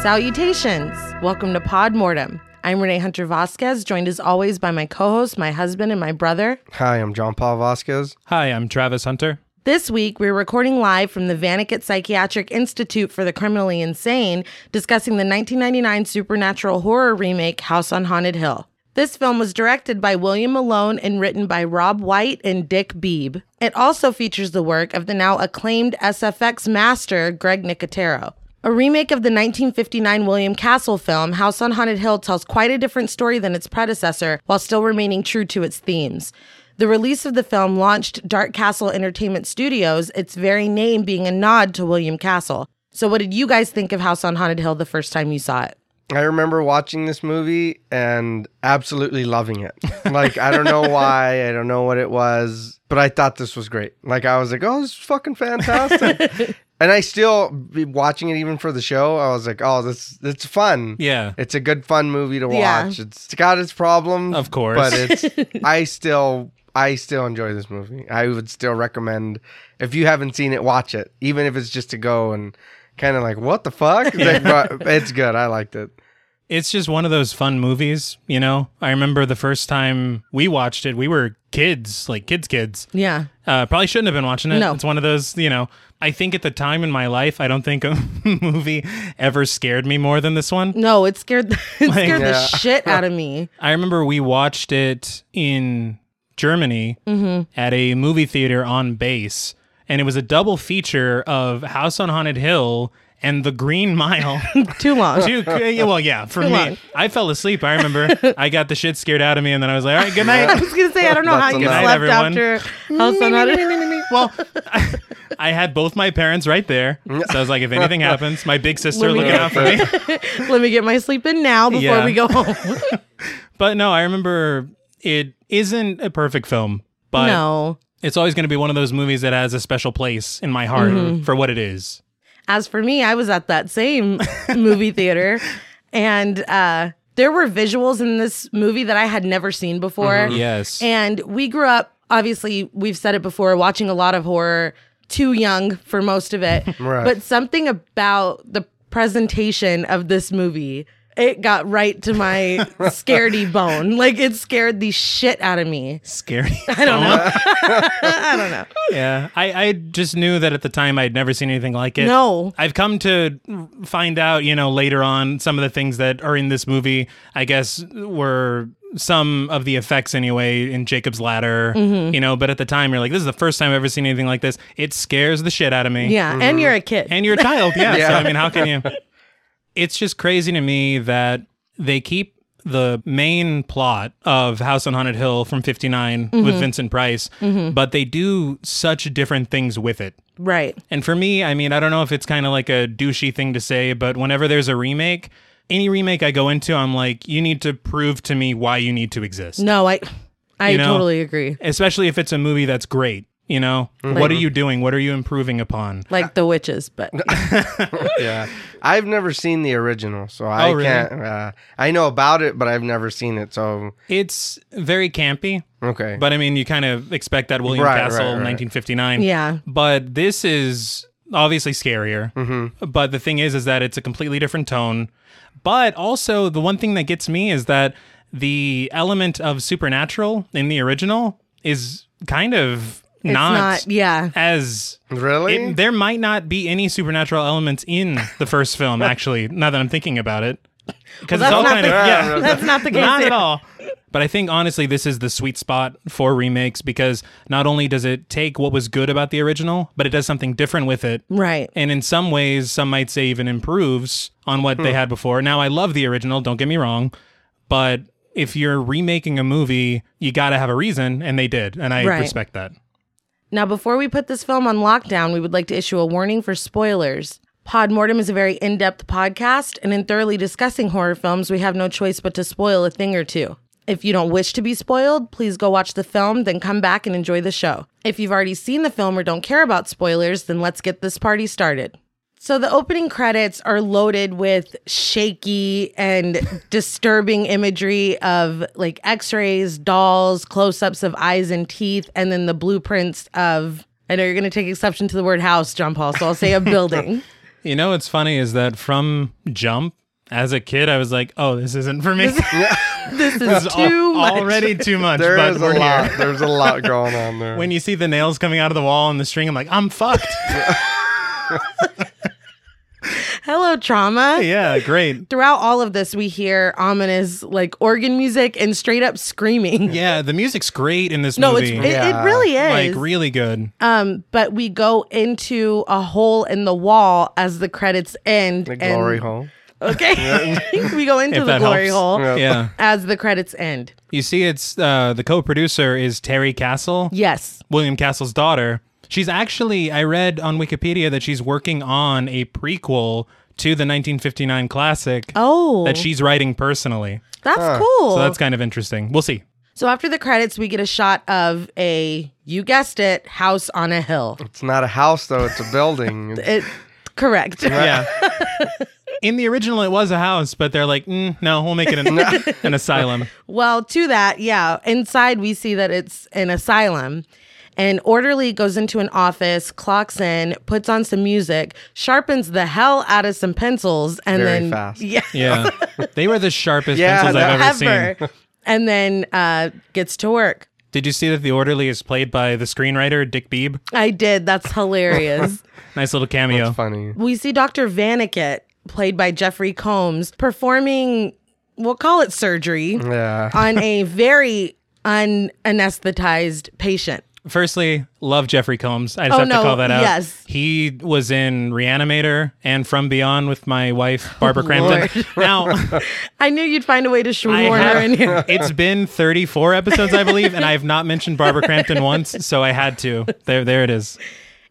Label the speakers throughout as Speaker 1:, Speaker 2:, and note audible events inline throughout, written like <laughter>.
Speaker 1: Salutations! Welcome to Pod Mortem. I'm Renee Hunter Vasquez, joined as always by my co host, my husband, and my brother.
Speaker 2: Hi, I'm John Paul Vasquez.
Speaker 3: Hi, I'm Travis Hunter.
Speaker 1: This week, we're recording live from the Vanikit Psychiatric Institute for the Criminally Insane, discussing the 1999 supernatural horror remake House on Haunted Hill. This film was directed by William Malone and written by Rob White and Dick Beebe. It also features the work of the now acclaimed SFX master Greg Nicotero. A remake of the 1959 William Castle film, House on Haunted Hill tells quite a different story than its predecessor while still remaining true to its themes. The release of the film launched Dark Castle Entertainment Studios, its very name being a nod to William Castle. So, what did you guys think of House on Haunted Hill the first time you saw it?
Speaker 2: I remember watching this movie and absolutely loving it. Like, I
Speaker 3: <laughs>
Speaker 2: don't know why, I don't know what it was, but I thought this was great. Like, I was like, oh, this is fucking
Speaker 3: <laughs>
Speaker 2: fantastic. and I still, be watching it even for the show, I was like, oh, this it's fun.
Speaker 3: Yeah.
Speaker 2: It's a good, fun movie to watch.
Speaker 1: Yeah.
Speaker 2: It's got its problems.
Speaker 3: Of course.
Speaker 2: But
Speaker 3: <laughs>
Speaker 2: it's, I still. I still enjoy this movie. I would still recommend if you haven't seen it, watch it, even if it's just to go and kind of like, what the
Speaker 3: <laughs>
Speaker 2: fuck? But it's good. I liked it.
Speaker 3: It's just one of those fun movies, you know? I remember the first time we watched it, we were kids, like kids, kids.
Speaker 1: Yeah.
Speaker 3: Uh, probably shouldn't have been watching it.
Speaker 1: No.
Speaker 3: It's one of those, you know, I think at the time in my life, I don't think a <laughs> movie ever scared me more than this one.
Speaker 1: No, it scared, the, <laughs> it scared
Speaker 2: Yeah.
Speaker 1: the shit out of me.
Speaker 3: I remember we watched it in Germany
Speaker 1: Mm-hmm.
Speaker 3: at a movie theater on base, and it was a double feature of House on Haunted Hill and The Green
Speaker 1: <laughs>
Speaker 3: Mile.
Speaker 1: Too long.
Speaker 3: Too, yeah, well, yeah, for
Speaker 1: long.
Speaker 3: me. I fell asleep. I
Speaker 1: <laughs>
Speaker 3: remember I got the shit scared out of me, and then I was like, all right, good night.
Speaker 1: I was gonna say I don't know how
Speaker 2: That's
Speaker 1: you
Speaker 2: enough.
Speaker 1: slept
Speaker 3: Good night,
Speaker 1: after House on Haunted.
Speaker 3: <laughs> well, <laughs> I, I had both my parents right there. So I was like, if
Speaker 1: <laughs>
Speaker 3: anything happens, my big sister
Speaker 1: Let me
Speaker 3: looking
Speaker 1: get-
Speaker 3: out for
Speaker 1: <laughs>
Speaker 3: me. <laughs>
Speaker 1: Let me get my sleep in now before
Speaker 3: Yeah.
Speaker 1: we go home.
Speaker 3: But no, I remember it isn't a perfect film, <laughs> but
Speaker 1: no.
Speaker 3: it's always going to be one of those movies that has a special place in my heart
Speaker 1: Mm-hmm.
Speaker 3: for what it is.
Speaker 1: As for me, I was at that same movie theater, and uh, there were visuals in this movie that I had never seen before.
Speaker 3: Mm-hmm. Yes.
Speaker 1: And we grew up, obviously, we've said it before, watching a lot of horror, too young for most of it.
Speaker 3: <laughs>
Speaker 2: Right.
Speaker 1: But something about the presentation of this movie, it got right to
Speaker 3: <laughs>
Speaker 1: my scaredy bone. Like it scared the shit out of me. <laughs>
Speaker 3: Scary. I don't <laughs> know.
Speaker 1: I don't know.
Speaker 3: yeah. I, I just knew that at the time I'd never seen anything like it.
Speaker 1: No.
Speaker 3: I've come to find out, you know, later on some of the things that are in this movie, I guess, were some of the effects anyway in Jacob's Ladder,
Speaker 1: Mm-hmm.
Speaker 3: you know, but at the time you're like, this is the first time I've ever seen anything like this. It scares the shit out of me.
Speaker 1: Yeah. And you're a kid.
Speaker 3: Mm-hmm. And you're a child. Yeah.
Speaker 2: Yeah.
Speaker 3: So, I mean, how can you? It's just crazy to me that they keep the main plot of House on Haunted Hill from 59 with Vincent Price, but they do such different things with it.
Speaker 1: right.
Speaker 3: And for me, I mean, I don't know if it's kind of like a douchey thing to say, but whenever there's a remake, any remake I go into, I'm like, you need to prove to me why you need to exist.
Speaker 1: No, I I
Speaker 3: You know?
Speaker 1: totally agree.
Speaker 3: Especially if it's a movie that's great, you know? What are you doing? What are you improving upon?
Speaker 1: Like the witches, but
Speaker 2: Yeah. I've never seen the original, so I
Speaker 3: Oh, really?
Speaker 2: can't. Uh, I know about it, but I've never seen it. So,
Speaker 3: It's very campy,
Speaker 2: okay.
Speaker 3: but I mean, you kind of expect that William
Speaker 2: Right,
Speaker 3: Castle
Speaker 2: right, right.
Speaker 3: 1959.
Speaker 1: yeah.
Speaker 3: But this is obviously scarier.
Speaker 2: Mm-hmm.
Speaker 3: But the thing is, is that it's a completely different tone. But also, the one thing that gets me is that the element of supernatural in the original is kind of
Speaker 1: It's not, yeah.
Speaker 3: as
Speaker 2: really?
Speaker 3: it- there might not be any supernatural elements in the first film. actually, now that I'm thinking about it, because
Speaker 1: that's
Speaker 3: it's all
Speaker 1: not
Speaker 3: kind of
Speaker 1: the-
Speaker 3: yeah,
Speaker 1: That's <laughs> not the case.
Speaker 3: not
Speaker 1: here.
Speaker 3: at all. But I think honestly, this is the sweet spot for remakes because not only does it take what was good about the original, but it does something different with it.
Speaker 1: Right.
Speaker 3: And in some ways, some might say even improves on what they had before. Now, I love the original, don't get me wrong, but if you're remaking a movie, you got to have a reason, and they did. And I
Speaker 1: Right.
Speaker 3: respect that.
Speaker 1: Now, before we put this film on lockdown, we would like to issue a warning for spoilers. Podmortem is a very in depth podcast, and in thoroughly discussing horror films, we have no choice but to spoil a thing or two. If you don't wish to be spoiled, please go watch the film, then come back and enjoy the show. If you've already seen the film or don't care about spoilers, then let's get this party started. So the opening credits are loaded with shaky and disturbing imagery of like x-rays, dolls, close-ups of eyes and teeth, and then the blueprints of I know you're gonna take exception to the word house, John Paul, so I'll say a building.
Speaker 3: You know what's funny is that from Jump, as a kid, I was like, "Oh, this isn't for me.
Speaker 1: This
Speaker 3: <laughs> This
Speaker 1: is
Speaker 3: is al-
Speaker 1: too much.
Speaker 3: already too much."
Speaker 2: There
Speaker 3: but
Speaker 2: is a
Speaker 3: we're here.
Speaker 2: lot. There's a lot going on there.
Speaker 3: <laughs> When you see the nails coming out of the wall and the string, I'm like, "I'm fucked."
Speaker 1: Hello, trauma.
Speaker 3: <laughs> yeah, great.
Speaker 1: Throughout all of this, we hear ominous like organ music and straight up screaming.
Speaker 3: Yeah, the music's great in this
Speaker 1: <laughs> No, it's,
Speaker 3: movie.
Speaker 1: it,
Speaker 2: Yeah.
Speaker 1: it really is.
Speaker 3: like really good.
Speaker 1: Um, but we go into a hole in the wall as the credits end.
Speaker 2: the
Speaker 1: and-
Speaker 2: glory hole.
Speaker 1: <laughs> Okay. we go into
Speaker 3: If
Speaker 1: the
Speaker 3: that
Speaker 1: glory
Speaker 3: helps.
Speaker 1: hole
Speaker 2: Yeah.
Speaker 3: Yeah.
Speaker 1: as the credits end.
Speaker 3: You see, it's uh, the co-producer is Terry Castle,
Speaker 1: Yes.
Speaker 3: William Castle's daughter. She's actually, I read on Wikipedia that she's working on a prequel to the 1959 classic
Speaker 1: Oh,
Speaker 3: that she's writing personally.
Speaker 1: that's cool.
Speaker 3: So that's kind of interesting. We'll see.
Speaker 1: so after the credits, we get a shot of a, you guessed it, house on a
Speaker 2: <laughs>
Speaker 1: hill.
Speaker 2: It's not a house though. It's a
Speaker 3: <laughs>
Speaker 2: building.
Speaker 1: It, correct.
Speaker 3: Yeah. In the original, it was a house, but they're like, mm, no, we'll make it an,
Speaker 1: <laughs>
Speaker 3: an asylum.
Speaker 1: <laughs> Well, to that, yeah. Inside, we see that it's an asylum. An orderly goes into an office, clocks in, puts on some music, sharpens the hell out of some pencils, and
Speaker 2: Very
Speaker 1: then <laughs>
Speaker 2: fast.
Speaker 1: yeah,
Speaker 3: Yeah. <laughs> They were the sharpest
Speaker 2: Yeah,
Speaker 3: pencils I've ever,
Speaker 1: ever,
Speaker 3: seen.
Speaker 1: and then uh, gets to work.
Speaker 3: Did you see that the orderly is played by the screenwriter, Dick Beebe?
Speaker 1: I did. That's hilarious.
Speaker 3: <laughs> Nice little cameo.
Speaker 2: Funny.
Speaker 1: we see Dr. Vaniket, played by Jeffrey Combs, performing, we'll call it surgery,
Speaker 3: Mm-hmm.
Speaker 2: Yeah.
Speaker 1: on a very unanesthetized patient.
Speaker 3: Firstly, love Jeffrey Combs. I just
Speaker 1: Oh,
Speaker 3: have
Speaker 1: no,
Speaker 3: to call that out.
Speaker 1: yes.
Speaker 3: He was in Reanimator and From Beyond with my wife, Barbara
Speaker 1: <laughs>
Speaker 3: Crampton. <laughs> Now,
Speaker 1: I knew you'd find a way to
Speaker 3: I
Speaker 1: shoehorn her in here. <laughs>
Speaker 3: have, <laughs> it's been 34 episodes, I believe, and I have not mentioned Barbara Crampton once, so I had to. There, there it is.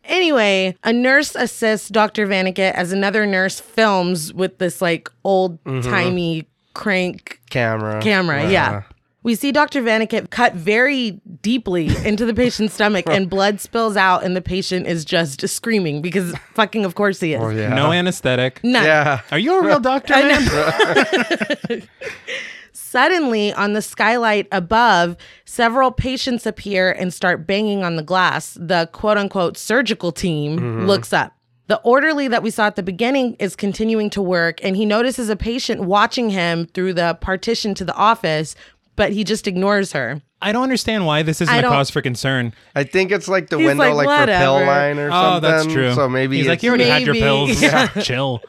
Speaker 1: Anyway, a nurse assists Dr. Vaniket as another nurse films with this like old
Speaker 3: Mm-hmm.
Speaker 1: timey crank
Speaker 2: Camera.
Speaker 1: camera. Yeah. We see Dr. Vaniket cut very deeply into the
Speaker 2: <laughs>
Speaker 1: patient's stomach and blood spills out and the patient is just screaming because fucking of course he is.
Speaker 2: Oh, yeah.
Speaker 3: No anesthetic.
Speaker 1: None.
Speaker 2: Yeah.
Speaker 3: Are you a real doctor? man?
Speaker 1: Suddenly, on the skylight above, several patients appear and start banging on the glass. The quote unquote surgical team
Speaker 2: Mm-hmm.
Speaker 1: looks up. The orderly that we saw at the beginning is continuing to work, and he notices a patient watching him through the partition to the office, but he just ignores her.
Speaker 3: I don't understand why this isn't
Speaker 1: I
Speaker 3: a
Speaker 1: don't-
Speaker 3: cause for concern.
Speaker 2: I think it's like the
Speaker 1: He's
Speaker 2: window,
Speaker 1: like,
Speaker 2: like, for pill
Speaker 1: "Whatever."
Speaker 2: line or
Speaker 3: Oh,
Speaker 2: something.
Speaker 3: that's true.
Speaker 2: So maybe
Speaker 3: he's
Speaker 2: it's-
Speaker 3: like, you already had your
Speaker 1: Maybe.
Speaker 2: <laughs>
Speaker 3: pills.
Speaker 1: Yeah.
Speaker 3: <laughs> Chill.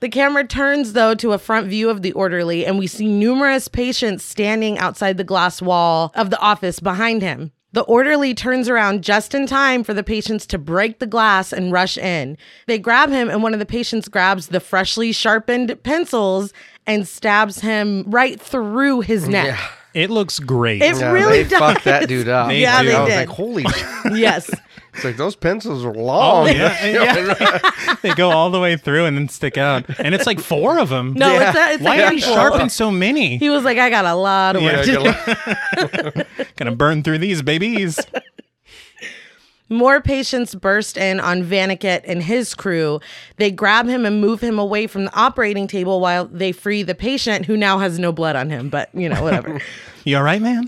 Speaker 1: The camera turns, though, to a front view of the orderly, and we see numerous patients standing outside the glass wall of the office behind him. The orderly turns around just in time for the patients to break the glass and rush in. They grab him, and one of the patients grabs the freshly sharpened pencils and stabs him right through his neck.
Speaker 3: It looks great.
Speaker 1: It
Speaker 2: yeah,
Speaker 1: really
Speaker 2: they
Speaker 1: does.
Speaker 2: fucked that dude up.
Speaker 3: They Yeah, do. they
Speaker 2: I was
Speaker 1: did.
Speaker 2: like,
Speaker 3: <laughs>
Speaker 2: holy.
Speaker 1: <laughs> Yes.
Speaker 2: it's like those pencils are long.
Speaker 3: Oh,
Speaker 2: <laughs>
Speaker 3: yeah, <laughs> yeah. they go all the way through and then stick out, and it's like four of them.
Speaker 1: No, it's a, it's a
Speaker 3: Why did he
Speaker 1: handful.
Speaker 3: sharpen so many?
Speaker 1: He was like, I got a lot of work
Speaker 2: Yeah,
Speaker 1: to
Speaker 2: good luck.
Speaker 3: Gonna burn through these babies.
Speaker 1: More patients burst in on Vaniket and his crew. They grab him and move him away from the operating table while they free the patient who now has no blood on him, but you know, whatever.
Speaker 3: You all
Speaker 1: <laughs>
Speaker 3: right, man?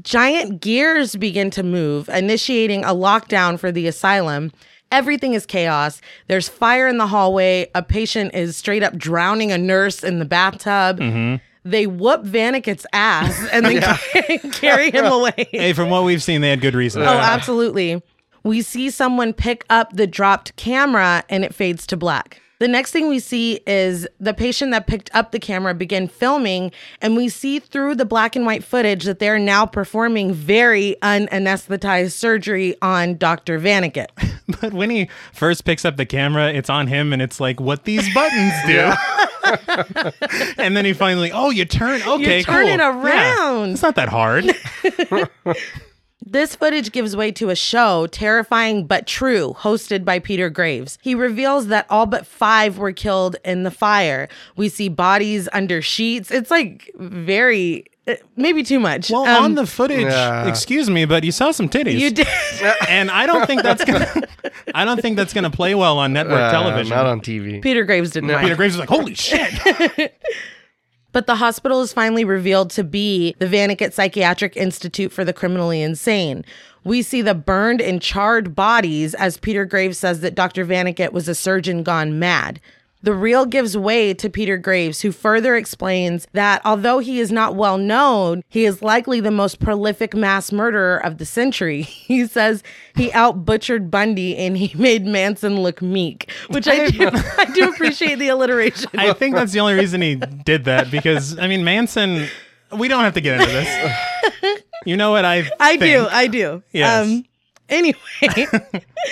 Speaker 1: Giant gears begin to move, initiating a lockdown for the asylum. Everything is chaos. There's fire in the hallway. A patient is straight up drowning a nurse in the bathtub. They whoop Vaniket's ass and then <laughs> carry him away.
Speaker 3: Hey, from what we've seen, they had good reason.
Speaker 1: Oh, absolutely. We see someone pick up the dropped camera and it fades to black. The next thing we see is the patient that picked up the camera begin filming, and we see through the black and white footage that they're now performing very unanesthetized surgery on Dr. Vaniket.
Speaker 3: <laughs> But when he first picks up the camera, it's on him, and it's like, what these buttons do. <laughs> and then he finally, oh, you turn. Okay,
Speaker 1: turn
Speaker 3: cool.
Speaker 1: it around.
Speaker 3: Yeah. It's not that hard.
Speaker 1: <laughs> This footage gives way to a show, Terrifying But True, hosted by Peter Graves. He reveals that all but five were killed in the fire. We see bodies under sheets. It's like very, uh, maybe too much.
Speaker 3: Well,
Speaker 1: Um,
Speaker 3: on the footage,
Speaker 2: Yeah.
Speaker 3: excuse me, but you saw some titties.
Speaker 1: you did. <laughs>
Speaker 3: and I don't think that's gonna.
Speaker 2: <laughs>
Speaker 3: I don't think that's gonna play well on network
Speaker 2: Uh,
Speaker 3: television.
Speaker 2: Not on TV.
Speaker 1: Peter Graves didn't mind.
Speaker 3: Peter Graves was like,
Speaker 2: <laughs>
Speaker 3: "Holy shit!"
Speaker 1: But the hospital is finally revealed to be the Vaniket Psychiatric Institute for the Criminally Insane. We see the burned and charred bodies as Peter Graves says that Dr. Vaniket was a surgeon gone mad. The reel gives way to Peter Graves, who further explains that although he is not well known, he is likely the most prolific mass murderer of the century. <laughs> He says he out butchered Bundy and he <laughs> made Manson look meek, which I do, <laughs> I do appreciate the alliteration.
Speaker 3: I think that's the only reason he did that because I mean Manson. We don't have to get into this. You know what I?
Speaker 1: <laughs> I
Speaker 3: think.
Speaker 1: do. I do. Um,
Speaker 3: Yes.
Speaker 1: anyway, <laughs>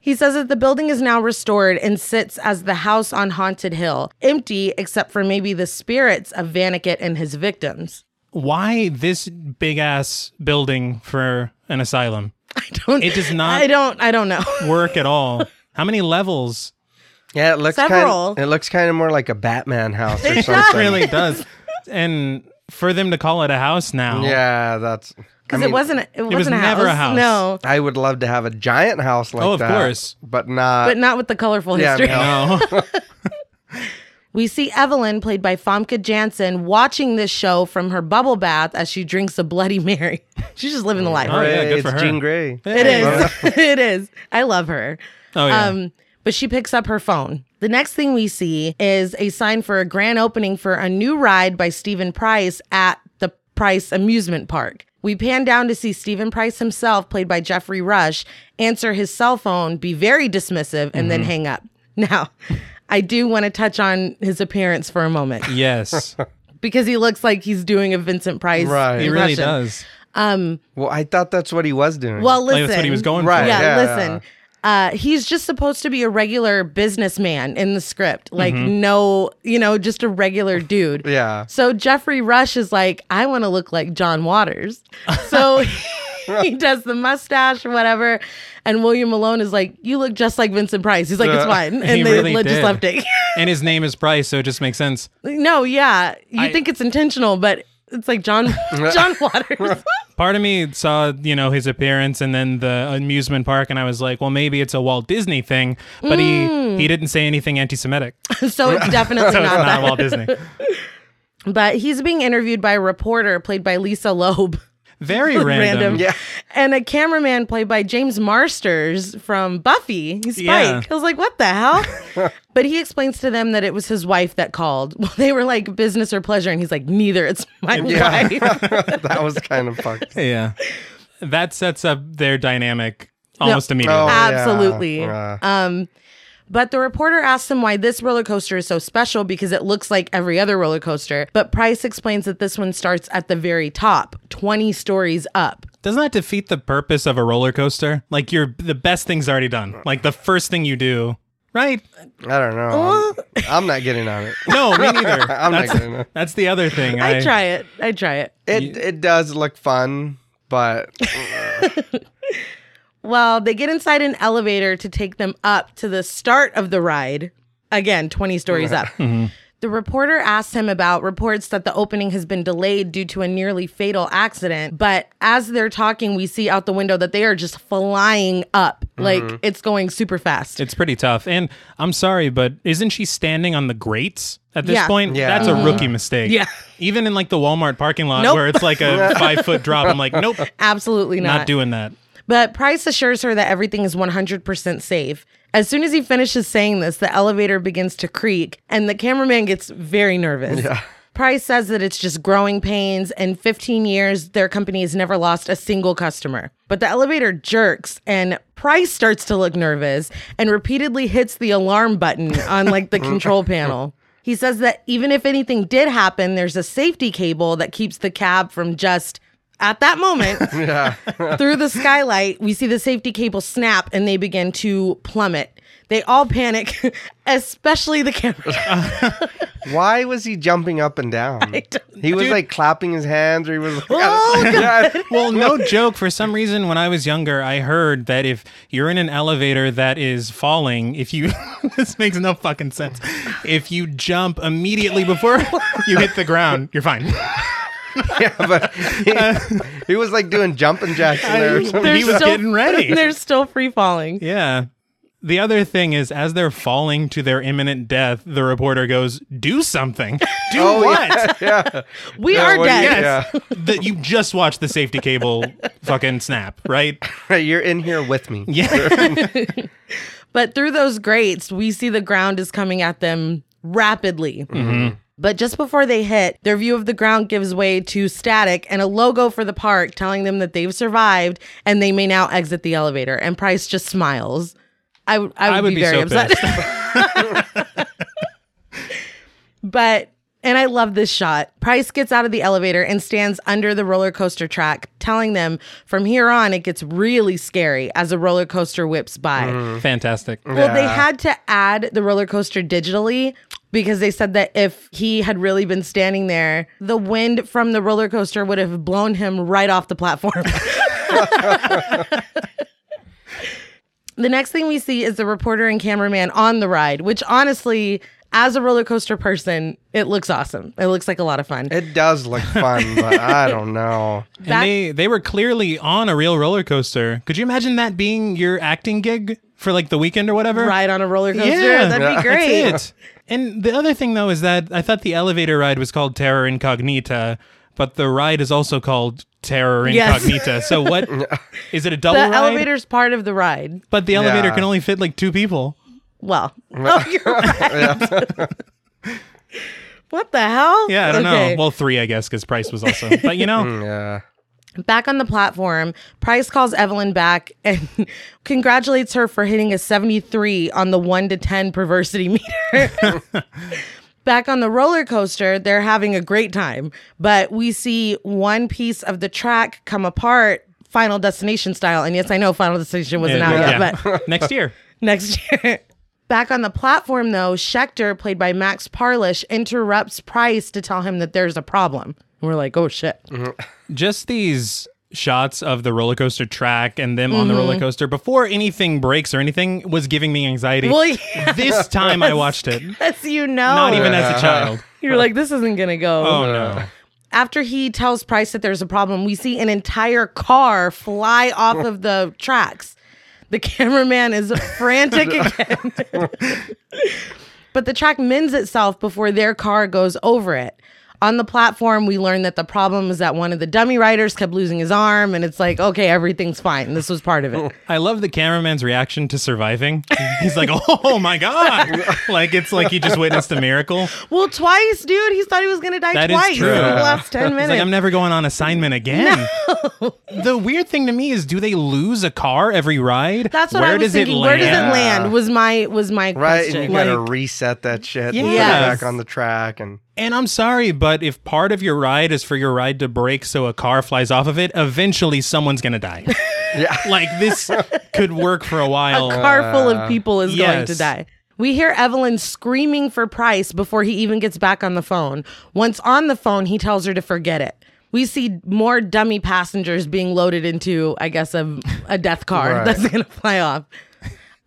Speaker 1: he says that the building is now restored and sits as the house on Haunted Hill, empty except for maybe the spirits of Vaniket and his victims. <laughs>
Speaker 3: Why this big ass building for an asylum?
Speaker 1: I don't.
Speaker 3: It does not-
Speaker 1: I don't. I
Speaker 3: <laughs>
Speaker 1: don't know.
Speaker 3: Work at all? How many
Speaker 2: <laughs>
Speaker 3: levels?
Speaker 2: Yeah, it looks
Speaker 1: Several.
Speaker 2: kind. It looks kind of more like a Batman house or something.
Speaker 3: It really does. And for them to call it a house now,
Speaker 2: Yeah, that's
Speaker 1: Because it wasn't. It, wasn't
Speaker 3: was
Speaker 1: a house.
Speaker 3: never a house.
Speaker 1: No,
Speaker 2: I would love to have a giant house like that.
Speaker 3: Oh, of course.
Speaker 2: but not.
Speaker 1: but not with the colorful
Speaker 2: Yeah,
Speaker 1: history.
Speaker 2: no.
Speaker 3: No.
Speaker 1: We see Evelyn, played by Famke Janssen, watching this show from her bubble bath as she drinks a Bloody Mary. <laughs> She's just living the life.
Speaker 3: Oh, yeah,
Speaker 2: Hey,
Speaker 3: good for
Speaker 2: it's
Speaker 3: her.
Speaker 2: Jean Grey.
Speaker 1: It is. <laughs> it is. I love her.
Speaker 3: Oh, yeah.
Speaker 1: Um, but she picks up her phone. The next thing we see is a sign for a grand opening for a new ride by Stephen Price at the Price Amusement Park. We pan down to see Stephen Price himself, played by Jeffrey Rush, answer his cell phone, be very dismissive, and then
Speaker 3: Mm-hmm.
Speaker 1: hang up. <laughs> Now, I do want to touch on his appearance for a moment
Speaker 2: <laughs>
Speaker 3: yes.
Speaker 1: because he looks like he's doing a Vincent Price.
Speaker 2: Right.
Speaker 3: He really
Speaker 1: impression.
Speaker 3: does.
Speaker 2: Well, I thought that's what he was doing.
Speaker 1: Well, listen.
Speaker 3: Like that's what he was going
Speaker 2: Right.
Speaker 3: for.
Speaker 1: yeah,
Speaker 2: Yeah,
Speaker 1: listen. Uh, he's just supposed to be a regular businessman in the script, like
Speaker 3: Mm-hmm.
Speaker 1: no, you know, just a regular dude.
Speaker 2: Yeah. <laughs>
Speaker 1: So Jeffrey Rush is like, I want to look like John
Speaker 3: <laughs>
Speaker 1: Waters. So <laughs> he does the mustache or whatever, and William Malone is like, "You look just like Vincent Price." He's like, "It's
Speaker 2: Yeah. <laughs>
Speaker 1: fine," and
Speaker 3: He
Speaker 1: they
Speaker 3: really
Speaker 1: le- just
Speaker 3: did.
Speaker 1: left it. <laughs>
Speaker 3: And his name is Price, so it just makes sense.
Speaker 1: no, yeah, you
Speaker 3: I-
Speaker 1: think it's intentional, but it's like John
Speaker 2: <laughs>
Speaker 1: John Waters.
Speaker 3: Part of me saw, you know, his appearance and then the amusement park, and I was like, well, maybe it's a Walt Disney thing, but he he didn't say anything anti-Semitic,
Speaker 1: <laughs>
Speaker 3: so
Speaker 1: so it's definitely
Speaker 3: it's
Speaker 1: Mm. <laughs> not that.
Speaker 3: not Walt Disney.
Speaker 1: But he's being interviewed by a reporter played by Lisa Loeb. <laughs>
Speaker 3: Very random.
Speaker 2: Yeah.
Speaker 1: And a cameraman played by James Marsters from Buffy. He's Spike.
Speaker 3: Yeah.
Speaker 1: I was like, what the hell? <laughs> but he explains to them that it was his wife that called. <laughs> Well, they were like, business or pleasure. And he's like, neither. It's my
Speaker 2: <laughs>
Speaker 1: wife. <laughs>
Speaker 2: that was kind of fucked.
Speaker 3: Yeah. That sets up their dynamic almost immediately.
Speaker 2: Oh, yeah. Uh,
Speaker 1: Absolutely. Uh,
Speaker 2: Yeah.
Speaker 1: But the reporter asks him why this roller coaster is so special because it looks like every other roller coaster. But Price explains that this one starts at the very top, 20 stories up.
Speaker 3: Doesn't that defeat the purpose of a roller coaster? Like you're the best thing's already done. Like the first thing you do, right?
Speaker 2: I don't know. I'm, I'm not getting on it.
Speaker 3: <laughs> No,
Speaker 1: <laughs>
Speaker 3: me
Speaker 2: <laughs>
Speaker 3: neither.
Speaker 2: I'm not
Speaker 3: that's,
Speaker 2: getting on it.
Speaker 3: that's the other thing.
Speaker 1: I try it. I try it.
Speaker 2: It it does look fun,
Speaker 1: <laughs>
Speaker 2: but
Speaker 1: Well, they get inside an elevator to take them up to the start of the ride. Again, 20 stories up. The reporter asks him about reports that the opening has been delayed due to a nearly fatal accident. But as they're talking, we see out the window that they are just flying up. Like it's going super fast.
Speaker 3: It's pretty tough. And I'm sorry, but isn't she standing on the grates at this
Speaker 1: Yeah. Mm-hmm.
Speaker 3: point?
Speaker 2: Yeah.
Speaker 3: That's a rookie mistake.
Speaker 1: Yeah.
Speaker 3: Even in like the Walmart parking lot
Speaker 1: Nope.
Speaker 3: where it's
Speaker 1: <laughs>
Speaker 3: like a five foot drop, I'm like, nope,
Speaker 1: Absolutely not.
Speaker 3: not doing that.
Speaker 1: but Price assures her that everything is 100% safe. As soon as he finishes saying this, the elevator begins to creak and the cameraman gets very nervous. Price says that it's just growing pains. In 15 years, their company has never lost a single customer. But the elevator jerks and Price starts to look nervous and repeatedly hits the alarm button on like the control panel. He says that even if anything did happen, there's a safety cable that keeps the cab from just at that moment through the skylight, we see the safety cable snap and they begin to plummet. They all panic, <laughs> especially the camera.
Speaker 2: why was he jumping up and down? He was like clapping his hands, or he was like,
Speaker 1: Oh,
Speaker 2: <laughs> Yeah.
Speaker 1: <laughs>
Speaker 3: Well, no joke. For some reason, when I was younger, I heard that if you're in an elevator that is falling, if you <laughs> this makes no fucking sense. If you jump immediately before <laughs> you hit the ground, you're fine.
Speaker 2: <laughs> yeah, but he, he was like doing jumping jacks in there. Or
Speaker 1: <laughs>
Speaker 2: something.
Speaker 3: He was getting ready.
Speaker 1: They're still free falling.
Speaker 3: Yeah. The other thing is, as they're falling to their imminent death, the reporter goes, "Do something.
Speaker 2: <laughs>
Speaker 3: Do what?
Speaker 2: Oh, yeah.
Speaker 1: We
Speaker 2: Yeah,
Speaker 1: are
Speaker 2: what do you-
Speaker 1: dead.
Speaker 2: yeah.
Speaker 3: That you just watched the safety cable fucking snap, right?
Speaker 2: Right, you're in here with me. <laughs>
Speaker 3: Yeah.
Speaker 1: But through those grates, we see the ground is coming at them rapidly. But just before they hit, their view of the ground gives way to static and a logo for the park telling them that they've survived and they may now exit the elevator. And Price just smiles. I, would- I, would,
Speaker 3: I would
Speaker 1: be,
Speaker 3: be
Speaker 1: very
Speaker 3: so
Speaker 1: upset. but, and I love this shot. Price gets out of the elevator and stands under the roller coaster track, telling them from here on it gets really scary as a roller coaster whips by.
Speaker 3: <laughs> Fantastic.
Speaker 1: Well, they had to add the roller coaster digitally because they said that if he had really been standing there, the wind from the roller coaster would have blown him right off the platform. <laughs> the next thing we see is the reporter and cameraman on the ride, which honestly, as a roller coaster person, it looks awesome. It looks like a lot of fun.
Speaker 2: It does look fun, but I don't know.
Speaker 1: That-
Speaker 3: and they they were clearly on a real roller coaster. Could you imagine that being your acting gig for like the weekend or whatever?
Speaker 1: Ride on a roller coaster.
Speaker 3: Yeah.
Speaker 1: That'd be
Speaker 2: That's
Speaker 1: great.
Speaker 3: That's it. And the other thing though is that I thought the elevator ride was called Terror Incognita, but the ride is also called Terror
Speaker 1: Yes.
Speaker 3: Incognita.
Speaker 1: <laughs>
Speaker 3: So what is it a double
Speaker 1: The
Speaker 3: ride?
Speaker 1: elevator's part of the ride.
Speaker 3: but the elevator
Speaker 2: Yeah.
Speaker 3: can only fit like two people. <laughs>
Speaker 1: Well, oh, <laughs> you're right. what the hell?
Speaker 3: Yeah, I don't
Speaker 1: Okay.
Speaker 3: know. Well, three, I guess, because Price was also. But you know,
Speaker 2: Yeah.
Speaker 1: back on the platform, Price calls Evelyn back and <laughs> congratulates her for hitting a 73 on the 1 to 10 perversity <laughs> meter.
Speaker 3: <laughs>
Speaker 1: Back on the roller coaster, they're having a great time, but we see one piece of the track come apart, Final Destination style. And yes, I know Final Destination wasn't out yet, but
Speaker 3: <laughs> next year.
Speaker 1: next year. Back on the platform, though, Schechter, played by Max Parlish, interrupts Price to tell him that there's a problem. And we're like, oh shit. <laughs>
Speaker 3: just these shots of the roller coaster track and them on the
Speaker 1: Mm-hmm.
Speaker 3: roller coaster before anything breaks or anything was giving me anxiety.
Speaker 1: Well, <laughs> Oh. yeah.
Speaker 3: This time I watched it,
Speaker 1: As you know,
Speaker 3: not even as a child.
Speaker 1: you're like, this isn't going to go.
Speaker 3: Oh no.
Speaker 1: After he tells Price that there's a problem, we see an entire car fly off of the tracks. The cameraman is
Speaker 2: <laughs>
Speaker 1: frantic again. but the track mends itself before their car goes over it. On the platform, we learn that the problem is that one of the dummy riders kept losing his arm, and it's like, okay, everything's fine. This was part of
Speaker 2: <laughs>
Speaker 1: it.
Speaker 3: I love the cameraman's reaction to surviving. He's like, "Oh
Speaker 1: <laughs>
Speaker 3: my god!" Like it's like he just witnessed a miracle.
Speaker 1: well, twice, dude. He thought he was going to die
Speaker 3: That is
Speaker 1: twice
Speaker 3: true.
Speaker 1: in the last 10
Speaker 3: He's
Speaker 1: minutes.
Speaker 3: like, "I'm never going on assignment again." The weird thing to me is, do they lose a car every ride?
Speaker 1: That's what I
Speaker 3: Where
Speaker 1: was
Speaker 3: does
Speaker 1: thinking.
Speaker 3: It
Speaker 1: Where does
Speaker 3: land?
Speaker 1: it land? Was my was my
Speaker 2: Right,
Speaker 1: question.
Speaker 2: and you gotta
Speaker 3: Like-
Speaker 2: reset that shit and put it
Speaker 1: Yes.
Speaker 2: back on the track and
Speaker 3: And I'm sorry, but if part of your ride is for your ride to break so a car flies off of it, eventually someone's going to die.
Speaker 1: <laughs>
Speaker 2: Yeah.
Speaker 3: like this could work for a while.
Speaker 1: car full
Speaker 2: uh,
Speaker 1: of people is going
Speaker 3: yes.
Speaker 1: to die. We hear Evelyn screaming for Price before he even gets back on the phone. Once on the phone, he tells her to forget it. We see more dummy passengers being loaded into, I guess, a, a death car
Speaker 2: Right.
Speaker 1: that's going to fly off.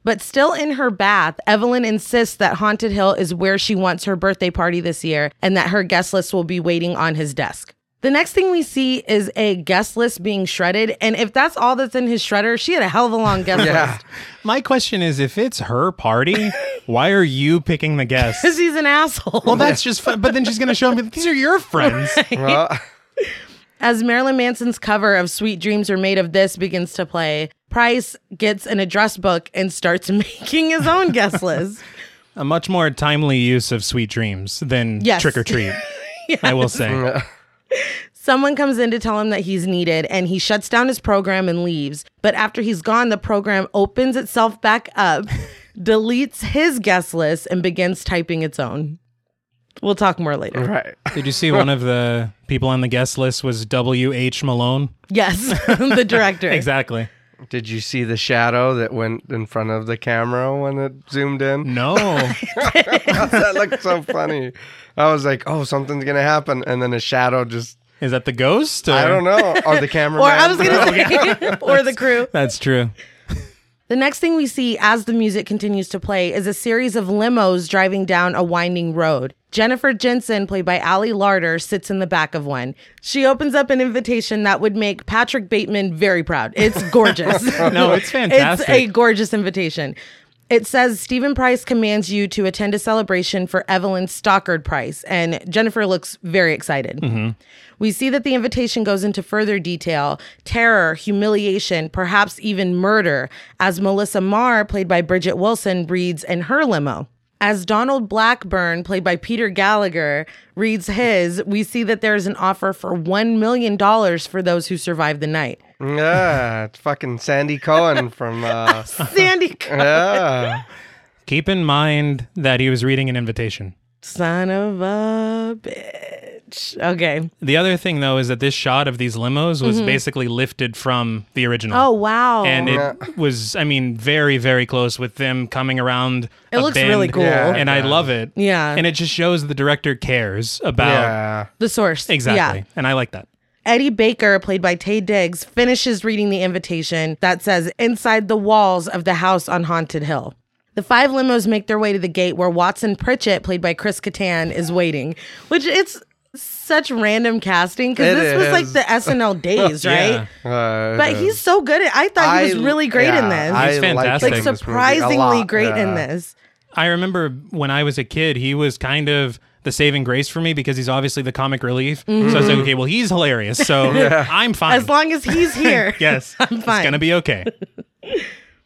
Speaker 1: But still in her bath, Evelyn insists that Haunted Hill is where she wants her birthday party this year and that her guest list will be waiting on his desk. The next thing we see is a guest list being shredded. And if that's all that's in his shredder, she had a hell of a long guest list.
Speaker 2: <laughs> Yeah.
Speaker 3: My question is if it's her party, why are you picking the guests?
Speaker 1: because he's an asshole.
Speaker 3: Well, that's just fun. But then she's going to show me these are your friends.
Speaker 2: Well,
Speaker 1: <laughs> As Marilyn Manson's cover of Sweet Dreams Are Made of This begins to play, Price gets an address book and starts <laughs> making his own guest <laughs> list.
Speaker 3: A much more timely use of sweet dreams than
Speaker 1: Yes. <laughs>
Speaker 3: trick or treat. I will say.
Speaker 1: Someone comes in to tell him that he's needed and he shuts down his program and leaves. But after he's gone, the program opens itself back <laughs> up, deletes his guest list, and begins typing its own. We'll talk more <laughs> later.
Speaker 2: right.
Speaker 3: Did you see one of the people on the guest list was
Speaker 1: <laughs>
Speaker 3: W.H. Malone?
Speaker 1: Yes, the director.
Speaker 3: Exactly.
Speaker 2: <laughs> Did you see the shadow that went in front of the camera when it zoomed in?
Speaker 1: <laughs>
Speaker 2: <laughs>
Speaker 3: No.
Speaker 2: that looked so funny. I was like, oh, something's gonna happen, and then a shadow just.
Speaker 3: Is that the ghost? Or?
Speaker 2: I don't know. Or the camera.
Speaker 1: Or I was going <laughs> to say, or the crew.
Speaker 3: That's
Speaker 1: <laughs>
Speaker 3: true.
Speaker 1: The next thing we see as the music continues to play is a series of limos driving down a winding road. Jennifer Jensen, played by Allie Larder, sits in the back of one. She opens up an invitation that would make Patrick Bateman very proud. It's gorgeous.
Speaker 3: No, it's
Speaker 1: <laughs> It's
Speaker 3: fantastic.
Speaker 1: a gorgeous invitation. It says Stephen Price commands you to attend a celebration for Evelyn Stockard Price, and Jennifer looks very excited. We see that the invitation goes into further detail terror, humiliation, perhaps even murder, as Melissa Marr, played by Bridget Wilson, reads in her limo. As Donald Blackburn, played by Peter Gallagher, reads his, we see that there is an offer for $1 million for those who survive the night.
Speaker 2: Yeah, it's fucking Sandy Cohen from. Uh,
Speaker 1: Sandy,
Speaker 2: yeah.
Speaker 3: Keep in mind that he was reading an invitation.
Speaker 1: son of a bitch. Okay.
Speaker 3: The other thing, though, is that this shot of these limos was basically lifted from the original.
Speaker 1: Mm-hmm. Oh, wow.
Speaker 3: And it was, I mean, very, very close with them coming around. It
Speaker 1: looks really cool. Yeah,
Speaker 3: and I love it.
Speaker 1: Yeah.
Speaker 3: And it just shows the director cares about.
Speaker 2: Yeah.
Speaker 1: the source.
Speaker 3: Exactly.
Speaker 1: Yeah.
Speaker 3: And I like that.
Speaker 1: Eddie Baker, played by Tay Diggs, finishes reading the invitation that says, Inside the walls of the house on Haunted Hill. The five limos make their way to the gate where Watson Pritchett, played by Chris Kattan, is waiting, which it's such random casting because
Speaker 2: It
Speaker 1: this was like
Speaker 2: is.
Speaker 1: the
Speaker 2: <laughs>
Speaker 1: SNL days, right?
Speaker 2: Uh,
Speaker 1: But he's so good at I thought he was really great in this.
Speaker 3: He's
Speaker 2: I liked
Speaker 3: fantastic.
Speaker 2: him
Speaker 1: like
Speaker 2: in this movie a
Speaker 1: surprisingly
Speaker 2: lot,
Speaker 1: great in
Speaker 2: yeah.
Speaker 1: this.
Speaker 3: I remember when I was a kid, he was kind of the saving grace for me because he's obviously the comic relief. So I was like, okay, well, he's
Speaker 2: <laughs>
Speaker 3: hilarious. So I'm fine.
Speaker 1: Mm-hmm. As long as he's here.
Speaker 3: <laughs> yes.
Speaker 1: I'm fine.
Speaker 3: It's going to be okay.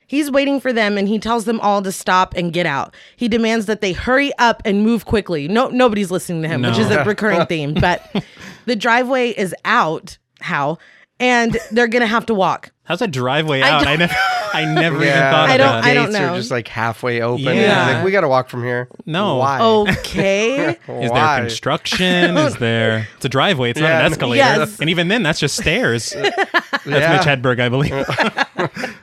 Speaker 1: He's waiting for them and he tells them all to stop and get out. He demands that they hurry up and move quickly. No nobody's listening to him, which
Speaker 3: No.
Speaker 1: is a recurring theme, but the driveway is out, how? And they're going to have to walk.
Speaker 3: How's a driveway out? I, never,
Speaker 1: <laughs>
Speaker 3: I never even
Speaker 2: Yeah,
Speaker 3: thought
Speaker 1: I
Speaker 3: of
Speaker 2: the
Speaker 1: don't-
Speaker 3: that.
Speaker 1: I don't
Speaker 2: gates
Speaker 1: know.
Speaker 2: Are just like halfway open. He's
Speaker 3: Yeah.
Speaker 2: like, we got to walk from here.
Speaker 3: No.
Speaker 2: Why?
Speaker 1: Oh. Okay.
Speaker 3: Is
Speaker 2: Why?
Speaker 3: there
Speaker 1: <laughs>
Speaker 3: construction? Is there? It's a driveway. It's
Speaker 2: Yeah,
Speaker 3: not
Speaker 2: no-
Speaker 3: an escalator.
Speaker 1: Yes.
Speaker 3: And even then, that's just stairs. That's
Speaker 2: <laughs> Yeah.
Speaker 3: Mitch Hedberg,
Speaker 2: <laughs>
Speaker 3: I believe.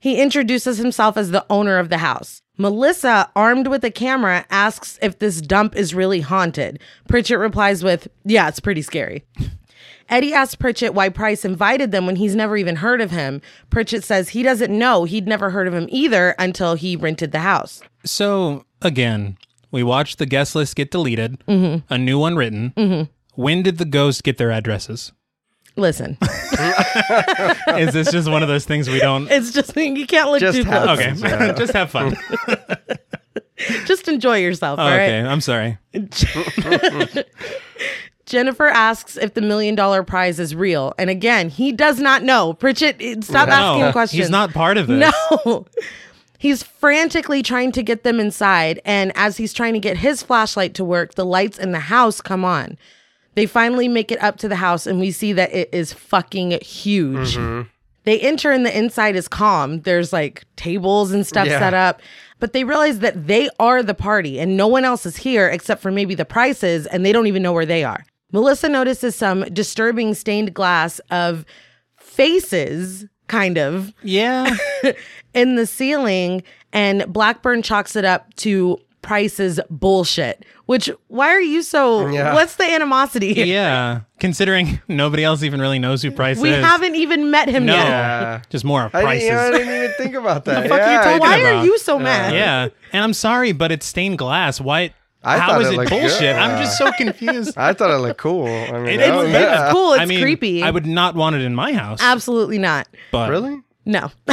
Speaker 1: He introduces himself as the owner of the house. Melissa, armed with a camera, asks if this dump is really haunted. Pritchett replies with, Yeah, it's pretty scary. <laughs> Eddie asks Pritchett why Price invited them when he's never even heard of him. Pritchett says he doesn't know. He'd never heard of him either until he rented the house.
Speaker 3: So again, we watched the guest list get deleted,
Speaker 1: Mm-hmm.
Speaker 3: a new one written. When did the ghosts get their addresses?
Speaker 1: Listen, <laughs>
Speaker 3: Is this just one of those things we
Speaker 1: <laughs>
Speaker 3: don't?
Speaker 1: it's just you can't look
Speaker 2: Just
Speaker 1: too
Speaker 2: have-
Speaker 1: close.
Speaker 3: Okay,
Speaker 2: Happens, yeah.
Speaker 3: <laughs> just have fun.
Speaker 1: Just enjoy yourself, all <laughs> right?
Speaker 3: Okay, I'm sorry.
Speaker 1: Jennifer asks if the million dollar prize is real. And again, he does not know. Pritchett, eh, stop asking him
Speaker 3: No,
Speaker 1: questions.
Speaker 3: he's not part of this.
Speaker 1: No. <laughs> He's frantically trying to get them inside, and as he's trying to get his flashlight to work, the lights in the house come on. They finally make it up to the house, and we see that it is fucking huge. They enter, and the inside is calm. There's like tables and stuff
Speaker 2: Yeah.
Speaker 1: set up, but they realize that they are the party, and no one else is here except for maybe the prices, and they don't even know where they are. Melissa notices some disturbing stained glass of faces, kind of
Speaker 3: Yeah,
Speaker 1: in the ceiling, and Blackburn chalks it up to Price's bullshit. Which, why are you so?
Speaker 2: Yeah.
Speaker 1: What's the animosity? here?
Speaker 3: yeah. Considering nobody else even really knows who Price
Speaker 1: We
Speaker 3: is.
Speaker 1: haven't even met him
Speaker 3: No,
Speaker 1: yet.
Speaker 2: Yeah.
Speaker 3: <laughs> just more of
Speaker 2: I didn't,
Speaker 3: prices.
Speaker 2: you know, I didn't even think about that.
Speaker 3: fuck are you
Speaker 2: Yeah, I
Speaker 3: talking
Speaker 2: didn't-
Speaker 1: Why are
Speaker 3: about-
Speaker 1: you so mad?
Speaker 3: yeah, and I'm sorry, but it's stained glass. Why?
Speaker 2: I
Speaker 3: how
Speaker 2: thought
Speaker 3: is
Speaker 2: it
Speaker 3: it,
Speaker 2: looked
Speaker 3: bullshit?
Speaker 2: good.
Speaker 3: I'm just so confused.
Speaker 2: I thought it looked cool. <laughs> I mean,
Speaker 3: It's-
Speaker 2: oh,
Speaker 1: It's
Speaker 2: yeah.
Speaker 1: cool. It's
Speaker 3: I mean,
Speaker 1: creepy.
Speaker 3: I would not want it in my house.
Speaker 1: Absolutely not.
Speaker 3: but
Speaker 2: Really?
Speaker 1: No. <laughs>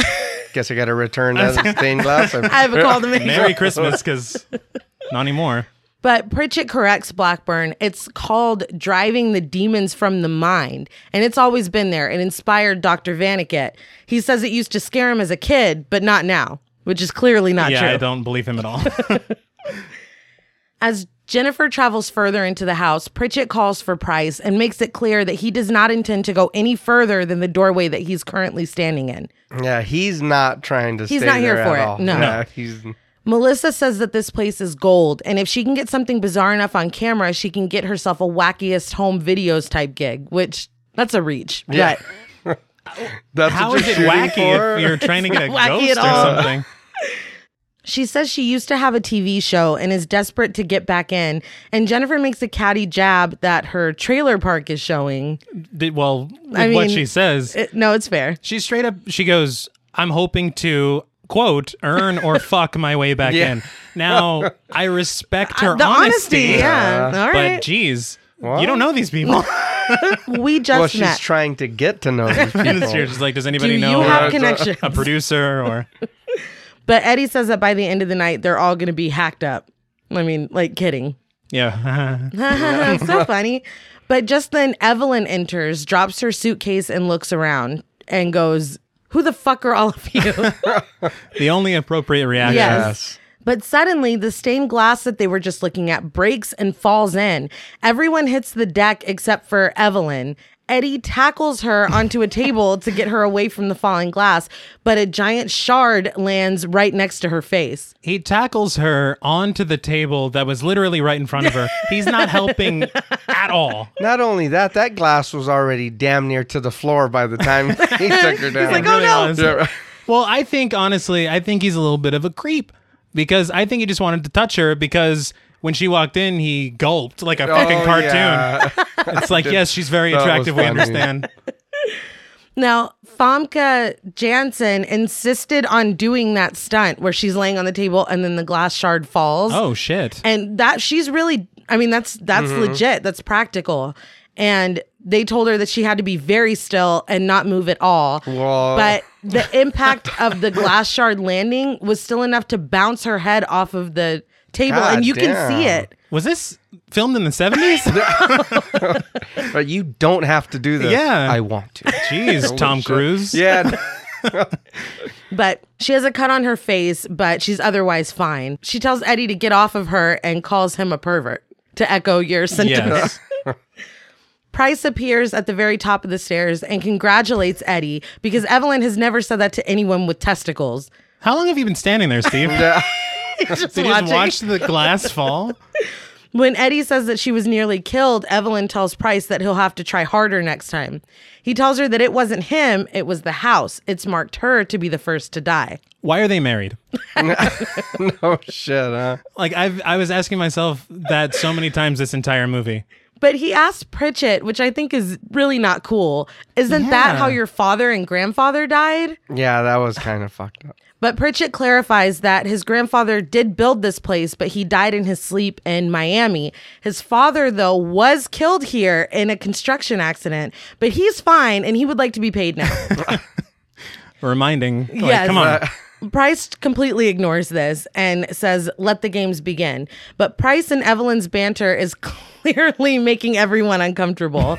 Speaker 2: Guess I got to return
Speaker 3: <laughs>
Speaker 2: that stained glass.
Speaker 1: I haven't called him in.
Speaker 3: Merry Christmas, because not anymore.
Speaker 1: But Pritchett corrects Blackburn. It's called Driving the Demons from the Mind, and it's always been there. It inspired Dr. Vaniket. He says it used to scare him as a kid, but not now, which is clearly not
Speaker 3: yeah,
Speaker 1: true.
Speaker 3: I don't believe him
Speaker 1: <laughs>
Speaker 3: at all.
Speaker 1: As Jennifer travels further into the house, Pritchett calls for Price and makes it clear that he does not intend to go any further than the doorway that he's currently standing in.
Speaker 2: Yeah, he's not trying to.
Speaker 1: He's
Speaker 2: stay
Speaker 1: not here
Speaker 2: there
Speaker 1: for
Speaker 2: at
Speaker 1: it.
Speaker 2: all.
Speaker 1: No.
Speaker 2: Yeah, he's.
Speaker 1: Melissa says that this place is gold, and if she can get something bizarre enough on camera, she can get herself a wackiest home videos type gig, which that's a reach.
Speaker 2: Yeah.
Speaker 1: But
Speaker 2: That's
Speaker 3: How
Speaker 2: what
Speaker 3: is
Speaker 2: you're
Speaker 3: it
Speaker 2: shooting
Speaker 3: wacky
Speaker 2: for?
Speaker 3: if you're trying to get a
Speaker 1: not <laughs> wacky
Speaker 3: ghost
Speaker 1: at
Speaker 3: or
Speaker 1: all.
Speaker 3: something?
Speaker 1: She says she used to have a TV show and is desperate to get back in. And Jennifer makes a catty jab that her trailer park is showing.
Speaker 3: Did- well,
Speaker 1: I
Speaker 3: with what
Speaker 1: mean,
Speaker 3: she says,
Speaker 1: It- no, it's fair.
Speaker 3: she straight up she goes, "I'm hoping to quote
Speaker 1: <laughs>
Speaker 3: earn or fuck my way back
Speaker 2: Yeah.
Speaker 3: in." Now I respect her
Speaker 1: Uh, the honesty, yeah. All
Speaker 3: but
Speaker 1: right.
Speaker 3: geez, you don't know these people.
Speaker 1: <laughs>
Speaker 3: <laughs>
Speaker 1: we just
Speaker 2: Well, she's
Speaker 1: met.
Speaker 2: trying to
Speaker 3: <laughs>
Speaker 2: get to know these people.
Speaker 3: You're just like, does
Speaker 1: Do
Speaker 3: anybody
Speaker 1: you
Speaker 3: know
Speaker 1: have
Speaker 2: it's a-
Speaker 1: connections?
Speaker 3: a producer or
Speaker 1: <laughs> But Eddie says that by the end of the night, they're all going to be hacked up. I mean, like kidding. <laughs>
Speaker 3: Yeah. <laughs>
Speaker 1: so funny. But just then, Evelyn enters, drops her suitcase, and looks around and goes, Who the fuck are all <laughs> of you?
Speaker 3: the only appropriate reaction.
Speaker 1: Yes. But suddenly, the stained glass that they were just looking at breaks and falls in. Everyone hits the deck except for Evelyn. Eddie tackles her onto a table to get her away from the falling glass, but a giant shard lands right next to her face.
Speaker 3: He tackles her onto the table that was literally right in front of
Speaker 1: <laughs>
Speaker 3: her. He's not helping at all.
Speaker 2: Not only that, that glass was already damn near to the floor by
Speaker 1: <laughs>
Speaker 2: the time he took her down.
Speaker 3: It
Speaker 1: "Oh, no."
Speaker 3: was.
Speaker 2: Yeah, right.
Speaker 3: Well, I think honestly, I think he's a little bit of a creep because I think he just wanted to touch her because when she walked in, he gulped like a <laughs> fucking
Speaker 2: Oh,
Speaker 3: cartoon.
Speaker 2: yeah.
Speaker 3: It's like, yes, she's very
Speaker 2: That was
Speaker 3: attractive. We
Speaker 2: funny.
Speaker 3: understand.
Speaker 1: Now, Famke Janssen insisted on doing that stunt where she's laying on the table and then the glass shard falls.
Speaker 3: Oh shit.
Speaker 1: and that she's really i mean that's that's
Speaker 2: Mm-hmm.
Speaker 1: legit that's practical and they told her that she had to be very still and not move at all
Speaker 2: Whoa.
Speaker 1: but
Speaker 2: <laughs>
Speaker 1: the impact of the glass shard landing was still enough to bounce her head off of the table
Speaker 2: God
Speaker 1: and you can see
Speaker 2: damn.
Speaker 1: it
Speaker 3: Was this filmed in the seventies?
Speaker 2: <laughs> But you don't have to do this.
Speaker 3: Yeah.
Speaker 2: I want
Speaker 3: <laughs>
Speaker 2: to.
Speaker 3: Jeez, Tom Cruise.
Speaker 2: Yeah. <laughs>
Speaker 1: but she has a cut on her face but she's otherwise fine she tells eddie to get off of her and calls him a pervert to echo your sentiment
Speaker 2: <laughs>
Speaker 3: Yes.
Speaker 1: Price appears at the very top of the stairs and congratulates Eddie because Evelyn has never said that to anyone with testicles.
Speaker 3: How long have you been standing
Speaker 2: <laughs>
Speaker 3: there, Steve?
Speaker 1: <laughs> Just
Speaker 3: Did you just
Speaker 1: watching.
Speaker 3: watch the glass fall?
Speaker 1: When Eddie says that she was nearly killed, Evelyn tells Price that he'll have to try harder next time. He tells her that it wasn't him, it was the house. It's marked her to be the first to die.
Speaker 3: Why are they married?
Speaker 2: no shit, huh?
Speaker 3: Like I've I was asking myself that so many times this entire movie.
Speaker 1: But he asked Pritchett, which I think is really not cool. Isn't that
Speaker 3: Yeah.
Speaker 1: how your father and grandfather died?
Speaker 2: Yeah, that was kind of fucked up.
Speaker 1: But Pritchett clarifies that his grandfather did build this place, but he died in his sleep in Miami. His father, though, was killed here in a construction accident, but he's fine and he would like to be paid now.
Speaker 3: Reminding. Like,
Speaker 1: Yes. Uh,
Speaker 3: come
Speaker 1: <laughs>
Speaker 3: on.
Speaker 1: Price completely ignores this and says, let the games begin. But Price and Evelyn's banter is <laughs> clearly making everyone
Speaker 3: <laughs>
Speaker 1: uncomfortable.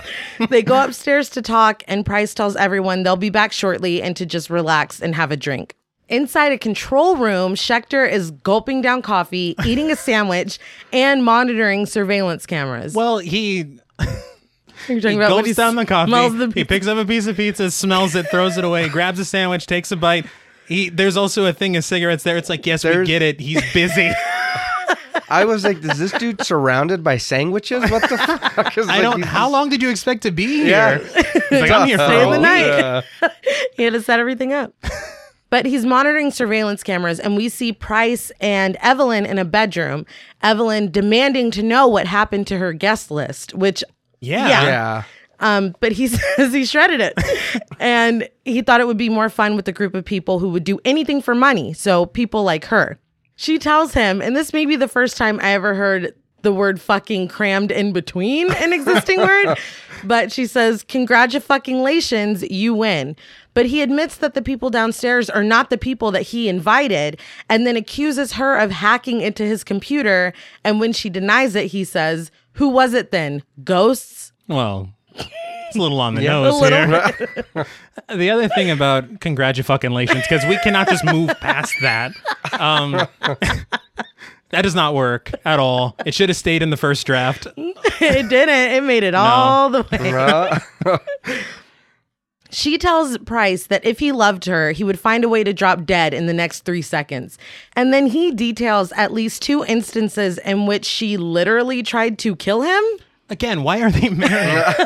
Speaker 1: they go upstairs to talk, and Price tells everyone they'll be back shortly and to just relax and have a drink. Inside a control room, Schechter is gulping down coffee, <laughs> eating a sandwich, and monitoring surveillance cameras.
Speaker 3: Well, he
Speaker 1: You're talking
Speaker 3: He
Speaker 1: about when
Speaker 3: gulps
Speaker 1: he
Speaker 3: down the coffee.
Speaker 1: smells the-
Speaker 3: he picks up a piece of pizza, smells it, throws
Speaker 1: <laughs>
Speaker 3: it away, grabs a sandwich, takes a bite. He, there's also a thing of cigarettes there. It's like, yes, we
Speaker 2: There's-
Speaker 3: get it. He's
Speaker 2: <laughs>
Speaker 3: busy.
Speaker 2: I was like, is this dude surrounded by sandwiches? What the fuck is
Speaker 3: <laughs> I
Speaker 2: like,
Speaker 3: don't.
Speaker 2: he's
Speaker 3: How long did you expect to be
Speaker 2: Yeah.
Speaker 3: here?
Speaker 2: <laughs>
Speaker 3: He's like, I'm here for
Speaker 2: Stay
Speaker 1: in
Speaker 3: a
Speaker 1: the
Speaker 3: while."
Speaker 1: night.
Speaker 2: Yeah.
Speaker 1: he had to set everything up. But he's monitoring surveillance cameras, and we see Price and Evelyn in a bedroom. Evelyn demanding to know what happened to her guest list, which,
Speaker 3: Yeah.
Speaker 1: Yeah.
Speaker 2: Yeah.
Speaker 3: <laughs>
Speaker 1: um, but he <laughs> says he shredded it. and he thought it would be more fun with a group of people who would do anything for money. So people like her. She tells him, and this may be the first time I ever heard the word fucking crammed in between an existing word, but she says, Congratulations, you win. But he admits that the people downstairs are not the people that he invited and then accuses her of hacking into his computer. And when she denies it, he says, Who was it then? Ghosts?
Speaker 3: Well, <laughs> it's a little on the nose
Speaker 1: little
Speaker 3: here. the other thing about congratulations, because we cannot just move past that. Um, <laughs> that does not work at all. It should have stayed in the first draft.
Speaker 1: <laughs> it didn't. It made it all the way.
Speaker 2: Well,
Speaker 1: <laughs> She tells Price that if he loved her, he would find a way to drop dead in the next three seconds. And then he details at least two instances in which she literally tried to kill him.
Speaker 3: Again, why are they <laughs> married?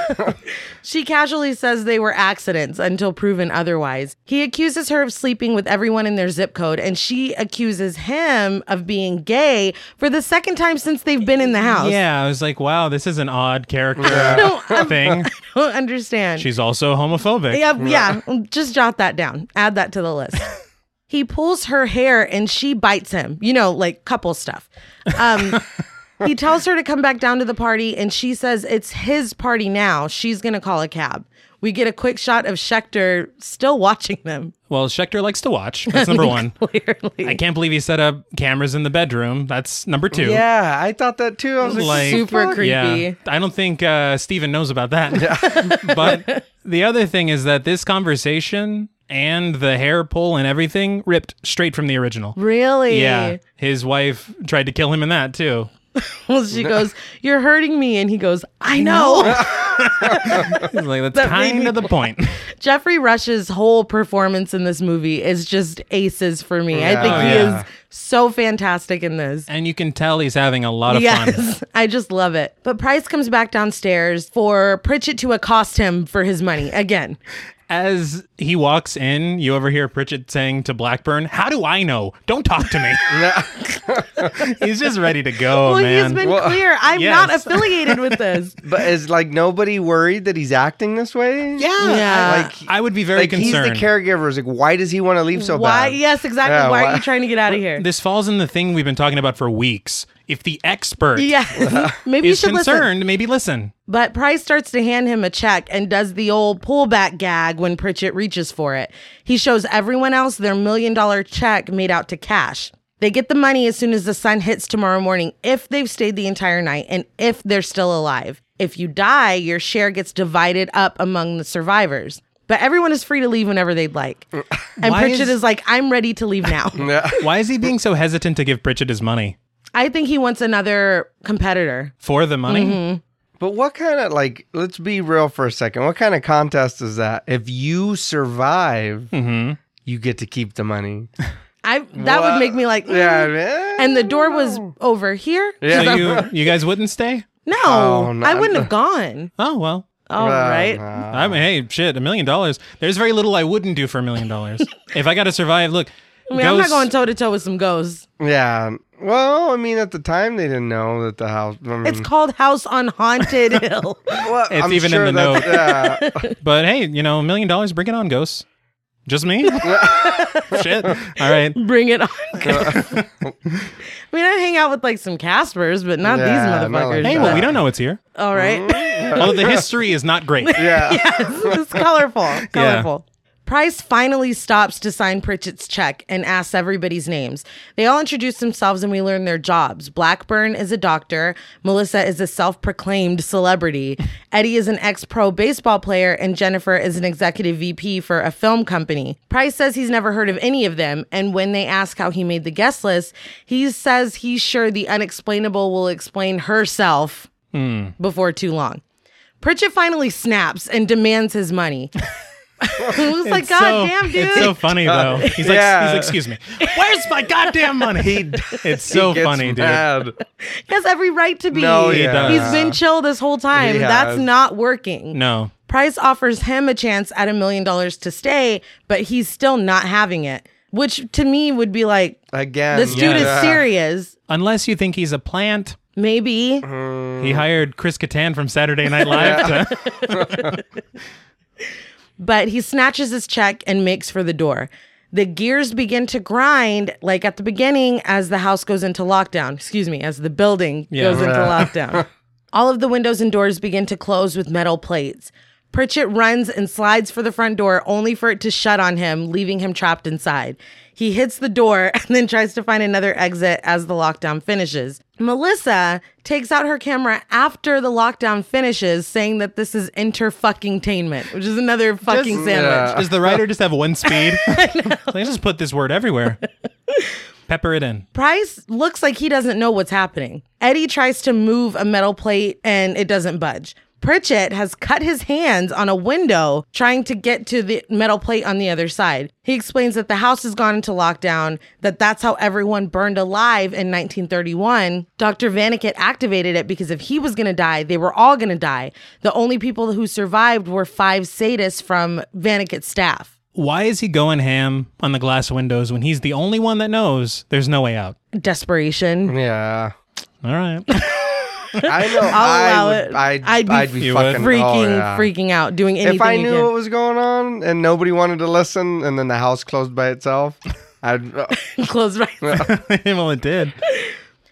Speaker 1: She casually says they were accidents until proven otherwise. He accuses her of sleeping with everyone in their zip code, and she accuses him of being gay for the second time since they've been in the house. <laughs>
Speaker 3: Yeah, I was like, wow, this is an odd character
Speaker 1: No,
Speaker 3: thing.
Speaker 1: Don't understand.
Speaker 3: She's also homophobic.
Speaker 1: Yeah, yeah. Mm, Just jot that down. Add that to the
Speaker 3: <laughs>
Speaker 1: list. he pulls her hair and she bites him. You know, like couple stuff. Um,
Speaker 3: <laughs>
Speaker 1: He tells her to come back down to the party, and she says it's his party now. She's going to call a cab. We get a quick shot of Schechter still watching them. <laughs>
Speaker 3: Well, Schechter likes to watch. That's number one.
Speaker 1: Clearly.
Speaker 3: I can't believe he set up cameras in the bedroom. That's number two.
Speaker 2: Yeah, I thought that too. I was like,
Speaker 3: Like-
Speaker 1: Super
Speaker 2: fuck?
Speaker 1: creepy.
Speaker 3: Yeah. I don't think uh, Steven knows about that. <laughs> but the other thing is that this conversation and the hair pull and everything ripped straight from the original.
Speaker 1: Really?
Speaker 3: Yeah. His wife tried to kill him in that too.
Speaker 1: Well,
Speaker 3: <laughs>
Speaker 1: she goes, You're hurting me. And he goes, I know.
Speaker 3: He's like, that's
Speaker 1: That made
Speaker 3: kind
Speaker 1: me
Speaker 3: of the point.
Speaker 1: Jeffrey Rush's whole performance in this movie is just aces for me. I think
Speaker 2: Oh,
Speaker 1: he
Speaker 3: yeah.
Speaker 1: is so fantastic in this.
Speaker 3: and you can tell he's having a lot of fun.
Speaker 1: Yes, <laughs> I just love it. But Price comes back downstairs for Pritchett to accost him for his money again.
Speaker 3: As he walks in, you overhear Pritchett saying to Blackburn, How do I know? Don't talk to me.
Speaker 2: <laughs>
Speaker 3: he's just ready to go,
Speaker 1: well,
Speaker 3: Oh, man.
Speaker 1: he's been
Speaker 2: Well,
Speaker 1: clear. I'm
Speaker 3: yes. <laughs>
Speaker 1: not affiliated with this.
Speaker 2: but is like nobody worried that he's acting this way?
Speaker 3: yeah.
Speaker 1: Yeah.
Speaker 2: Like,
Speaker 3: I would be very
Speaker 2: like
Speaker 3: concerned.
Speaker 2: he's the caregiver. It's like, why does he want to leave so
Speaker 1: why?
Speaker 2: bad?
Speaker 1: Yes, exactly.
Speaker 2: Yeah,
Speaker 1: why,
Speaker 2: why-
Speaker 1: are you trying to get out of here?
Speaker 3: <laughs> this falls in the thing we've been talking about for weeks. If the expert <laughs>
Speaker 1: Yes. Maybe you
Speaker 3: is
Speaker 1: should listen.
Speaker 3: concerned, maybe listen.
Speaker 1: But Price starts to hand him a check and does the old pullback gag when Pritchett reaches for it. He shows everyone else their million dollar check made out to cash. They get the money as soon as the sun hits tomorrow morning if they've stayed the entire night and if they're still alive. If you die, your share gets divided up among the survivors. But everyone is free to leave whenever they'd
Speaker 3: <clears throat>
Speaker 1: like. And
Speaker 3: Why
Speaker 1: Pritchett
Speaker 3: is-
Speaker 1: is like, I'm ready to leave
Speaker 3: <laughs>
Speaker 1: now.
Speaker 3: Why is he being so hesitant to give Pritchett his money?
Speaker 1: I think he wants another competitor.
Speaker 3: For the money?
Speaker 1: Mm-hmm.
Speaker 2: But what kind of like? Let's be real for a second. What kind of contest is that? If you survive,
Speaker 3: Mm-hmm.
Speaker 2: you get to keep
Speaker 1: <laughs>
Speaker 2: the money.
Speaker 1: I that would
Speaker 2: Wha-
Speaker 1: make me like,
Speaker 2: Yeah.
Speaker 1: mm.
Speaker 2: I mean, eh.
Speaker 1: and the door was over here.
Speaker 2: Yeah.
Speaker 3: So you, you guys wouldn't stay?
Speaker 1: No,
Speaker 2: Oh, no,
Speaker 1: I
Speaker 2: I'm-
Speaker 1: wouldn't have
Speaker 2: <laughs>
Speaker 1: gone.
Speaker 3: Oh, well.
Speaker 1: All
Speaker 2: Uh,
Speaker 1: right.
Speaker 2: nah.
Speaker 3: I mean, hey, shit, a million dollars. There's very little I wouldn't do for a million dollars. If I got to
Speaker 1: <laughs>
Speaker 3: survive, look.
Speaker 1: I mean, I'm not going toe to toe with some ghosts.
Speaker 2: Yeah. Well, I mean, at the time they didn't know that the house. I mean,
Speaker 1: It's called House on Haunted
Speaker 2: <laughs>
Speaker 1: Hill.
Speaker 2: well,
Speaker 3: It's
Speaker 2: I'm
Speaker 3: even in
Speaker 2: sure
Speaker 3: the
Speaker 2: that's- yeah.
Speaker 3: But hey, you know, a million dollars, bring it on, ghosts. Just me? Shit. All
Speaker 1: <laughs>
Speaker 3: right.
Speaker 1: Bring
Speaker 2: <laughs>
Speaker 1: it on. <laughs> I mean, I hang out with like some Caspers, but not
Speaker 2: Yeah,
Speaker 1: these
Speaker 2: not like Mm.
Speaker 1: motherfuckers.
Speaker 3: Hey, well, we don't know what's here.
Speaker 1: All right.
Speaker 3: Although the history is not great.
Speaker 1: <laughs>
Speaker 2: Yeah. <laughs>
Speaker 1: yes, it's colorful. Colorful. Price finally stops to sign Pritchett's check and asks everybody's names. They all introduce themselves and we learn their jobs. Blackburn is a doctor. Melissa is a self proclaimed celebrity. Eddie is an ex pro baseball player. And Jennifer is an executive VP for a film company. Price says he's never heard of any of them. And when they ask how he made the guest list, he says he's sure the unexplainable will explain herself before too long. Pritchett finally snaps and demands his money. it was like,
Speaker 3: It's
Speaker 1: God
Speaker 3: so-
Speaker 1: damn, dude.
Speaker 3: It's so
Speaker 2: <laughs>
Speaker 3: funny though. He's like,
Speaker 2: Yeah.
Speaker 3: he's like, excuse me, where's my goddamn money? <laughs> it's so
Speaker 2: He gets
Speaker 3: funny, dude.
Speaker 2: mad.
Speaker 1: he has every right to be.
Speaker 2: No, he
Speaker 3: does.
Speaker 1: He's been chill this whole time.
Speaker 2: He
Speaker 1: That's
Speaker 2: has.
Speaker 1: not working.
Speaker 3: No,
Speaker 1: Price offers him a chance at a million dollars to stay, but he's still not having it, which to me would be like,
Speaker 2: Again.
Speaker 1: this dude is
Speaker 2: yeah.
Speaker 1: serious.
Speaker 3: unless you think he's a plant.
Speaker 1: Maybe.
Speaker 2: Mm.
Speaker 3: He hired Chris Kattan from Saturday Night
Speaker 2: <laughs>
Speaker 3: Live. to-
Speaker 1: but he snatches his check and makes for the door. The gears begin to grind like at the beginning as the house goes into lockdown. Excuse me, as the building
Speaker 3: Yeah.
Speaker 1: goes into lockdown. All of the windows and doors begin to close with metal plates. Pritchett runs and slides for the front door only for it to shut on him, leaving him trapped inside. He hits the door <laughs> and then tries to find another exit as the lockdown finishes. Melissa takes out her camera after the lockdown finishes, saying that this is inter-fucking-tainment, which is another fucking sandwich.
Speaker 3: <laughs> Does the writer just have
Speaker 2: <laughs>
Speaker 3: one speed? <laughs> They just put this word everywhere. Pepper it in.
Speaker 1: Price looks like he doesn't know what's happening. Eddie tries to move a metal plate and it doesn't budge. Pritchett has cut his hands on a window trying to get to the metal plate on the other side. He explains that the house has gone into lockdown, that that's how everyone burned alive in 1931. Dr. Vaniket activated it because if he was going to die, they were all going to die. The only people who survived were five sadists from Vaniket's staff.
Speaker 3: Why is he going ham on the glass windows when he's the only one that knows there's no way out?
Speaker 2: Mm-hmm.
Speaker 1: Desperation.
Speaker 2: Yeah.
Speaker 3: All right. <laughs>
Speaker 2: I know.
Speaker 1: <laughs> I'll allow
Speaker 2: I would,
Speaker 1: it.
Speaker 2: I'd,
Speaker 1: I'd be
Speaker 3: You would?
Speaker 2: fucking
Speaker 1: freaking
Speaker 2: oh, yeah.
Speaker 1: freaking out doing anything
Speaker 2: If I
Speaker 1: you
Speaker 2: knew
Speaker 1: can.
Speaker 2: what was going on and nobody wanted to listen, and then
Speaker 1: <laughs>
Speaker 2: the house closed by itself, I'd. uh,
Speaker 1: Close right.
Speaker 3: well, it did.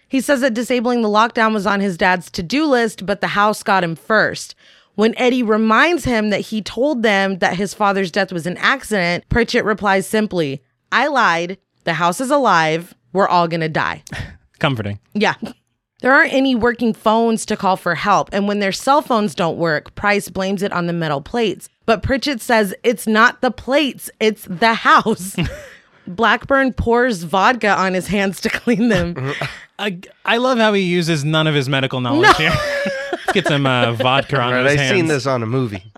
Speaker 1: He says that disabling the lockdown was on his dad's to do list, but the house got him first. When Eddie reminds him that he told them that his father's death was an accident, Pritchett replies simply, I lied. The house is alive. We're all going to die. <laughs>
Speaker 3: Comforting.
Speaker 1: Yeah. There aren't any working phones to call for help. And when their cell phones don't work, Price blames it on the metal plates. But Pritchett says it's not the plates, it's the house. Blackburn pours vodka on his hands to clean them.
Speaker 3: I, I love how he uses none of his medical knowledge here. <laughs> Get some uh, vodka on
Speaker 2: Right,
Speaker 3: his
Speaker 2: I've
Speaker 3: hands.
Speaker 2: seen this on a movie.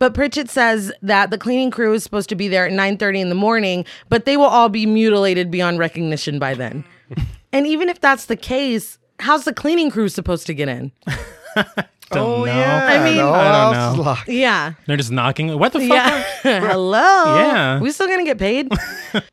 Speaker 1: But Pritchett says that the cleaning crew is supposed to be there at 9:30 in the morning, but they will all be mutilated beyond recognition by then. and even if that's the case, how's the cleaning crew supposed to get in?
Speaker 3: Don't
Speaker 1: Oh,
Speaker 3: know.
Speaker 1: I mean-
Speaker 2: no
Speaker 3: I don't
Speaker 2: else
Speaker 3: know.
Speaker 2: locked.
Speaker 1: Yeah.
Speaker 3: Oh, They're just knocking. What the fuck?
Speaker 1: Yeah. Hello.
Speaker 3: Yeah.
Speaker 1: We still gonna get
Speaker 3: <laughs>
Speaker 1: paid?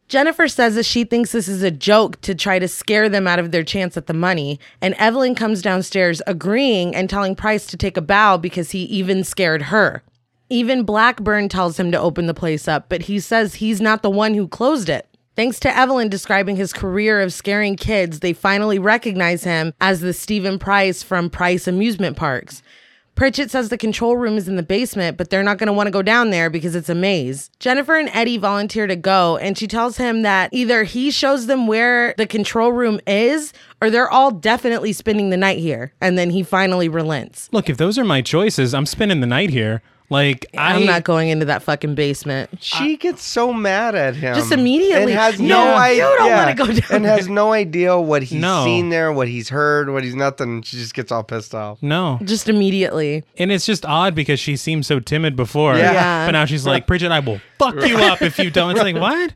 Speaker 1: Jennifer says that she thinks this is a joke to try to scare them out of their chance at the money, and Evelyn comes downstairs agreeing and telling Price to take a bow because he even scared her. Even Blackburn tells him to open the place up, but he says he's not the one who closed it. Thanks to Evelyn describing his career of scaring kids, they finally recognize him as the Stephen Price from Price Amusement Parks. Pritchett says the control room is in the basement, but they're not going to want to go down there because it's a maze. Jennifer and Eddie volunteer to go, and she tells him that either he shows them where the control room is, or they're all definitely spending the night here. And then he finally relents.
Speaker 3: Look, if those are my choices, I'm spending the night here. Like I,
Speaker 1: I'm not going into that fucking basement.
Speaker 2: She gets so mad at him.
Speaker 1: Just immediately.
Speaker 2: And has
Speaker 1: No,
Speaker 2: no
Speaker 1: you
Speaker 2: idea.
Speaker 1: don't wanna go down
Speaker 2: And has no idea what he's
Speaker 3: No.
Speaker 2: seen there, what he's heard, what he's nothing. She just gets all pissed off.
Speaker 3: No,
Speaker 1: Just immediately.
Speaker 3: and it's just odd because she seemed so timid before,
Speaker 2: Yeah.
Speaker 1: Yeah.
Speaker 3: but now she's like, "Bridget, I will fuck you up if you don't." It's like what?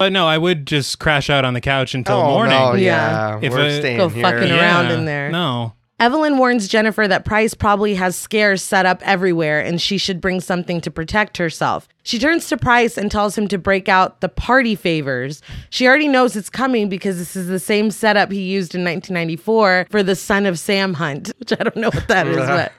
Speaker 3: But no, I would just crash out on the couch until
Speaker 2: Oh,
Speaker 3: morning.
Speaker 2: no,
Speaker 1: Yeah.
Speaker 2: yeah.
Speaker 3: If
Speaker 2: We're
Speaker 3: I-
Speaker 2: staying
Speaker 1: Go
Speaker 2: here.
Speaker 1: fucking
Speaker 3: Yeah.
Speaker 1: around in there.
Speaker 3: No,
Speaker 1: Evelyn warns Jennifer that Price probably has scares set up everywhere and she should bring something to protect herself. She turns to Price and tells him to break out the party favors. She already knows it's coming because this is the same setup he used in 1994 for the Son of Sam hunt, <laughs> which I don't know what that is, but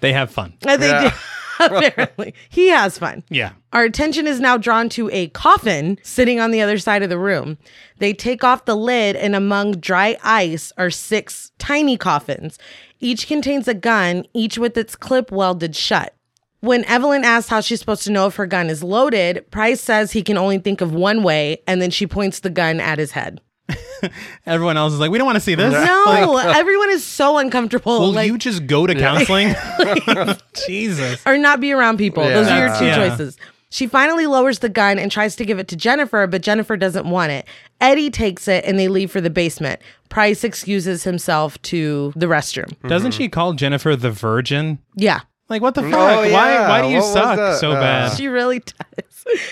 Speaker 3: they have fun.
Speaker 1: they
Speaker 2: Yeah.
Speaker 1: do. <laughs> Apparently, he has fun.
Speaker 3: Yeah.
Speaker 1: Our attention is now drawn to a coffin sitting on the other side of the room. They take off the lid, and among dry ice are six tiny coffins. Each contains a gun, each with its clip welded shut. When Evelyn asks how she's supposed to know if her gun is loaded, Price says he can only think of one way, and then she points the gun at his head.
Speaker 3: Everyone else is like, "We don't want to see this."
Speaker 1: No, everyone is so uncomfortable.
Speaker 3: Will
Speaker 1: like,
Speaker 3: you just go
Speaker 1: <laughs>
Speaker 3: to counseling? <laughs> Jesus.
Speaker 1: or not be around people. Those are your
Speaker 2: Yeah.
Speaker 1: two
Speaker 3: Yeah.
Speaker 1: choices. She finally lowers the gun and tries to give it to Jennifer, but Jennifer doesn't want it. Eddie takes it and they leave for the basement. Price excuses himself to the restroom.
Speaker 2: Mm-hmm.
Speaker 3: Doesn't she call Jennifer the virgin?
Speaker 1: Yeah,
Speaker 3: Like what the fuck?
Speaker 2: Oh, yeah.
Speaker 3: Why why do you
Speaker 2: What was
Speaker 3: suck
Speaker 2: that?
Speaker 3: so
Speaker 2: Uh,
Speaker 3: bad?
Speaker 1: she really does. <laughs>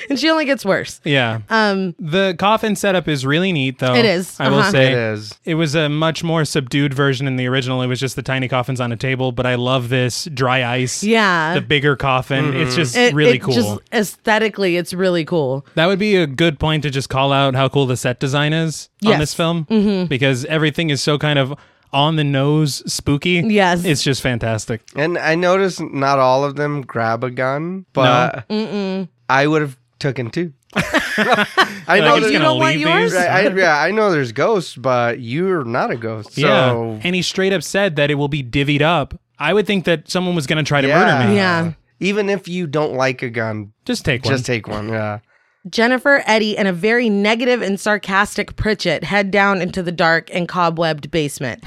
Speaker 1: And she only gets worse.
Speaker 3: yeah. Um the coffin setup is really neat though.
Speaker 1: It is.
Speaker 3: I will
Speaker 1: Uh-huh.
Speaker 3: say
Speaker 2: It is.
Speaker 3: It was a much more subdued version in the original. It was just the tiny coffins on a table, but I love this dry ice.
Speaker 1: Yeah.
Speaker 3: The bigger coffin. It's
Speaker 2: Mm-hmm.
Speaker 3: just
Speaker 1: It-
Speaker 3: really
Speaker 1: it
Speaker 3: cool.
Speaker 1: Just aesthetically, it's really cool.
Speaker 3: That would be a good point to just call out how cool the set design is
Speaker 1: Yes.
Speaker 3: on this film mm-hmm. because everything is so kind of on the nose spooky.
Speaker 1: Yes.
Speaker 3: It's just fantastic.
Speaker 2: And I noticed not all of them grab a gun, but I would have taken
Speaker 3: <laughs>
Speaker 2: two. I know
Speaker 3: Like,
Speaker 1: you
Speaker 3: it's
Speaker 2: there's,
Speaker 3: gonna
Speaker 1: don't want
Speaker 3: leave
Speaker 1: yours?
Speaker 3: these.
Speaker 2: right, I, yeah, I know there's ghosts, but you're not a ghost. So
Speaker 3: Yeah. And he straight up said that it will be divvied up. I would think that someone was going to try to murder me.
Speaker 1: Yeah.
Speaker 2: even if you don't like a gun,
Speaker 3: Just take one.
Speaker 2: just take one. Yeah.
Speaker 1: Jennifer, Eddie, and a very negative and sarcastic Pritchett head down into the dark and cobwebbed basement.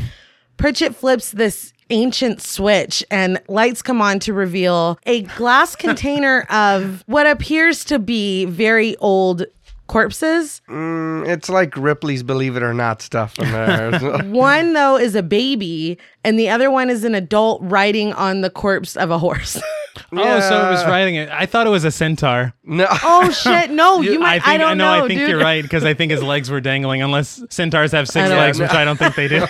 Speaker 1: Pritchett flips this ancient switch and lights come on to reveal a
Speaker 3: <laughs>
Speaker 1: glass container of what appears to be very old corpses.
Speaker 2: Mm, It's like Ripley's Believe It or Not stuff in
Speaker 3: <laughs>
Speaker 2: there.
Speaker 1: One, though, is a baby, and the other one is an adult riding on the corpse of a
Speaker 3: <laughs>
Speaker 1: horse.
Speaker 3: Oh, so it was riding it. I thought it was a centaur.
Speaker 2: no.
Speaker 1: oh, shit. No, you, might. I,
Speaker 3: I think
Speaker 1: don't
Speaker 3: no,
Speaker 1: know.
Speaker 3: I think
Speaker 1: dude.
Speaker 3: you're right because I think his legs were dangling, unless centaurs have six
Speaker 1: don't
Speaker 3: legs, which I don't think
Speaker 2: <laughs>
Speaker 3: they do.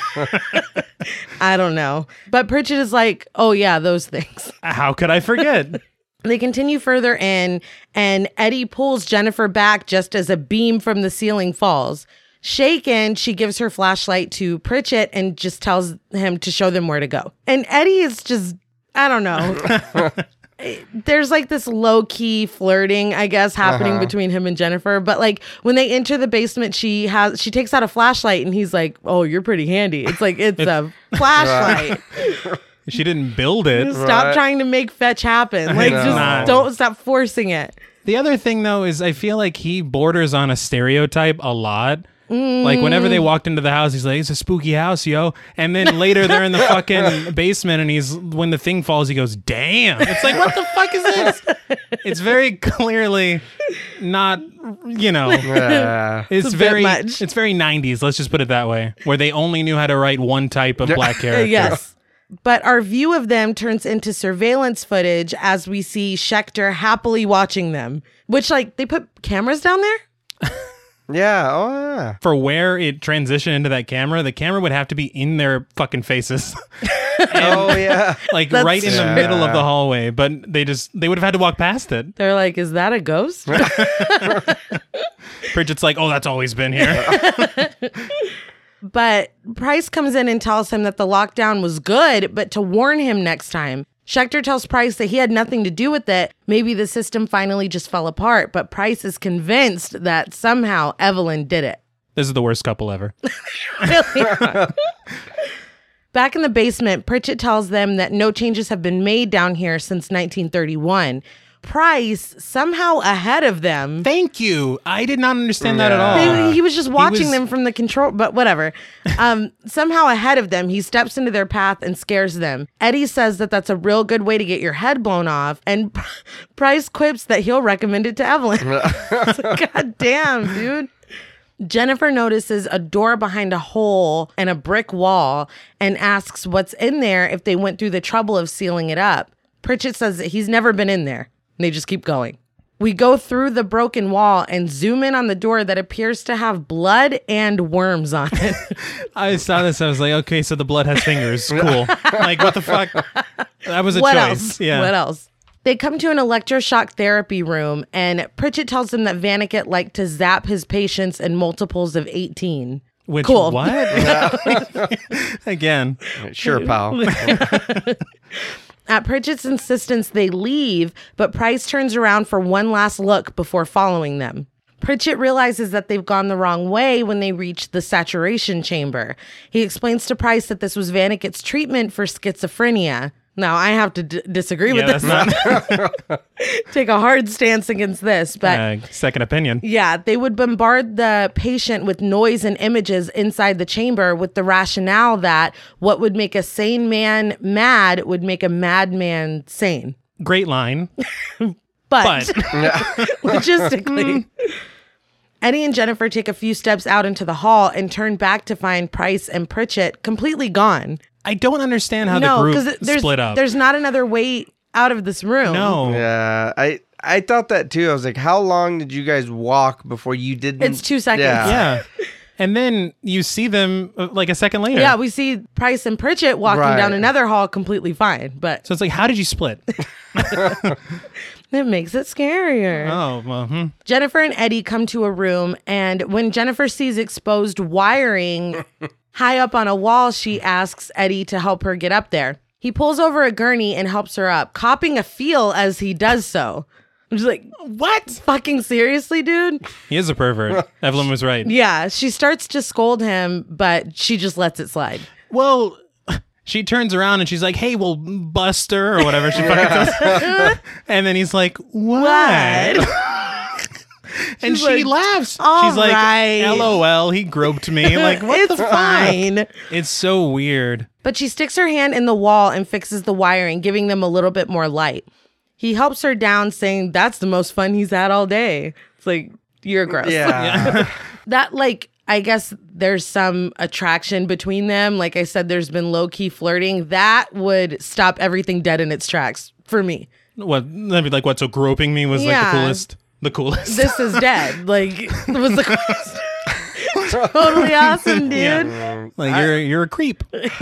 Speaker 1: I don't know. But Pritchett is like, oh, yeah, those things.
Speaker 3: How could I forget?
Speaker 1: They continue further in, and Eddie pulls Jennifer back just as a beam from the ceiling falls. Shaken, she gives her flashlight to Pritchett and just tells him to show them where to go. And Eddie is just, I don't know. Eh, there's like this low key flirting, I guess, happening between him and Jennifer. But like when they enter the basement, she has she takes out a flashlight and he's like, "Oh, you're pretty handy." It's like it's a flashlight.
Speaker 3: She didn't build it.
Speaker 1: Stop
Speaker 2: Right.
Speaker 1: trying to make fetch happen. Like
Speaker 3: know.
Speaker 1: just
Speaker 3: No.
Speaker 1: don't stop forcing it.
Speaker 3: The other thing though is I feel like he borders on a stereotype a lot. Like whenever
Speaker 1: Mm.
Speaker 3: they walked into the house, he's like, "It's a spooky house, yo." And then later
Speaker 2: <laughs>
Speaker 3: they're in the fucking basement, and he's when the thing falls, he goes, "Damn!" It's like,
Speaker 2: <laughs>
Speaker 3: what the fuck is this?
Speaker 1: <laughs>
Speaker 3: It's very clearly not, you know.
Speaker 2: Yeah.
Speaker 3: It's,
Speaker 1: a bit
Speaker 3: very
Speaker 1: much.
Speaker 3: it's very 90s. Let's just put it that way, where they only knew how to write one type of black character.
Speaker 1: Yes. But our view of them turns into surveillance footage as we see Schechter happily watching them, which, like, they put cameras down there?
Speaker 2: yeah. Oh yeah.
Speaker 3: for where it transitioned into that camera, the camera would have to be in their fucking faces. <laughs>
Speaker 2: Oh yeah.
Speaker 3: like
Speaker 1: That's
Speaker 3: right in the
Speaker 2: true.
Speaker 3: middle of the hallway, but they just they would have had to walk past it.
Speaker 1: They're like, is that a ghost?
Speaker 3: Bridget's like, "Oh, that's always been here."
Speaker 1: <laughs> but Price comes in and tells him that the lockdown was good, but to warn him next time. Schechter tells Price that he had nothing to do with it. Maybe the system finally just fell apart, but Price is convinced that somehow Evelyn did it.
Speaker 3: this is the worst couple ever.
Speaker 1: Really are. <laughs> Back in the basement, Pritchett tells them that no changes have been made down here since 1931. Price, somehow ahead of them,
Speaker 3: Thank you. I did not understand that at all.
Speaker 1: they- he was just watching
Speaker 3: Uh, was-
Speaker 1: them from the control, but whatever. Um, <laughs> somehow ahead of them, he steps into their path and scares them. Eddie says that that's a real good way to get your head blown off, and <laughs> Price quips that he'll recommend it to Evelyn. <laughs> It's like, God damn, dude. Jennifer notices a door behind a hole and a brick wall and asks what's in there if they went through the trouble of sealing it up. Pritchett says that he's never been in there. And they just keep going. We go through the broken wall and zoom in on the door that appears to have blood and worms on
Speaker 3: <laughs>
Speaker 1: it.
Speaker 3: I saw this. I was like, "Okay, so the blood has fingers. Cool." like, what the fuck? That was a
Speaker 1: what
Speaker 3: choice.
Speaker 1: else?
Speaker 3: Yeah.
Speaker 1: What else? They come to an electroshock therapy room, and Pritchett tells them that Vaniket liked to zap his patients in multiples of 18.
Speaker 3: Which
Speaker 1: Cool. <laughs>
Speaker 3: what? <laughs> Again.
Speaker 2: Sure,
Speaker 3: <laughs>
Speaker 2: pal.
Speaker 1: At Pritchett's insistence, they leave, but Price turns around for one last look before following them. Pritchett realizes that they've gone the wrong way when they reach the saturation chamber. He explains to Price that this was Vaneket's treatment for schizophrenia. Now, I have to d- disagree
Speaker 3: Yeah,
Speaker 1: with
Speaker 3: that's
Speaker 1: this,
Speaker 3: not
Speaker 1: take a hard stance against this, but
Speaker 3: uh,
Speaker 1: <laughs>
Speaker 3: second opinion.
Speaker 1: yeah, they would bombard the patient with noise and images inside the chamber with the rationale that what would make a sane man mad would make a madman sane. <laughs>
Speaker 3: Great line,
Speaker 1: But,
Speaker 3: but
Speaker 1: <laughs> logistically, Mm. Eddie and Jennifer take a few steps out into the hall and turn back to find Price and Pritchett completely gone.
Speaker 3: I don't understand how
Speaker 1: no,
Speaker 3: the
Speaker 1: because
Speaker 3: group
Speaker 1: there's
Speaker 3: split up.
Speaker 1: there's not another way out of this room.
Speaker 3: no.
Speaker 2: Yeah, I I thought that too. I was like, how long did you guys walk before you didn't?
Speaker 1: It's two seconds.
Speaker 2: Yeah,
Speaker 3: yeah. And then you see them uh, like a second later.
Speaker 1: Yeah, we see Price and Pritchett walking
Speaker 2: Right.
Speaker 1: down another hall completely fine, but
Speaker 3: So it's like, how did
Speaker 1: <laughs>
Speaker 3: you split?
Speaker 1: it makes it scarier.
Speaker 3: oh, well, hmm.
Speaker 1: Jennifer and Eddie come to a room, and when Jennifer sees exposed
Speaker 3: <laughs>
Speaker 1: wiring high up on a wall, she asks Eddie to help her get up there. He pulls over a gurney and helps her up, copping a feel as he does so. I'm just like, what? Fucking seriously, dude?
Speaker 3: he is a pervert. Evelyn was right.
Speaker 1: Yeah, she starts to scold him, but she just lets it slide.
Speaker 3: Well, she turns around and she's like, "Hey, well, Buster or whatever she fucking says," <laughs> and then he's like, "What?" <laughs> and
Speaker 1: She's
Speaker 3: she
Speaker 1: like,
Speaker 3: laughs.
Speaker 1: "All
Speaker 3: she's like,
Speaker 1: right."
Speaker 3: "LOL, he
Speaker 1: <laughs>
Speaker 3: groped me." Like, what
Speaker 1: it's
Speaker 3: the fuck?
Speaker 1: fine.
Speaker 3: It's so weird.
Speaker 1: But she sticks her hand in the wall and fixes the wiring, giving them a little bit more light. He helps her down, saying, That's the most fun he's had all day. It's like, You're gross.
Speaker 2: yeah.
Speaker 1: That, like, I guess there's some attraction between them. Like I said, there's been low key flirting. That would stop everything dead in its tracks for me.
Speaker 3: What? That'd be like, what? So groping me was like
Speaker 1: Yeah.
Speaker 3: the coolest. The coolest. <laughs>
Speaker 1: This is <laughs> dead. Like, it was the coolest. <laughs> totally awesome, dude. Yeah.
Speaker 3: like you're you're a
Speaker 1: <laughs>
Speaker 3: creep. <laughs>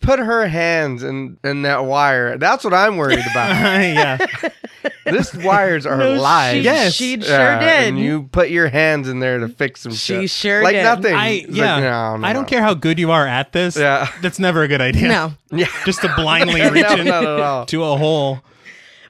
Speaker 2: Put her hands in in that wire. That's what I'm worried <laughs> about.
Speaker 3: yeah.
Speaker 2: this wires are live.
Speaker 1: She,
Speaker 3: Yes.
Speaker 1: She sure
Speaker 2: Yeah,
Speaker 1: did.
Speaker 2: And you put your hands in there to fix some shit.
Speaker 1: She sure
Speaker 2: like
Speaker 1: did.
Speaker 2: nothing.
Speaker 3: I
Speaker 2: It's like,
Speaker 3: yeah.
Speaker 2: no, no, no.
Speaker 3: I don't care how good you are at this.
Speaker 2: Yeah.
Speaker 3: <laughs> That's never a good idea.
Speaker 1: No.
Speaker 2: <laughs> Yeah.
Speaker 3: Just <laughs> to blindly
Speaker 2: <laughs> No,
Speaker 3: reach in
Speaker 2: not at all.
Speaker 3: to a hole.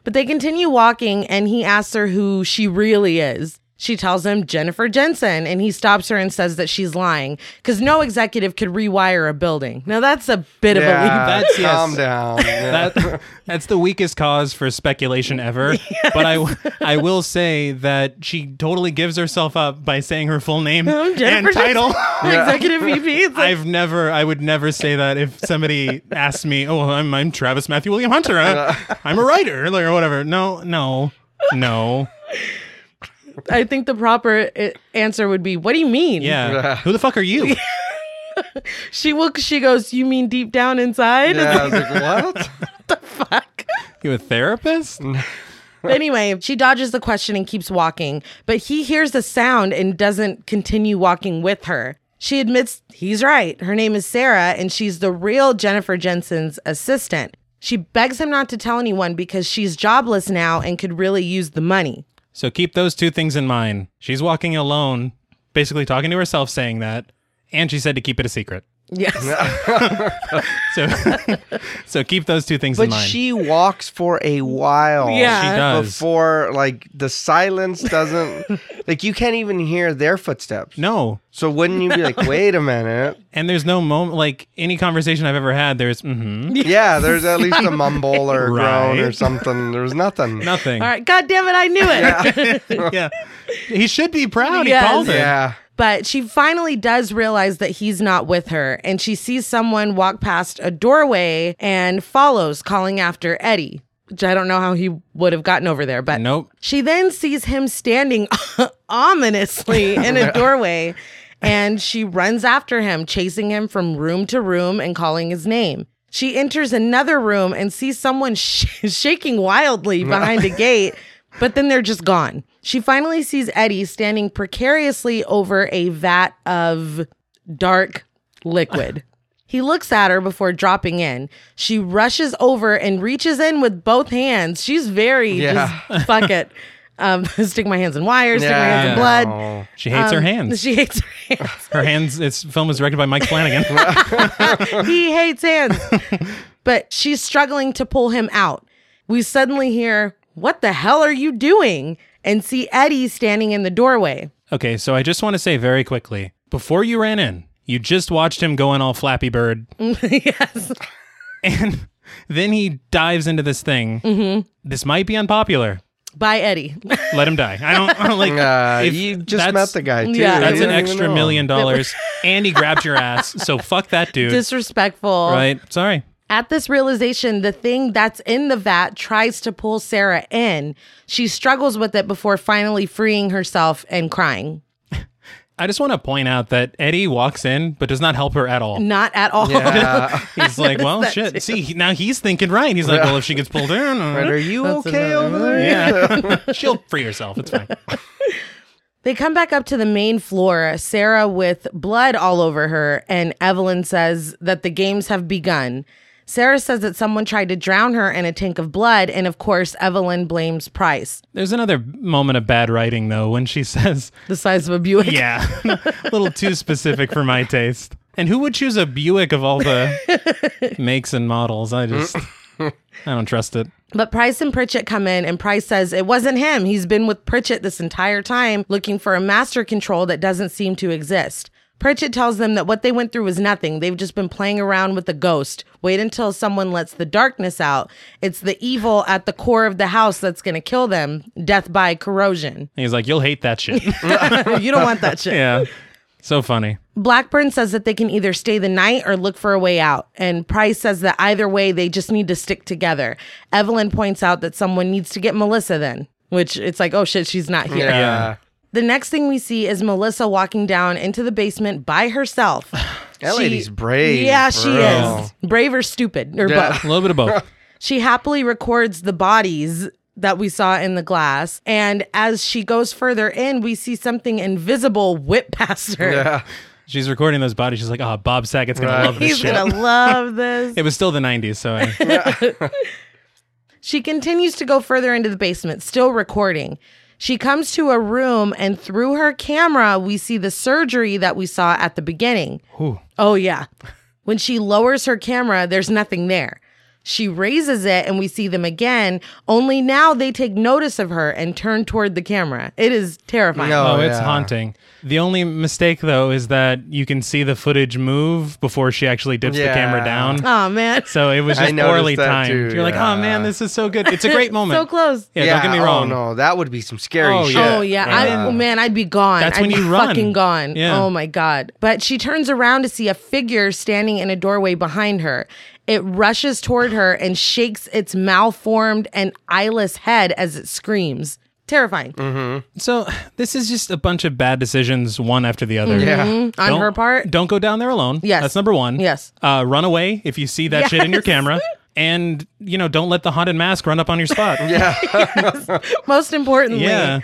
Speaker 1: But they continue walking, and he asks her who she really is. She tells him Jennifer Jensen, and he stops her and says that she's lying because no executive could rewire a building. Now, that's a bit of a leap. <laughs>
Speaker 2: Yeah,
Speaker 3: that's- yes.
Speaker 2: calm
Speaker 3: <laughs>
Speaker 2: down. Yeah.
Speaker 3: That, that's the weakest cause for speculation ever. But I, w- I will say that she totally gives herself up by saying her full name
Speaker 1: I'm
Speaker 3: and
Speaker 1: Jennifer
Speaker 3: title.
Speaker 1: Jensen, executive VP. It's like,
Speaker 3: I've never, I would never say that if somebody asked me, "Oh, I'm, I'm Travis Matthew William Hunter. I, I'm a writer, like, or whatever." No, no, no.
Speaker 1: I think the proper uh, answer would be, "What do you mean?"
Speaker 3: Yeah, who the fuck are you?
Speaker 1: She will. She goes, "You mean deep down inside?"
Speaker 2: yeah, I was
Speaker 3: <laughs>
Speaker 2: like, what?
Speaker 1: Fuck.
Speaker 3: You a therapist?
Speaker 1: anyway, she dodges the question and keeps walking, but he hears the sound and doesn't continue walking with her. She admits he's right. Her name is Sarah, and she's the real Jennifer Jensen's assistant. She begs him not to tell anyone because she's jobless now and could really use the money.
Speaker 3: So keep those two things in mind. She's walking alone, basically talking to herself, saying that, and she said to keep it a secret.
Speaker 1: Yes.
Speaker 3: So, <laughs> so keep those two things in
Speaker 2: But
Speaker 3: mind.
Speaker 2: she walks for a while.
Speaker 1: Yeah.
Speaker 3: She does.
Speaker 2: Before, like, the silence
Speaker 3: <laughs>
Speaker 2: doesn't, like, you can't even hear their footsteps.
Speaker 3: no,
Speaker 2: So wouldn't you be
Speaker 3: <laughs>
Speaker 2: like, wait a minute?
Speaker 3: and there's no moment like any conversation I've ever had. There's
Speaker 2: <laughs>
Speaker 3: mm-hmm,
Speaker 2: Yeah, there's at
Speaker 3: <laughs>
Speaker 2: least a mumble or a groan or
Speaker 3: Right.
Speaker 2: something. There was nothing.
Speaker 1: <laughs>
Speaker 3: nothing.
Speaker 1: All right. God damn it. I knew it.
Speaker 3: <laughs> yeah, he should be proud.
Speaker 1: Yes.
Speaker 3: He called it.
Speaker 2: Yeah.
Speaker 1: <laughs> But she finally does realize that he's not with her, and she sees someone walk past a doorway and follows, calling after Eddie, which I don't know how he would have gotten over there. But
Speaker 3: Nope.
Speaker 1: she then sees him standing <laughs> ominously in a doorway, and she runs after him, chasing him from room to room and calling his name. She enters another room and sees someone <laughs> sh- shaking wildly behind a gate, but then they're just gone. She finally sees Eddie standing precariously over a vat of dark liquid. He looks at her before dropping in. She rushes over and reaches in with both hands. She's very
Speaker 2: Yeah.
Speaker 1: just fuck it. Um, <laughs> stick my hands in wires, stick my hands in
Speaker 2: Yeah.
Speaker 1: blood.
Speaker 2: No.
Speaker 3: She hates
Speaker 2: Um,
Speaker 3: her hands.
Speaker 1: She hates her
Speaker 2: <laughs>
Speaker 1: hands.
Speaker 3: Her hands. This film was directed by Mike Flanagan.
Speaker 1: he hates hands. but she's struggling to pull him out. We suddenly hear, What the hell are you doing? And see Eddie standing in the doorway. <laughs>
Speaker 3: Okay, so I just want to say very quickly before you ran in, you just watched him going all Flappy Bird,
Speaker 2: Mm.
Speaker 1: yes.
Speaker 3: and then he dives into this thing. Mm-hmm. This might be unpopular.
Speaker 1: By Eddie. <laughs>
Speaker 3: Let him die. I
Speaker 2: <laughs>
Speaker 3: don't like.
Speaker 2: Uh,
Speaker 3: if
Speaker 2: you just
Speaker 3: that's-
Speaker 2: met the guy, too.
Speaker 1: Yeah.
Speaker 2: You
Speaker 3: That's an
Speaker 2: don't even
Speaker 3: extra
Speaker 2: know.
Speaker 3: million dollars, and he grabbed your ass. So fuck that dude.
Speaker 1: Disrespectful.
Speaker 3: right? Sorry.
Speaker 1: At this realization, the thing that's in the vat tries to pull Sarah in. She struggles with it before finally freeing herself and crying.
Speaker 3: I just want to point out that Eddie walks in, but does not help her
Speaker 2: <laughs>
Speaker 3: at all.
Speaker 1: Not at all. <laughs>
Speaker 2: <laughs>
Speaker 3: <laughs>
Speaker 2: Yeah.
Speaker 3: He's like, well, shit. See, he- now he's thinking right. He's like, well, if she gets pulled in, uh,
Speaker 2: Right, Are you okay
Speaker 1: another
Speaker 2: over there?
Speaker 3: yeah, <laughs> she'll free herself. It's fine.
Speaker 1: They come back up to the main floor, Sarah with blood all over her, and Evelyn says that the games have begun. Sarah says that someone tried to drown her in a tank of blood, and of course, Evelyn blames Price,
Speaker 3: There's another moment of bad writing though when she <laughs> says,
Speaker 1: the size of a Buick.
Speaker 3: "Yeah, <laughs> a little too specific for my taste." And who would choose a Buick of all the
Speaker 2: <laughs>
Speaker 3: makes and models? I just, I don't trust it.
Speaker 1: But Price and Pritchett come in, and Price says it wasn't him. He's been with Pritchett this entire time, looking for a master control that doesn't seem to exist. Pritchett tells them that what they went through was nothing. They've just been playing around with the ghost. Wait until someone lets the darkness out. It's the evil at the core of the house that's going to kill them. Death by corrosion. <laughs>
Speaker 3: And he's like, "You'll hate that shit."
Speaker 1: you don't want that shit.
Speaker 3: yeah, <laughs> so funny.
Speaker 1: Blackburn says that they can either stay the night or look for a way out. And Price says that either way, they just need to stick together. Evelyn points out that someone needs to get Melissa then, which it's like, oh shit, she's not here.
Speaker 2: Yeah.
Speaker 1: The next thing we see is Melissa walking down into the basement by herself.
Speaker 2: <sighs> That
Speaker 1: She-
Speaker 2: lady's brave.
Speaker 1: Yeah,
Speaker 2: bro.
Speaker 1: she is. Brave or stupid or
Speaker 2: Yeah.
Speaker 1: both.
Speaker 3: A little bit
Speaker 2: <laughs>
Speaker 3: of both.
Speaker 1: She happily records the bodies that we saw in the glass. And as she goes further in, we see something invisible whip past her.
Speaker 2: Yeah.
Speaker 3: She's recording those bodies. She's like, "Oh, Bob Saget's gonna
Speaker 2: Right.
Speaker 3: love this
Speaker 1: He's
Speaker 3: shit."
Speaker 1: going to love this.
Speaker 3: It was still the '90s,
Speaker 2: <laughs>
Speaker 3: so I,
Speaker 1: She continues to go further into the basement, still recording. She comes to a room, and through her camera, we see the surgery that we saw at the beginning. Oh, yeah. When she lowers her camera, there's nothing there. She raises it and we see them again, only now they take notice of her and turn toward the camera. It is terrifying.
Speaker 2: No.
Speaker 3: Oh,
Speaker 2: Oh,
Speaker 3: it's
Speaker 2: yeah.
Speaker 3: haunting. The only mistake though is that you can see the footage move before she actually dips the camera
Speaker 2: Yeah. <laughs>
Speaker 3: down.
Speaker 1: Oh, man.
Speaker 3: So it was
Speaker 2: I
Speaker 3: just
Speaker 2: noticed
Speaker 3: poorly
Speaker 2: that,
Speaker 3: timed.
Speaker 2: too,
Speaker 3: You're like, oh
Speaker 2: yeah.
Speaker 3: man, this is so good. It's a
Speaker 2: <laughs>
Speaker 3: great moment.
Speaker 1: so close.
Speaker 3: Yeah, don't get me wrong.
Speaker 2: Oh, no, that would be some scary
Speaker 3: Oh,
Speaker 2: shit.
Speaker 3: yeah.
Speaker 1: Oh yeah,
Speaker 3: Right.
Speaker 1: I, oh man, I'd be gone.
Speaker 3: That's
Speaker 1: I'd
Speaker 3: when
Speaker 1: be
Speaker 3: you run.
Speaker 1: fucking gone.
Speaker 3: Yeah.
Speaker 1: Oh my god. But she turns around to see a figure standing in a doorway behind her. It rushes toward her and shakes its malformed and eyeless head as it screams. Terrifying
Speaker 3: Mm-hmm. So this is just a bunch of bad decisions, one after the other.
Speaker 2: Yeah.
Speaker 1: on
Speaker 3: Don't-
Speaker 1: her part.
Speaker 3: Don't go down there alone.
Speaker 1: Yes.
Speaker 3: That's number one.
Speaker 1: Yes.
Speaker 3: Uh, run away if you see that shit in your
Speaker 1: Yes.
Speaker 3: camera. And, you know, don't let the haunted mask run up on
Speaker 1: <laughs>
Speaker 3: your spot. yeah.
Speaker 1: Most importantly,
Speaker 3: Yeah.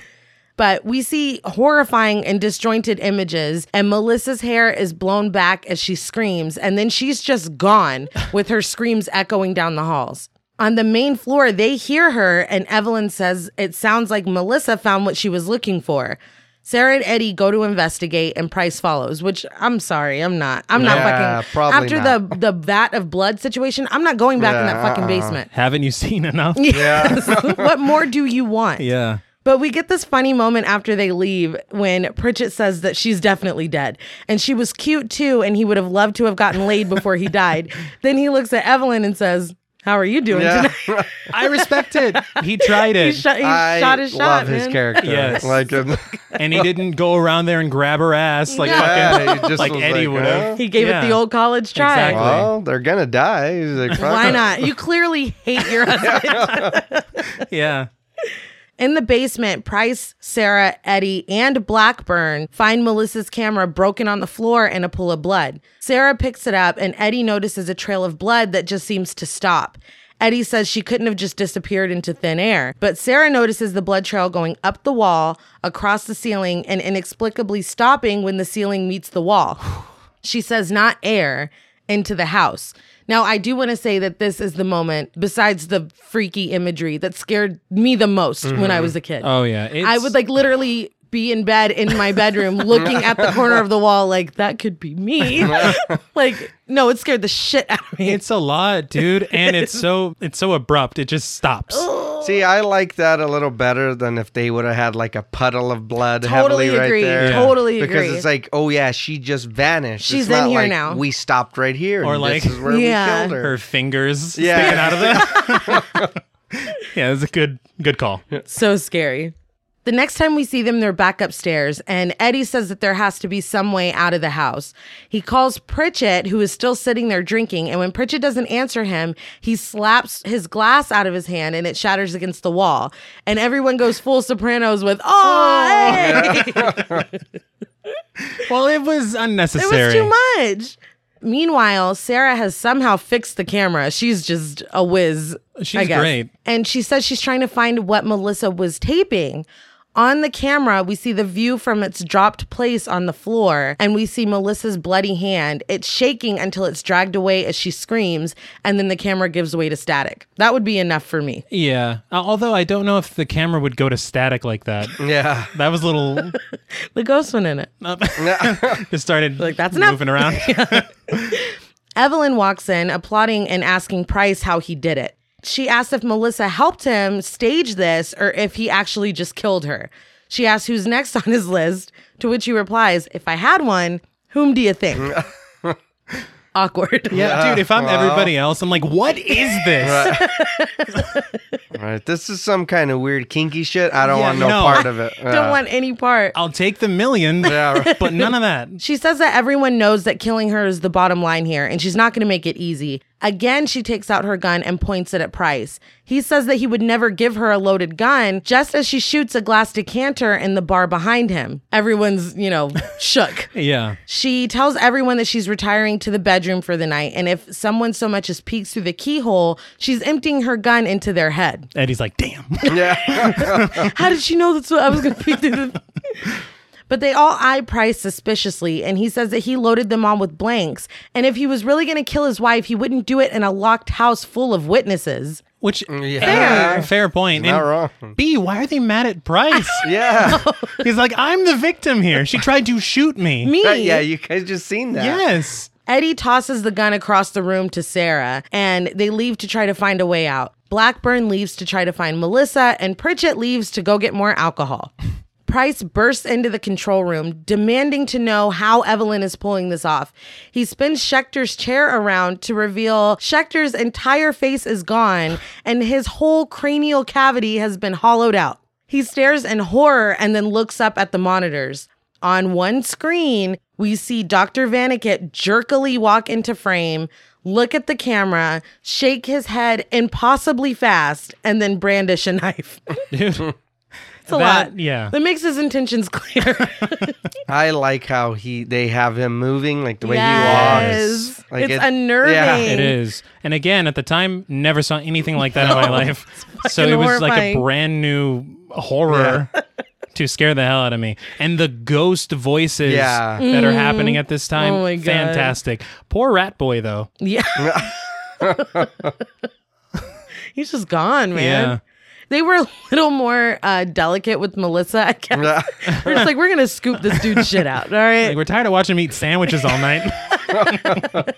Speaker 1: But we see horrifying and disjointed images, and Melissa's hair is blown back as she screams, and then she's just gone with her screams echoing down the halls. On the main floor, they hear her, and Evelyn says it sounds like Melissa found what she was looking for. Sarah and Eddie go to investigate, and Price follows. Which I'm sorry, I'm not. I'm not
Speaker 2: Yeah,
Speaker 1: fucking.
Speaker 2: probably
Speaker 1: after
Speaker 2: not.
Speaker 1: the the vat of blood situation, I'm not going back in that
Speaker 2: Yeah,
Speaker 1: fucking
Speaker 2: uh-uh.
Speaker 1: basement.
Speaker 3: Haven't you seen enough?
Speaker 1: <laughs> Yes. what more do you want?
Speaker 3: Yeah.
Speaker 1: But we get this funny moment after they leave when Pritchett says that she's definitely dead. And she was cute too, and he would have loved to have gotten laid before he
Speaker 2: <laughs>
Speaker 1: died. then he looks at Evelyn and says, How are you doing
Speaker 2: Yeah.
Speaker 1: tonight? <laughs>
Speaker 3: I respect it. <laughs> He tried
Speaker 1: He,
Speaker 3: it.
Speaker 1: shot, he
Speaker 2: <laughs> I
Speaker 1: shot his shot.
Speaker 2: love his
Speaker 1: man.
Speaker 2: character.
Speaker 3: Yes. <laughs>
Speaker 2: Like, um,
Speaker 3: and he didn't go around there and grab her ass like
Speaker 1: Yeah.
Speaker 2: <laughs>
Speaker 3: fucking
Speaker 2: yeah, he just
Speaker 3: <laughs> like
Speaker 2: was
Speaker 3: Eddie
Speaker 2: like,
Speaker 3: would
Speaker 2: "Huh?"
Speaker 3: have.
Speaker 1: He gave it
Speaker 3: Yeah.
Speaker 1: the old college try.
Speaker 3: Exactly.
Speaker 2: Well, they're gonna die. He's like, "Fuck
Speaker 1: Why
Speaker 2: <laughs> it."
Speaker 1: not? You clearly hate
Speaker 2: <laughs>
Speaker 1: your husband.
Speaker 3: Yeah.
Speaker 1: In the basement, Price, Sarah, Eddie, and Blackburn find Melissa's camera broken on the floor and a pool of blood. Sarah picks it up, and Eddie notices a trail of blood that just seems to stop. Eddie says she couldn't have just disappeared into thin air, but Sarah notices the blood trail going up the wall, across the ceiling, and inexplicably stopping when the ceiling meets the wall. <laughs> She says, not air, into the house. Now, I do want to say that this is the moment, besides the freaky imagery, that scared me the most when I was a kid.
Speaker 3: Oh yeah. It's,
Speaker 1: I would like literally be in bed in my
Speaker 3: <laughs>
Speaker 1: bedroom looking at the corner of the wall, like, that could be me. like, no, it scared the shit out of me.
Speaker 3: It's a lot, dude, and it's so it's so abrupt. It just stops.
Speaker 2: See, I like that a little better than if they would have had like a puddle of blood
Speaker 1: Totally
Speaker 2: heavily
Speaker 1: agree.
Speaker 2: right there.
Speaker 1: Totally
Speaker 2: because
Speaker 1: agree.
Speaker 2: it's like, oh yeah, she just vanished.
Speaker 1: She's
Speaker 2: It's not
Speaker 1: in here
Speaker 2: like
Speaker 1: now.
Speaker 2: We stopped right here,
Speaker 3: Or
Speaker 2: and
Speaker 3: like-
Speaker 2: this is where
Speaker 1: Yeah.
Speaker 2: we killed her.
Speaker 3: Her fingers
Speaker 2: Yeah.
Speaker 3: sticking out of it. <laughs> yeah, that's a good good call.
Speaker 1: so scary. The next time we see them, they're back upstairs, and Eddie says that there has to be some way out of the house. He calls Pritchett, who is still sitting there drinking, and when Pritchett doesn't answer him, he slaps his glass out of his hand and it shatters against the wall. And everyone goes full sopranos with, Oh, hey!"
Speaker 3: Well, it was
Speaker 1: it
Speaker 3: unnecessary.
Speaker 1: was too much. Meanwhile, Sarah has somehow fixed the camera. She's just a whiz.
Speaker 3: She's
Speaker 1: I guess.
Speaker 3: great.
Speaker 1: And she says she's trying to find what Melissa was taping. On the camera, we see the view from its dropped place on the floor, and we see Melissa's bloody hand. It's shaking until it's dragged away as she screams, and then the camera gives way to static. That would be enough for me.
Speaker 3: Yeah. Uh, Although I don't know if the camera would go to static
Speaker 2: <laughs>
Speaker 3: like that.
Speaker 2: yeah,
Speaker 3: That was a little
Speaker 1: The ghost went in it.
Speaker 3: just started
Speaker 1: Like, that's enough. <laughs>
Speaker 3: moving around.
Speaker 1: Evelyn walks in, applauding and asking Price how he did it. She asks if Melissa helped him stage this or if he actually just killed her. She asks who's next on his list, to which he replies, If I had one, whom do you think? Awkward.
Speaker 3: Yeah, dude, if I'm everybody else, I'm like, what is this?
Speaker 2: right. This is some kind of weird kinky shit. I don't
Speaker 3: Yeah,
Speaker 2: want no,
Speaker 3: no.
Speaker 2: part of it.
Speaker 1: <laughs> <laughs> Don't want any part.
Speaker 3: I'll take the million,
Speaker 2: Yeah.
Speaker 3: but none of that.
Speaker 1: She says that everyone knows that killing her is the bottom line here, and she's not going to make it easy. Again, she takes out her gun and points it at Price. He says that he would never give her a loaded gun, just as she shoots a glass decanter in the bar behind him. Everyone's, you know, <laughs> shook.
Speaker 3: Yeah.
Speaker 1: She tells everyone that she's retiring to the bedroom for the night, and if someone so much as peeks through the keyhole, she's emptying her gun into their head.
Speaker 3: Eddie's like, damn. <laughs>
Speaker 2: yeah, <laughs>
Speaker 1: How did she know that's what I was going to peek through the. But they all eye Price suspiciously, and he says that he loaded them all with blanks. And if he was really going to kill his wife, he wouldn't do it in a locked house full of witnesses.
Speaker 3: Which
Speaker 2: Mm, Yeah.
Speaker 3: fair, fair point.
Speaker 2: not
Speaker 3: And
Speaker 2: wrong.
Speaker 3: B, why are they mad at Price?
Speaker 2: <laughs>
Speaker 1: <laughs>
Speaker 2: yeah,
Speaker 3: He's like, I'm the victim here. She tried to shoot me.
Speaker 1: Me?
Speaker 2: That- yeah. You guys just seen that?
Speaker 3: Yes.
Speaker 1: Eddie tosses the gun across the room to Sarah, and they leave to try to find a way out. Blackburn leaves to try to find Melissa, and Pritchett leaves to go get more alcohol. Price bursts into the control room, demanding to know how Evelyn is pulling this off. He spins Schecter's chair around to reveal Schecter's entire face is gone and his whole cranial cavity has been hollowed out. He stares in horror and then looks up at the monitors. On one screen, we see Dr. Vaniket jerkily walk into frame, look at the camera, shake his head impossibly fast, and then brandish a knife.
Speaker 3: Dude.
Speaker 1: It's a
Speaker 3: That-
Speaker 1: lot.
Speaker 3: yeah.
Speaker 1: That makes his intentions <laughs> clear.
Speaker 2: I like how he they have him moving like the way he
Speaker 1: Yes.
Speaker 2: walks. Like
Speaker 1: It's
Speaker 2: it-
Speaker 1: unnerving.
Speaker 2: Yeah.
Speaker 3: It is. And again, at the time, never saw anything like that in my life. So it was like
Speaker 1: horrifying.
Speaker 3: a brand new horror <laughs> to scare the hell out of me. And the ghost voices
Speaker 2: Yeah.
Speaker 3: that are happening at this time.
Speaker 1: Oh my God.
Speaker 3: Fantastic. Poor Rat Boy, though.
Speaker 1: yeah.
Speaker 2: <laughs>
Speaker 1: <laughs> He's just gone, man.
Speaker 3: Yeah.
Speaker 1: They were a little more uh, delicate with Melissa, I guess.
Speaker 2: <laughs>
Speaker 1: We're just like, we're going to scoop this dude's shit out. All right.
Speaker 3: Like, we're tired of watching him eat sandwiches all night. <laughs>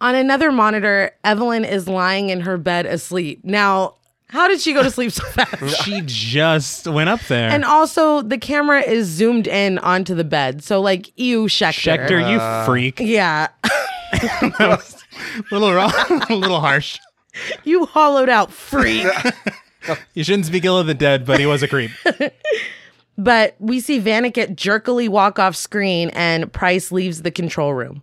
Speaker 1: On another monitor, Evelyn is lying in her bed asleep. Now, how did she go to sleep so
Speaker 2: <laughs>
Speaker 1: fast?
Speaker 3: she just went up there.
Speaker 1: and also, the camera is zoomed in onto the bed. So, like, ew, Schecter.
Speaker 3: Schecter, you freak.
Speaker 1: Yeah. <laughs>
Speaker 3: A little wrong, a little harsh.
Speaker 1: you hollowed out freak.
Speaker 3: You shouldn't speak ill of the dead, but he was a creep. <laughs>
Speaker 1: But we see Vaniket jerkily walk off screen and Price leaves the control room.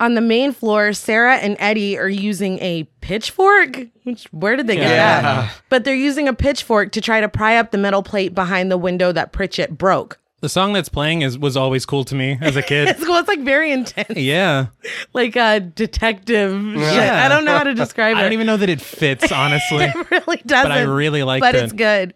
Speaker 1: On the main floor, Sarah and Eddie are using a pitchfork. Which, where did they get
Speaker 2: Yeah.
Speaker 1: that? But they're using a pitchfork to try to pry up the metal plate behind the window that Pritchett broke. <laughs>
Speaker 3: The song that's playing is was always cool to me as a kid.
Speaker 1: It's, well, it's like very intense,
Speaker 3: yeah.
Speaker 1: like a detective. shit.
Speaker 3: Yeah.
Speaker 1: I don't know how to describe
Speaker 3: I
Speaker 1: it.
Speaker 3: don't even know that it fits, honestly.
Speaker 1: it <laughs> really doesn't.
Speaker 3: but I really liked
Speaker 1: but
Speaker 3: it.
Speaker 1: it's good.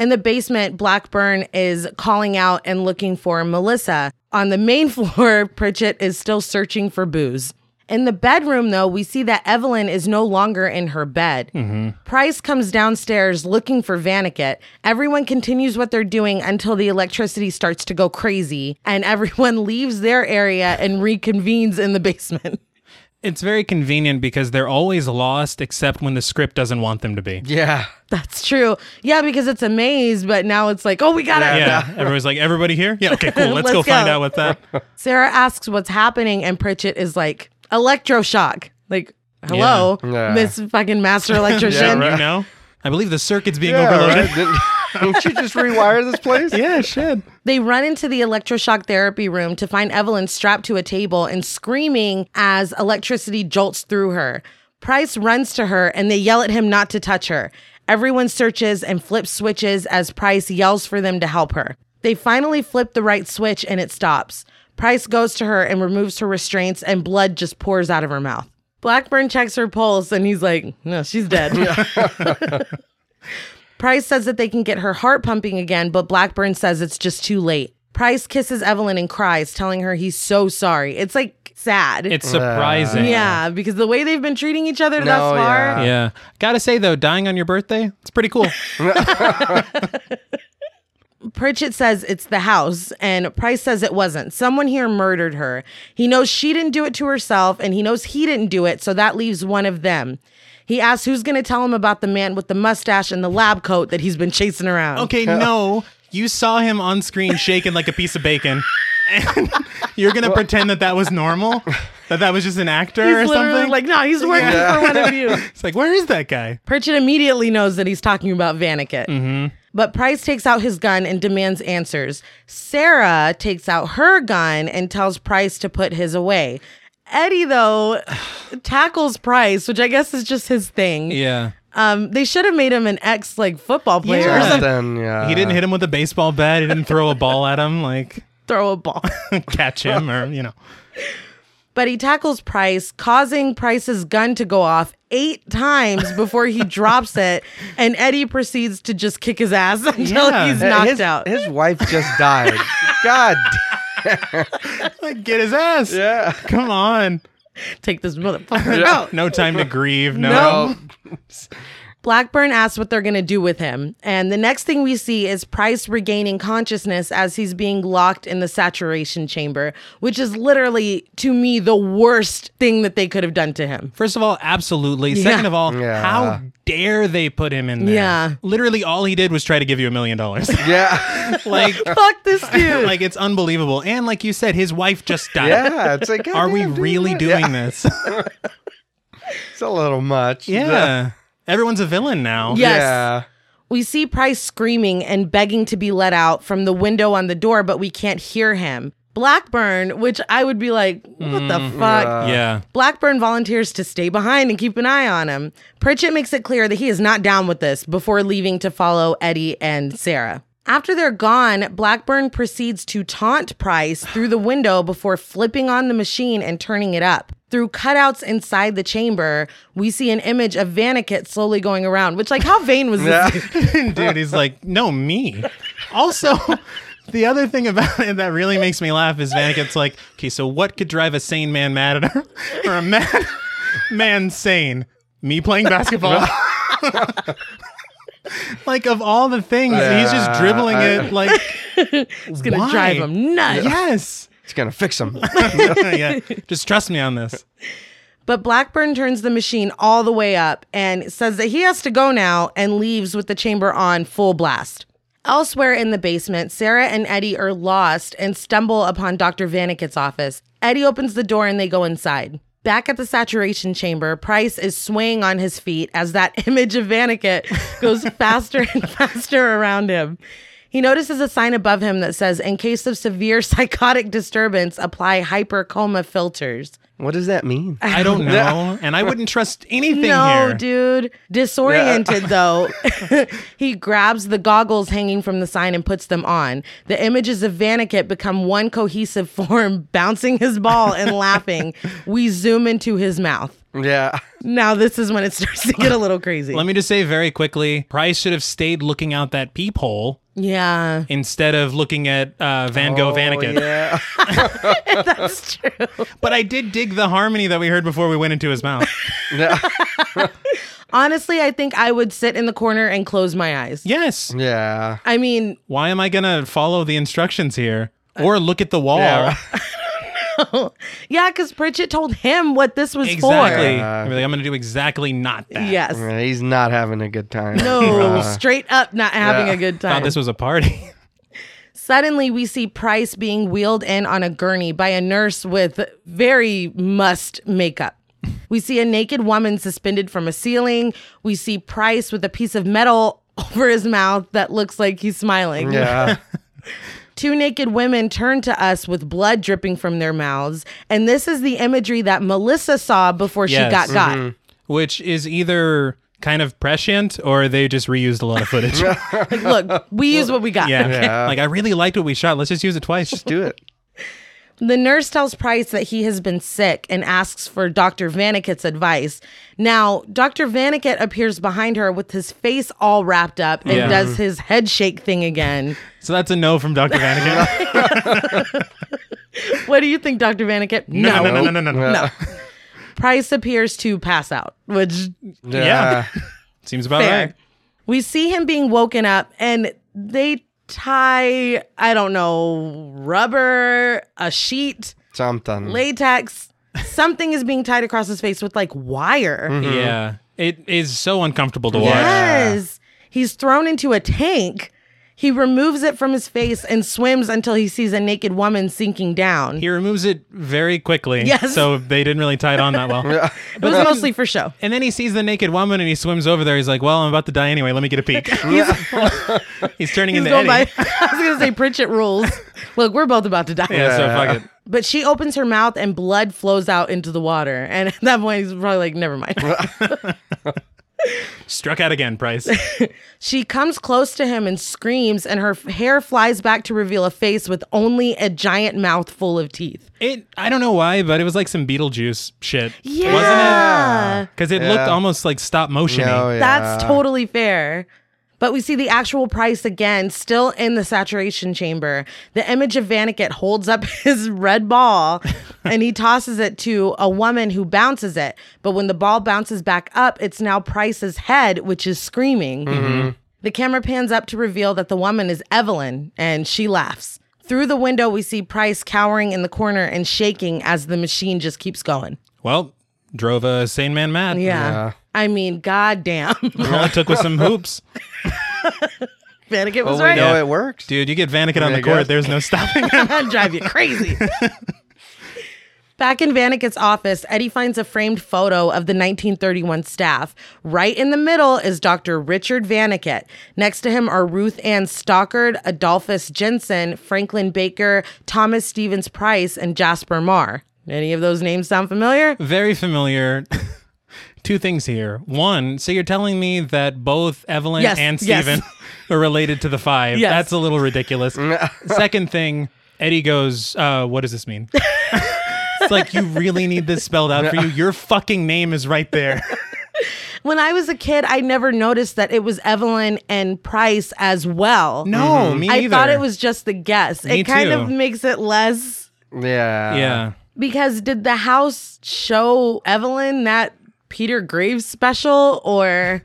Speaker 1: In the basement, Blackburn is calling out and looking for Melissa. On the main <laughs> floor, Pritchett is still searching for booze. In the bedroom, though, we see that Evelyn is no longer in her bed.
Speaker 3: Mm-hmm.
Speaker 1: Price comes downstairs looking for Vaniket. Everyone continues what they're doing until the electricity starts to go crazy, and <laughs> everyone leaves their area and reconvenes in the basement. <laughs>
Speaker 3: It's very convenient because they're always lost except when the script doesn't want them to be.
Speaker 2: yeah.
Speaker 1: That's true. Yeah, because it's a maze, but now it's like, oh, we got it.
Speaker 3: Yeah. Everybody's like, everybody here? Yeah, okay, cool. Let's,
Speaker 1: Let's
Speaker 3: go, find
Speaker 1: go.
Speaker 3: out what that.
Speaker 1: Sarah asks what's happening, and Pritchett is like, electroshock. Like, hello,
Speaker 2: <laughs> Yeah.
Speaker 1: Miss fucking master electrician.
Speaker 3: You
Speaker 2: right.
Speaker 3: know? I believe the circuit's being
Speaker 2: Yeah, <laughs>
Speaker 3: overloaded.
Speaker 2: right? Didn't, didn't you just rewire
Speaker 1: <laughs>
Speaker 2: this place?
Speaker 3: Yeah, it should.
Speaker 1: They run into the electroshock therapy room to find Evelyn strapped to a table and screaming as electricity jolts through her. Price runs to her and they yell at him not to touch her. Everyone searches and flips switches as Price yells for them to help her. They finally flip the right switch and it stops. Price goes to her and removes her restraints, and blood just pours out of her mouth. Blackburn checks her pulse and he's like, No, she's dead. Price says that they can get her heart pumping again, but Blackburn says it's just too late. Price kisses Evelyn and cries, telling her he's so sorry. It's like sad.
Speaker 3: It's surprising.
Speaker 1: yeah, because the way they've been treating each other thus
Speaker 2: No,
Speaker 1: far.
Speaker 2: yeah.
Speaker 3: Yeah. Gotta say, though, dying on your birthday, it's pretty cool.
Speaker 1: Pritchett says it's the house, and Price says it wasn't. Someone here murdered her. He knows she didn't do it to herself, and he knows he didn't do it, so that leaves one of them. He asks who's going to tell him about the man with the mustache and the lab coat that he's been chasing around.
Speaker 3: Okay, no. You saw him on screen shaking like a piece of bacon. <laughs> And you're going to pretend that that was normal? That that was just an actor or
Speaker 1: He's literally
Speaker 3: something?
Speaker 1: like, no, he's working for one of <laughs> you.
Speaker 3: it's like, where is that guy?
Speaker 1: Pritchett immediately knows that he's talking about Vaniket.
Speaker 3: Mm-hmm.
Speaker 1: But Price takes out his gun and demands answers. Sarah takes out her gun and tells Price to put his away. Eddie, though, <sighs> tackles Price, which I guess is just his thing.
Speaker 3: Yeah.
Speaker 1: Um, they should have made him an ex like football player or
Speaker 3: Yeah.
Speaker 1: something.
Speaker 2: Then, yeah.
Speaker 3: He
Speaker 1: Uh,
Speaker 3: didn't hit him with a baseball bat. He didn't throw a ball at him, like <laughs>
Speaker 1: Throw a ball. <laughs>
Speaker 3: catch him or, you know.
Speaker 1: but he tackles Price, causing Price's gun to go off eight times before
Speaker 3: <laughs>
Speaker 1: he drops it, and Eddie proceeds to just kick his ass <laughs> until
Speaker 3: Yeah.
Speaker 1: he's
Speaker 2: Uh,
Speaker 1: knocked
Speaker 2: his,
Speaker 1: out.
Speaker 2: His wife just
Speaker 1: <laughs>
Speaker 2: died. God.
Speaker 3: Like, get his ass.
Speaker 2: Yeah.
Speaker 3: Come on. <laughs>
Speaker 1: Take this motherfucker
Speaker 3: Um, No time to grieve. No.
Speaker 2: No.
Speaker 1: Blackburn asks what they're going to do with him. And the next thing we see is Price regaining consciousness as he's being locked in the saturation chamber, which is literally, to me, the worst thing that they could have done to him.
Speaker 3: First of all, absolutely. Second of all,
Speaker 2: Yeah.
Speaker 3: how dare they put him in there?
Speaker 1: Yeah.
Speaker 3: Literally all he did was try to give you a million
Speaker 2: <laughs>
Speaker 3: dollars. <laughs>
Speaker 2: Yeah.
Speaker 3: Like
Speaker 1: Fuck this dude.
Speaker 3: like it's unbelievable. And like you said, his wife just died.
Speaker 2: Yeah. It's like,
Speaker 3: Are we
Speaker 2: goddamn, dude,
Speaker 3: really
Speaker 2: yeah.
Speaker 3: doing
Speaker 2: Yeah,
Speaker 3: this? <laughs>
Speaker 2: It's a little much.
Speaker 3: yeah. Everyone's a villain now.
Speaker 1: Yeah. Yes.
Speaker 2: Yeah.
Speaker 1: We see Price screaming and begging to be let out from the window on the door, but we can't hear him. Blackburn, which I would be like, what the fuck?
Speaker 3: Yeah.
Speaker 1: Blackburn volunteers to stay behind and keep an eye on him. Pritchett makes it clear that he is not down with this before leaving to follow Eddie and Sarah. After they're gone, Blackburn proceeds to taunt Price through the window before flipping on the machine and turning it up. Through cutouts inside the chamber, we see an image of Vanikit slowly going around, which, like, how vain was this?
Speaker 3: <laughs>
Speaker 2: Yeah.
Speaker 1: dude?
Speaker 3: Dude, he's like, no, me. Also, <laughs> the other thing about it that really makes me laugh is Vaneket's like, okay, so what could drive a sane man mad at her? <laughs> Or a mad <laughs> man sane? Me playing
Speaker 2: <laughs>
Speaker 3: basketball. like, of all the things, he's
Speaker 2: Yeah,
Speaker 3: just dribbling
Speaker 2: I-
Speaker 3: it like.
Speaker 1: <laughs> It's gonna drive him nuts.
Speaker 3: Yes.
Speaker 2: It's going to fix
Speaker 3: <laughs>
Speaker 2: him.
Speaker 3: yeah. Just trust me on this.
Speaker 1: But Blackburn turns the machine all the way up and says that he has to go now and leaves with the chamber on full blast. Elsewhere in the basement, Sarah and Eddie are lost and stumble upon Dr. Vanikit's office. Eddie opens the door and they go inside. Back at the saturation chamber, Price is swaying on his feet as that <laughs> image of Vanikit goes faster and faster around him. He notices a sign above him that says, In case of severe <laughs> psychotic disturbance, apply hypercoma filters.
Speaker 2: what does that mean?
Speaker 3: I don't know. And I wouldn't trust anything
Speaker 1: No,
Speaker 3: here.
Speaker 1: dude. Disoriented
Speaker 3: <laughs>
Speaker 1: though, <laughs> he grabs the goggles hanging from the sign and puts them on. The images of Vanikit become one cohesive <laughs> form, bouncing his ball and laughing. We zoom into his mouth.
Speaker 2: Yeah.
Speaker 1: Now this is when it starts to get a little crazy.
Speaker 3: Let me just say very quickly Price should have stayed looking out that peephole
Speaker 1: yeah,
Speaker 3: instead of looking at uh, Van Gogh Vanikin.
Speaker 2: Oh,
Speaker 3: <laughs>
Speaker 2: Yeah.
Speaker 1: that's true.
Speaker 3: But I did dig the harmony that we heard before we went into
Speaker 2: <laughs>
Speaker 3: his mouth.
Speaker 2: Yeah.
Speaker 1: Honestly, I think I would sit in the corner and close my eyes.
Speaker 3: yes.
Speaker 2: Yeah.
Speaker 1: I mean,
Speaker 3: Why am I going to follow the instructions here? Or look at the wall.
Speaker 2: Uh, Yeah.
Speaker 1: yeah, because Pritchett told him what this was
Speaker 3: Exactly.
Speaker 2: Uh,
Speaker 3: I'm, like, I'm going to do exactly not that.
Speaker 1: for. Yes.
Speaker 2: Yeah, He's not having a good time.
Speaker 3: <laughs>
Speaker 1: No,
Speaker 2: Uh,
Speaker 1: straight up not having
Speaker 2: yeah.
Speaker 1: a good time.
Speaker 3: Thought this was a party. <laughs>
Speaker 1: Suddenly, we see Price being wheeled in on a gurney by a nurse with very must makeup. We see a naked woman suspended from a ceiling. We see Price with a piece of metal <laughs> over his mouth that looks like he's smiling.
Speaker 2: yeah.
Speaker 1: Two naked women turn to us with blood dripping from their mouths. And this is the imagery that Melissa saw before
Speaker 3: Yes.
Speaker 1: she got got.
Speaker 2: Mm-hmm.
Speaker 3: which is either kind of prescient or they just reused a lot
Speaker 2: <laughs>
Speaker 3: of footage. yeah.
Speaker 1: Like, look, we use what we got.
Speaker 2: Yeah.
Speaker 3: Like I really liked what we shot. Let's just use it
Speaker 2: <laughs>
Speaker 3: twice.
Speaker 2: Just do it.
Speaker 1: The nurse tells Price that he has been sick and asks for Dr. Vanikit's advice. Now, Dr. Vanikit appears behind her with his face all wrapped up and
Speaker 3: Yeah.
Speaker 1: does his head shake thing again.
Speaker 3: so that's a no from
Speaker 2: <laughs>
Speaker 3: Dr. Vanakin.
Speaker 1: what do you think, Dr. Vanikit?
Speaker 3: no, no, no, no, no, no, no.
Speaker 1: no. Price appears to pass out, which
Speaker 3: <laughs> Yeah. Seems about
Speaker 1: fair.
Speaker 3: right.
Speaker 1: We see him being woken up and they tie, I don't know, rubber, a sheet,
Speaker 2: Something.
Speaker 1: latex. Something is being tied across his face with like wire.
Speaker 2: Mm.
Speaker 3: Yeah. It is so uncomfortable to watch.
Speaker 1: Yes. He's thrown into a tank. He removes it from his face and swims until he sees a naked woman sinking down.
Speaker 3: He removes it very quickly.
Speaker 1: Yes.
Speaker 3: So they didn't really tie it on
Speaker 1: <laughs>
Speaker 3: that well.
Speaker 1: it was mostly for show.
Speaker 3: And then he sees the naked woman and he swims over there. He's like, Well, I'm about to die anyway. Let me get a peek. <laughs> He's
Speaker 1: <laughs>
Speaker 3: turning
Speaker 1: He's
Speaker 3: into
Speaker 1: going by,
Speaker 3: Eddie.
Speaker 1: <laughs> I was going to say Pritchett
Speaker 3: <laughs>
Speaker 1: rules. Look, we're both about to die.
Speaker 3: Yeah, so fuck it.
Speaker 1: But she opens her mouth and blood flows out into the water. And at that point, he's probably like, never mind.
Speaker 3: Struck out again,
Speaker 1: <laughs>
Speaker 3: Price.
Speaker 1: She comes close to him and screams, and her f- hair flies back to reveal a face with only a giant mouth full of teeth.
Speaker 3: It I don't know why, but it was like some Beetlejuice shit.
Speaker 1: Yeah.
Speaker 3: Wasn't it? Because it
Speaker 2: Yeah.
Speaker 3: looked almost like stop motion.
Speaker 2: No, Oh, yeah.
Speaker 1: That's totally fair. But we see the actual price again, still in the saturation chamber. The image of Vaniket holds up <laughs> his red
Speaker 2: <laughs>
Speaker 1: ball and he tosses it to a woman who bounces it. But when the ball bounces back up, it's now Price's head, which is screaming.
Speaker 2: Mm-hmm.
Speaker 1: Mm-hmm. The camera pans up to reveal that the woman is Evelyn, and she laughs. Through the window, we see Price cowering in the corner and shaking as the machine just keeps going.
Speaker 3: Well, drove a sane man mad.
Speaker 1: Yeah.
Speaker 2: Yeah.
Speaker 1: I mean, goddamn. <laughs>
Speaker 3: All it took was some hoops.
Speaker 1: Vanikin
Speaker 2: Well,
Speaker 1: was
Speaker 2: Oh, we
Speaker 1: right.
Speaker 2: know
Speaker 3: Yeah.
Speaker 2: it works.
Speaker 3: Dude, you get Vanikin
Speaker 2: There
Speaker 3: on the
Speaker 2: you go.
Speaker 3: court, there's no stopping him.
Speaker 1: That'd drive you
Speaker 3: <laughs>
Speaker 1: crazy. Back in Vanikit's office, Eddie finds a framed photo of the 1931 staff. Right in the middle is Dr. Richard Vanikit. Next to him are Ruth Ann Stockard, Adolphus Jensen, Franklin Baker, Thomas Stevens Price, and Jasper Marr. Any of those names sound familiar?
Speaker 3: Very familiar. <laughs> Two things here. One, so you're telling me that both Evelyn
Speaker 1: Yes,
Speaker 3: and
Speaker 1: yes.
Speaker 3: Steven <laughs> are related to the five.
Speaker 1: Yes.
Speaker 3: That's a
Speaker 2: <laughs>
Speaker 3: little ridiculous. Second thing, Eddie goes, uh, what does this mean? <laughs> it's like you really need this spelled out for you. Your fucking name is right
Speaker 2: <laughs>
Speaker 3: there.
Speaker 1: When I was a kid, I never noticed that it was Evelyn and Price as well.
Speaker 2: Oh,
Speaker 3: No, me
Speaker 1: I
Speaker 3: either.
Speaker 1: thought it was just the guess.
Speaker 3: Me
Speaker 1: it kind
Speaker 3: too.
Speaker 1: of makes it less
Speaker 2: Yeah.
Speaker 3: Yeah.
Speaker 1: Because did the house show Evelyn that Peter Graves special or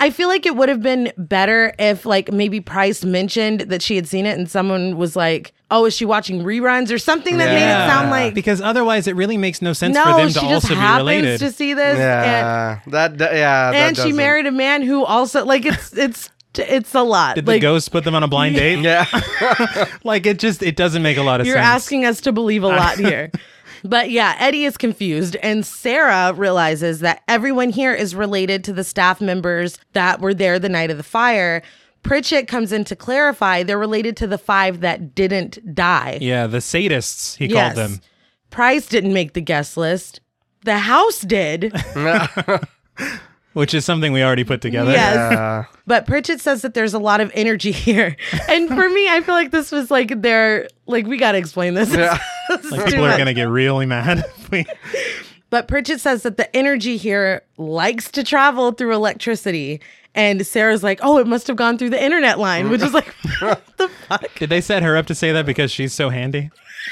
Speaker 1: I feel like it would have been better if like maybe Price mentioned that she had seen it and someone was like, "Oh, is she watching reruns or something that made
Speaker 2: Yeah.
Speaker 1: it sound like
Speaker 3: because otherwise it really makes no sense for
Speaker 1: no,
Speaker 3: them
Speaker 1: she
Speaker 3: to
Speaker 1: just
Speaker 3: also be
Speaker 1: happens
Speaker 3: related.
Speaker 1: to see this and
Speaker 2: Yeah. That, that yeah. that
Speaker 1: and she
Speaker 2: doesn't-
Speaker 1: married a man who also like it's it's it's a lot.
Speaker 3: Did
Speaker 1: like
Speaker 3: the ghost put them on
Speaker 1: <laughs>
Speaker 3: a blind date?
Speaker 2: Yeah.
Speaker 3: Like it just it doesn't make a lot of
Speaker 1: You're
Speaker 3: sense.
Speaker 1: asking us to believe a lot
Speaker 3: <laughs>
Speaker 1: here. But yeah, Eddie is confused, and Sarah realizes that everyone here is related to the staff members that were there the night of the fire. Pritchett comes in to clarify they're related to the five that didn't die.
Speaker 3: yeah, the sadists he called them.
Speaker 1: Price didn't make the guest list. The house
Speaker 3: <laughs>
Speaker 1: did.
Speaker 3: which is something we already put together.
Speaker 1: yes.
Speaker 2: Yeah.
Speaker 1: But Pritchett says that there's a lot of energy <laughs> here. And for me, I feel like this was like their like we gotta explain this. <laughs> This is
Speaker 3: Like
Speaker 1: too
Speaker 3: people are
Speaker 1: much.
Speaker 3: gonna get really mad. <laughs> if we-
Speaker 1: But Pritchett says that the energy here likes to travel through electricity. And Sarah's like, oh, it must have gone through the internet line, which is like, <laughs> what the fuck?
Speaker 3: Did they set her up to say that because she's so handy?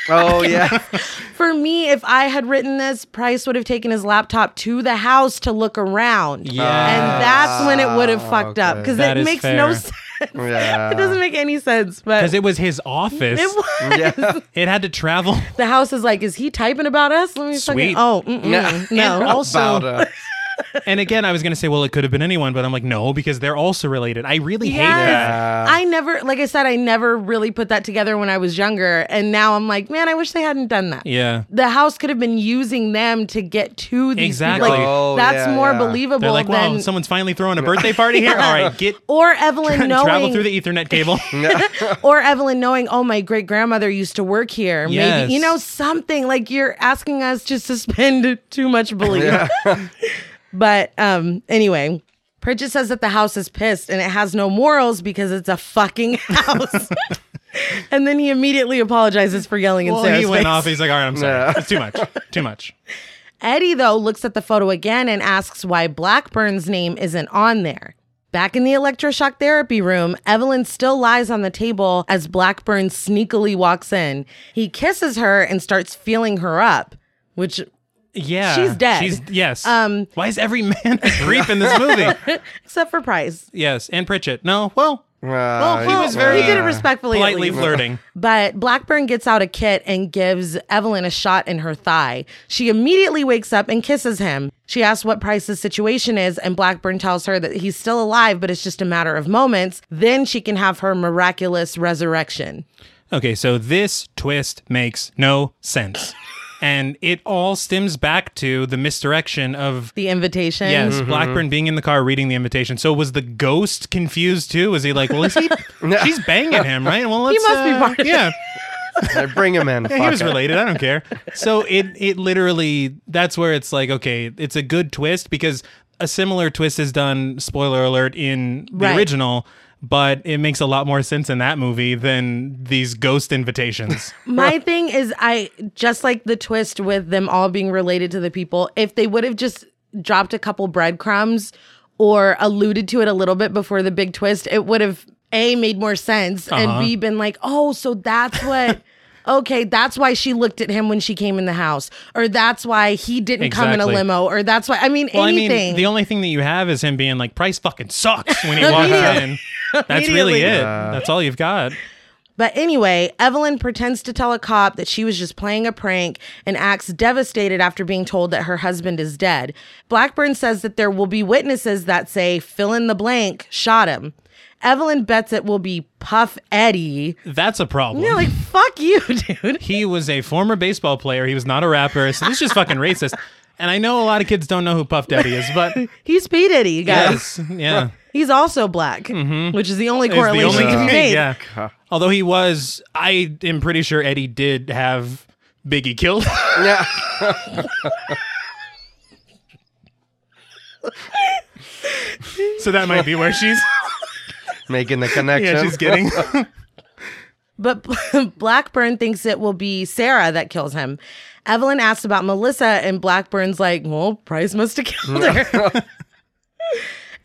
Speaker 2: Oh yeah.
Speaker 1: For me, if I had written this, Price would have taken his laptop to the house to look around. And that's when it would have fucked up because
Speaker 3: Ah, That
Speaker 1: it
Speaker 3: is
Speaker 1: makes no
Speaker 3: fair.
Speaker 1: sense.
Speaker 2: <laughs> Yeah.
Speaker 1: <laughs> It doesn't make any sense, but
Speaker 3: because
Speaker 1: it,
Speaker 3: it was his office. It,
Speaker 1: was.
Speaker 2: Yeah.
Speaker 3: had to travel.
Speaker 1: <laughs>
Speaker 3: <laughs>
Speaker 1: The house is like, is he typing about us? Let me
Speaker 3: Sweet.
Speaker 1: fucking. Oh, mm-mm,
Speaker 2: Yeah. <laughs>
Speaker 1: no.
Speaker 3: also-
Speaker 2: About uh, a-
Speaker 3: And again, I was gonna say, well, it could have been anyone, but I'm like, no, because they're also related. I really hate that.
Speaker 2: Yeah.
Speaker 1: I never, like I said, I never really put that together when I was younger. And now I'm like, man, I wish they hadn't done that.
Speaker 3: Yeah.
Speaker 1: The house could have been using them to get to these
Speaker 3: Exactly.
Speaker 1: People. Like,
Speaker 2: Oh,
Speaker 1: that's
Speaker 2: yeah,
Speaker 1: more
Speaker 2: yeah.
Speaker 1: believable
Speaker 3: They're like, wow,
Speaker 1: than.
Speaker 3: someone's finally throwing a birthday
Speaker 1: <laughs>
Speaker 3: party here. All right, get
Speaker 1: or Evelyn
Speaker 3: <laughs> travel
Speaker 1: knowing,
Speaker 3: through the Ethernet
Speaker 1: <laughs>
Speaker 3: cable.
Speaker 1: or Evelyn knowing, oh, my great grandmother used to work here.
Speaker 3: Yes.
Speaker 1: Maybe you know something. Like you're asking us just to <laughs> spend too much belief. <laughs> but um, anyway, Pritchett says that the house is pissed and it has no morals because it's a fucking <laughs> house. and then he immediately apologizes for yelling in
Speaker 3: well,
Speaker 1: Sarah's
Speaker 3: he went
Speaker 1: face.
Speaker 3: off. He's like, all right, I'm sorry.
Speaker 2: Yeah.
Speaker 3: It's too much. Too much.
Speaker 1: Eddie, though, looks at the photo again and asks why Blackburn's name isn't on there. Back in the electroshock therapy room, Evelyn still lies on the table as Blackburn sneakily walks in. He kisses her and starts feeling her up, which
Speaker 3: Yeah.
Speaker 1: She's dead.
Speaker 3: She's yes. Um why is every man <laughs> a creep in this movie?
Speaker 1: <laughs> except for Price.
Speaker 3: yes. And Pritchett. No, well,
Speaker 2: uh, Well,
Speaker 3: he was very-
Speaker 1: he did it respectfully. at
Speaker 3: politely
Speaker 1: least.
Speaker 3: flirting.
Speaker 1: But Blackburn gets out a kit and gives Evelyn a shot in her thigh. She immediately wakes up and kisses him. She asks what Price's situation is, and Blackburn tells her that he's still alive, but it's just a matter of moments. Then she can have her miraculous resurrection.
Speaker 3: Okay, so this twist makes no sense.
Speaker 1: <laughs>
Speaker 3: And it all stems back to the misdirection of
Speaker 1: The invitation.
Speaker 3: yes, Blackburn being in the car reading the invitation. So was the ghost confused too? Was he like,
Speaker 1: <laughs>
Speaker 3: well, is he? she's banging him, right? Well, let's,
Speaker 1: must be
Speaker 3: uh,
Speaker 1: part of it.
Speaker 3: Yeah,
Speaker 2: I bring him in.
Speaker 3: <laughs> he
Speaker 2: Fuck
Speaker 3: was
Speaker 2: it.
Speaker 3: related. I don't care.
Speaker 1: <laughs>
Speaker 3: So it it literally that's where it's like, okay, it's a good twist because a similar twist is done. Spoiler alert in the
Speaker 1: Right.
Speaker 3: original. But it makes a lot more sense in that movie than these
Speaker 1: <laughs>
Speaker 3: ghost invitations.
Speaker 1: My thing is, I just like the twist with them all being related to the people. If they would have just dropped a couple breadcrumbs or alluded to it a little bit before the big twist, it would have A, made more sense, and
Speaker 3: Uh-huh.
Speaker 1: B, been like, oh, so that's
Speaker 3: <laughs>
Speaker 1: what. Okay, that's why she looked at him when she came in the house, or that's why he didn't come in a
Speaker 3: Exactly.
Speaker 1: limo, or that's why I mean
Speaker 3: Well, I
Speaker 1: anything.
Speaker 3: mean, the only thing that you have is him being like, "Price fucking sucks"
Speaker 1: <laughs>
Speaker 3: when he walks in.
Speaker 1: Immediately.
Speaker 3: That's really
Speaker 1: Immediately.
Speaker 3: it. That's all you've got.
Speaker 1: But anyway, Evelyn pretends to tell a cop that she was just playing a prank and acts devastated after being told that her husband is dead. Blackburn says that there will be witnesses that say, fill in the blank, shot him. Evelyn bets it will be Puff Eddie.
Speaker 3: That's a problem. <laughs>
Speaker 1: You're like, fuck you, dude.
Speaker 3: he was a former baseball player. He was not a rapper. So this is just fucking racist. And I know a lot of kids don't know who Puff Daddy is,
Speaker 1: <laughs>
Speaker 3: but
Speaker 1: He's P. Diddy, you guys.
Speaker 3: yes, yeah,
Speaker 1: He's also black, which is the only
Speaker 3: It's the
Speaker 1: correlation
Speaker 3: only
Speaker 1: you can
Speaker 3: thing,
Speaker 1: make.
Speaker 3: Yeah. Although he was, I am pretty sure Eddie did have Biggie killed. <laughs>
Speaker 2: Yeah.
Speaker 3: so that might be where she's.
Speaker 2: Making the connection.
Speaker 3: Yeah, she's getting.
Speaker 1: But <laughs> Blackburn thinks it will be Sarah that kills him. Evelyn asks about Melissa, and Blackburn's like, well, Price must have killed her.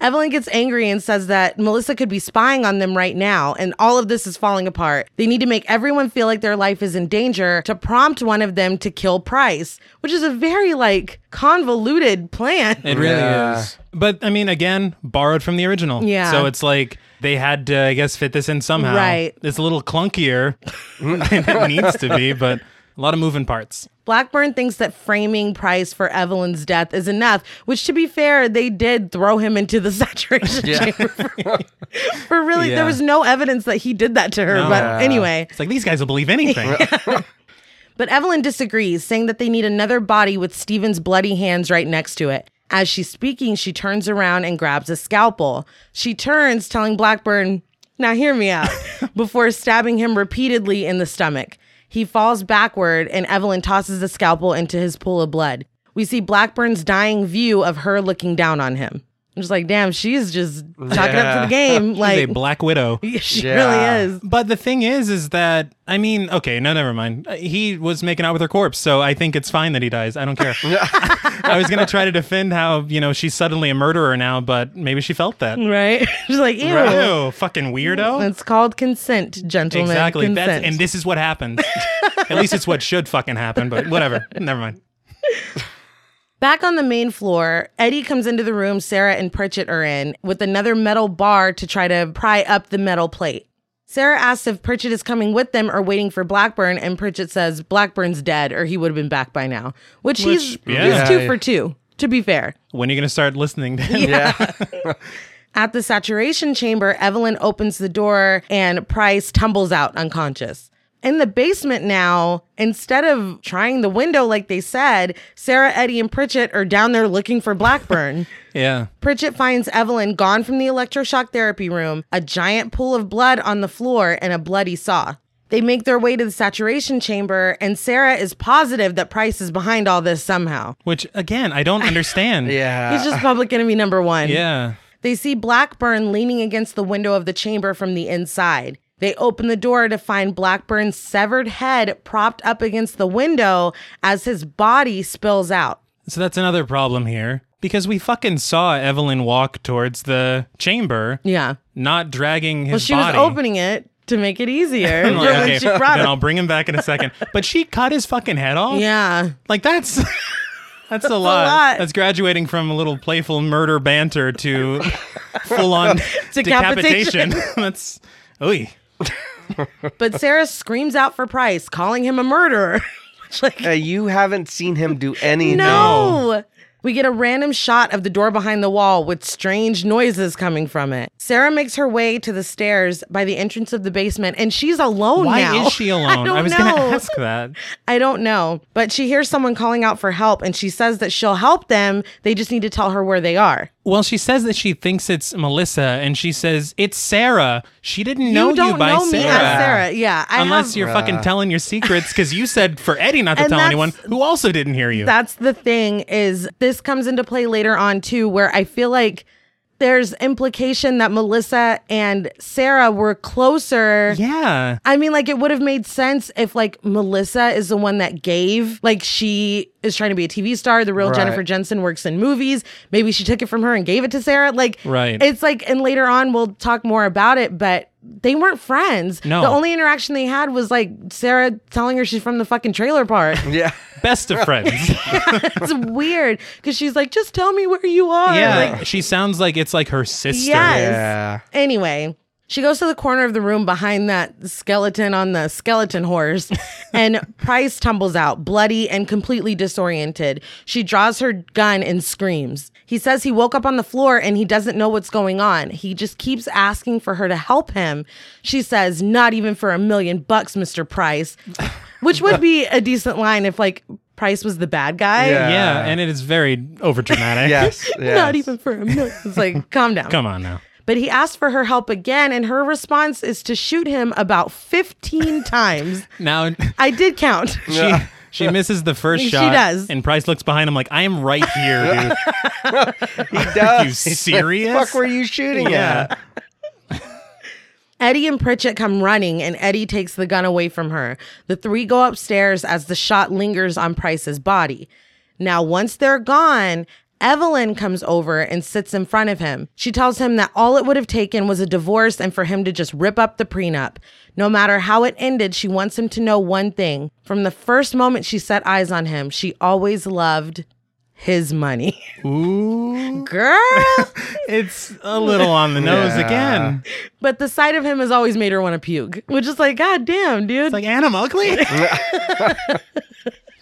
Speaker 1: Evelyn gets angry and says that Melissa could be spying on them right now, and all of this is falling apart. They need to make everyone feel like their life is in danger to prompt one of them to kill Price, which is a very like convoluted plan.
Speaker 3: It really
Speaker 2: Yeah.
Speaker 3: is. But I mean, again, borrowed from the original.
Speaker 1: Yeah.
Speaker 3: So it's like they had to, I guess, fit this in somehow.
Speaker 1: Right.
Speaker 3: It's a little clunkier <laughs> than it needs to be, but a lot of moving parts.
Speaker 1: Blackburn thinks that framing Price for Evelyn's death is enough, which to be fair, they did throw him into the <laughs> saturation chamber for, for really,
Speaker 3: Yeah.
Speaker 1: there was no evidence that he did that to her. But
Speaker 3: Yeah.
Speaker 1: anyway,
Speaker 3: It's like these guys will
Speaker 1: <laughs>
Speaker 3: believe anything.
Speaker 1: but Evelyn disagrees, saying that they need another body with Stephen's bloody hands right next to it. As she's speaking, she turns around and grabs a scalpel. She turns, telling Blackburn, Now hear me
Speaker 3: <laughs>
Speaker 1: out, before stabbing him repeatedly in the stomach. He falls backward, and Evelyn tosses the scalpel into his pool of blood. We see Blackburn's dying view of her looking down on him. I'm just like, damn, she's just talking up to
Speaker 2: Yeah.
Speaker 1: the game.
Speaker 3: <laughs> She's a
Speaker 1: Like,
Speaker 3: black widow.
Speaker 1: <laughs> she
Speaker 2: Yeah.
Speaker 1: really is.
Speaker 3: But the thing is, is that I mean, okay, no, never mind. Uh, He was making out with her corpse, so I think it's fine that he dies. I
Speaker 1: <laughs>
Speaker 3: don't care. I was gonna try to defend how you know she's suddenly a murderer now, but maybe she felt that.
Speaker 1: Right? <laughs> she's like, ew.
Speaker 3: Ew, fucking weirdo.
Speaker 1: It's called consent, gentlemen.
Speaker 3: Exactly. That's,
Speaker 1: Consent.
Speaker 3: and this is what happens. At least it's what should fucking happen,
Speaker 1: <laughs>
Speaker 3: but whatever. Never mind.
Speaker 1: Back on the main floor, Eddie comes into the room Sarah and Pritchett are in with another metal bar to try to pry up the metal plate. Sarah asks if Pritchett is coming with them or waiting for Blackburn, and Pritchett says Blackburn's dead or he would have been back by now. Which, he's,
Speaker 3: yeah.
Speaker 1: he's two for two, to be fair.
Speaker 3: When are you going to start listening then? <laughs>
Speaker 2: yeah.
Speaker 1: At the saturation chamber, Evelyn opens the door and Price tumbles out unconscious. In the basement now, instead of trying the window like they said, Sarah, Eddie, and Pritchett are down there looking for Blackburn.
Speaker 3: Yeah.
Speaker 1: Pritchett finds Evelyn gone from the electroshock therapy room, a giant pool of blood on the floor, and a bloody saw. They make their way to the saturation chamber, and Sarah is positive that Price is behind all this somehow.
Speaker 3: Which, again, I don't
Speaker 1: <laughs>
Speaker 3: understand.
Speaker 2: Yeah.
Speaker 1: He's just public enemy number one.
Speaker 3: Yeah.
Speaker 1: They see Blackburn leaning against the window of the chamber from the inside. They open the door to find Blackburn's severed head propped up against the window as his body spills out.
Speaker 3: So that's another problem here because we fucking saw Evelyn walk towards the chamber,
Speaker 1: Yeah.
Speaker 3: not dragging his
Speaker 1: Well, she
Speaker 3: body.
Speaker 1: was opening it to make it easier
Speaker 3: I'm
Speaker 1: for
Speaker 3: <laughs> like,
Speaker 1: when
Speaker 3: okay,
Speaker 1: she brought
Speaker 3: then
Speaker 1: him.
Speaker 3: I'll bring him back in a second. But she cut his fucking head off.
Speaker 1: Yeah.
Speaker 3: Like that's <laughs> that's a lot.
Speaker 1: lot.
Speaker 3: That's graduating from a little playful murder
Speaker 1: <laughs>
Speaker 3: banter to full on
Speaker 1: Decapitation.
Speaker 3: decapitation. <laughs> that's ooh.
Speaker 1: But Sarah screams out for Price, calling him a murderer. <laughs> Which, like,
Speaker 2: Uh, you haven't seen him do anything.
Speaker 1: no. We get a random shot of the door behind the wall with strange noises coming from it. Sarah makes her way to the stairs by the entrance of the basement, and she's alone
Speaker 3: Why
Speaker 1: now.
Speaker 3: is she
Speaker 1: <laughs>
Speaker 3: alone?
Speaker 1: I don't
Speaker 3: was
Speaker 1: know.
Speaker 3: gonna ask that.
Speaker 1: I don't know. But she hears someone calling out for help, and she says that she'll help them. They just need to tell her where they are.
Speaker 3: Well, she says that she thinks it's Melissa, and she says it's Sarah. She didn't know
Speaker 1: you don't
Speaker 3: by
Speaker 1: know
Speaker 3: Sarah.
Speaker 1: me as Sarah. Yeah, I
Speaker 3: Unless
Speaker 1: have-
Speaker 3: you're fucking telling your secrets, because you said for Eddie not to
Speaker 1: And
Speaker 3: tell
Speaker 1: that's-
Speaker 3: anyone, who also didn't hear you.
Speaker 1: that's the thing is this comes into play later on too where i feel like There's implication that Melissa and Sarah were closer.
Speaker 3: Yeah.
Speaker 1: I mean, like, it would have made sense if, like, Melissa is the one that gave. Like, she is trying to be a TV star. The real
Speaker 2: Right.
Speaker 1: Jennifer Jensen works in movies. Maybe she took it from her and gave it to Sarah. Like,
Speaker 3: Right.
Speaker 1: it's like, and later on, we'll talk more about it, but they weren't friends.
Speaker 3: No.
Speaker 1: The only interaction they had was, like, Sarah telling her she's from the fucking trailer park. <laughs>
Speaker 2: Yeah.
Speaker 3: Best of friends.
Speaker 1: it's weird because she's like, just tell me where you are.
Speaker 3: yeah.
Speaker 1: Like,
Speaker 3: <laughs> she sounds like it's like her sister.
Speaker 1: Yes.
Speaker 2: Yeah.
Speaker 1: Anyway, she goes to the corner of the room behind that skeleton on the skeleton
Speaker 2: <laughs>
Speaker 1: horse, and Price tumbles out, bloody and completely disoriented. She draws her gun and screams. He says he woke up on the floor and he doesn't know what's going on. He just keeps asking for her to help him. She says, Not even for a million bucks, Mr.
Speaker 2: <laughs>
Speaker 1: Price, which would be a decent line if, like, Price was the bad guy.
Speaker 2: Yeah.
Speaker 3: Yeah, and it is
Speaker 2: <laughs>
Speaker 3: very overdramatic.
Speaker 2: Yes. yes.
Speaker 1: Not even for a million. It's like, calm down.
Speaker 3: Come on now.
Speaker 1: But he asked for her help again, and her response is to shoot him about 15 <laughs> times.
Speaker 2: <laughs>
Speaker 3: Now
Speaker 1: I did count.
Speaker 3: she she misses the first
Speaker 1: She
Speaker 3: shot.
Speaker 1: does.
Speaker 3: And Price looks behind him like, I am right
Speaker 2: <laughs>
Speaker 3: here,
Speaker 1: <laughs>
Speaker 2: He
Speaker 3: dude. you
Speaker 2: does.
Speaker 3: serious?
Speaker 2: fuck were you shooting
Speaker 3: yeah.
Speaker 2: at?
Speaker 1: Eddie and Pritchett come running, and Eddie takes the gun away from her. The three go upstairs as the shot lingers on Price's body. Now, once they're gone, Evelyn comes over and sits in front of him. She tells him that all it would have taken was a divorce and for him to just rip up the prenup. No matter how it ended, she wants him to know one thing. From the first moment she set eyes on him, she always loved his money. <laughs>
Speaker 3: Ooh.
Speaker 1: Girl!
Speaker 3: It's a little on the nose
Speaker 2: Yeah.
Speaker 3: again.
Speaker 1: but the sight of him has always made her want to puke, which is like, God damn, dude.
Speaker 3: It's like Anna
Speaker 2: <laughs>
Speaker 3: Ugly. <laughs>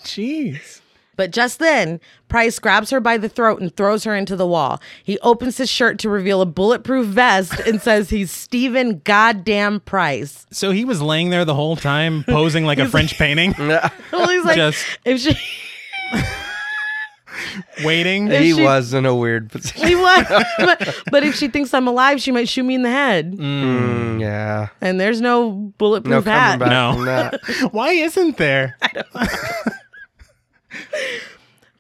Speaker 3: Jeez.
Speaker 1: But just then, Price grabs her by the throat and throws her into the wall. He opens his shirt to reveal a bulletproof vest and says he's Stephen Goddamn Price. <laughs>
Speaker 3: So he was laying there the whole time posing
Speaker 2: <laughs>
Speaker 3: like a French painting,
Speaker 1: Well, he's like,
Speaker 3: Just-
Speaker 1: if she,
Speaker 3: waiting.
Speaker 2: He
Speaker 1: she-
Speaker 2: was in a weird position.
Speaker 3: <laughs>
Speaker 1: he was, but, but if she thinks I'm alive, she might shoot me in the head.
Speaker 2: Yeah.
Speaker 1: And there's no
Speaker 2: No
Speaker 1: bulletproof
Speaker 2: coming
Speaker 1: hat.
Speaker 2: back
Speaker 3: No.
Speaker 2: from that.
Speaker 3: Why
Speaker 2: <laughs>
Speaker 3: isn't there?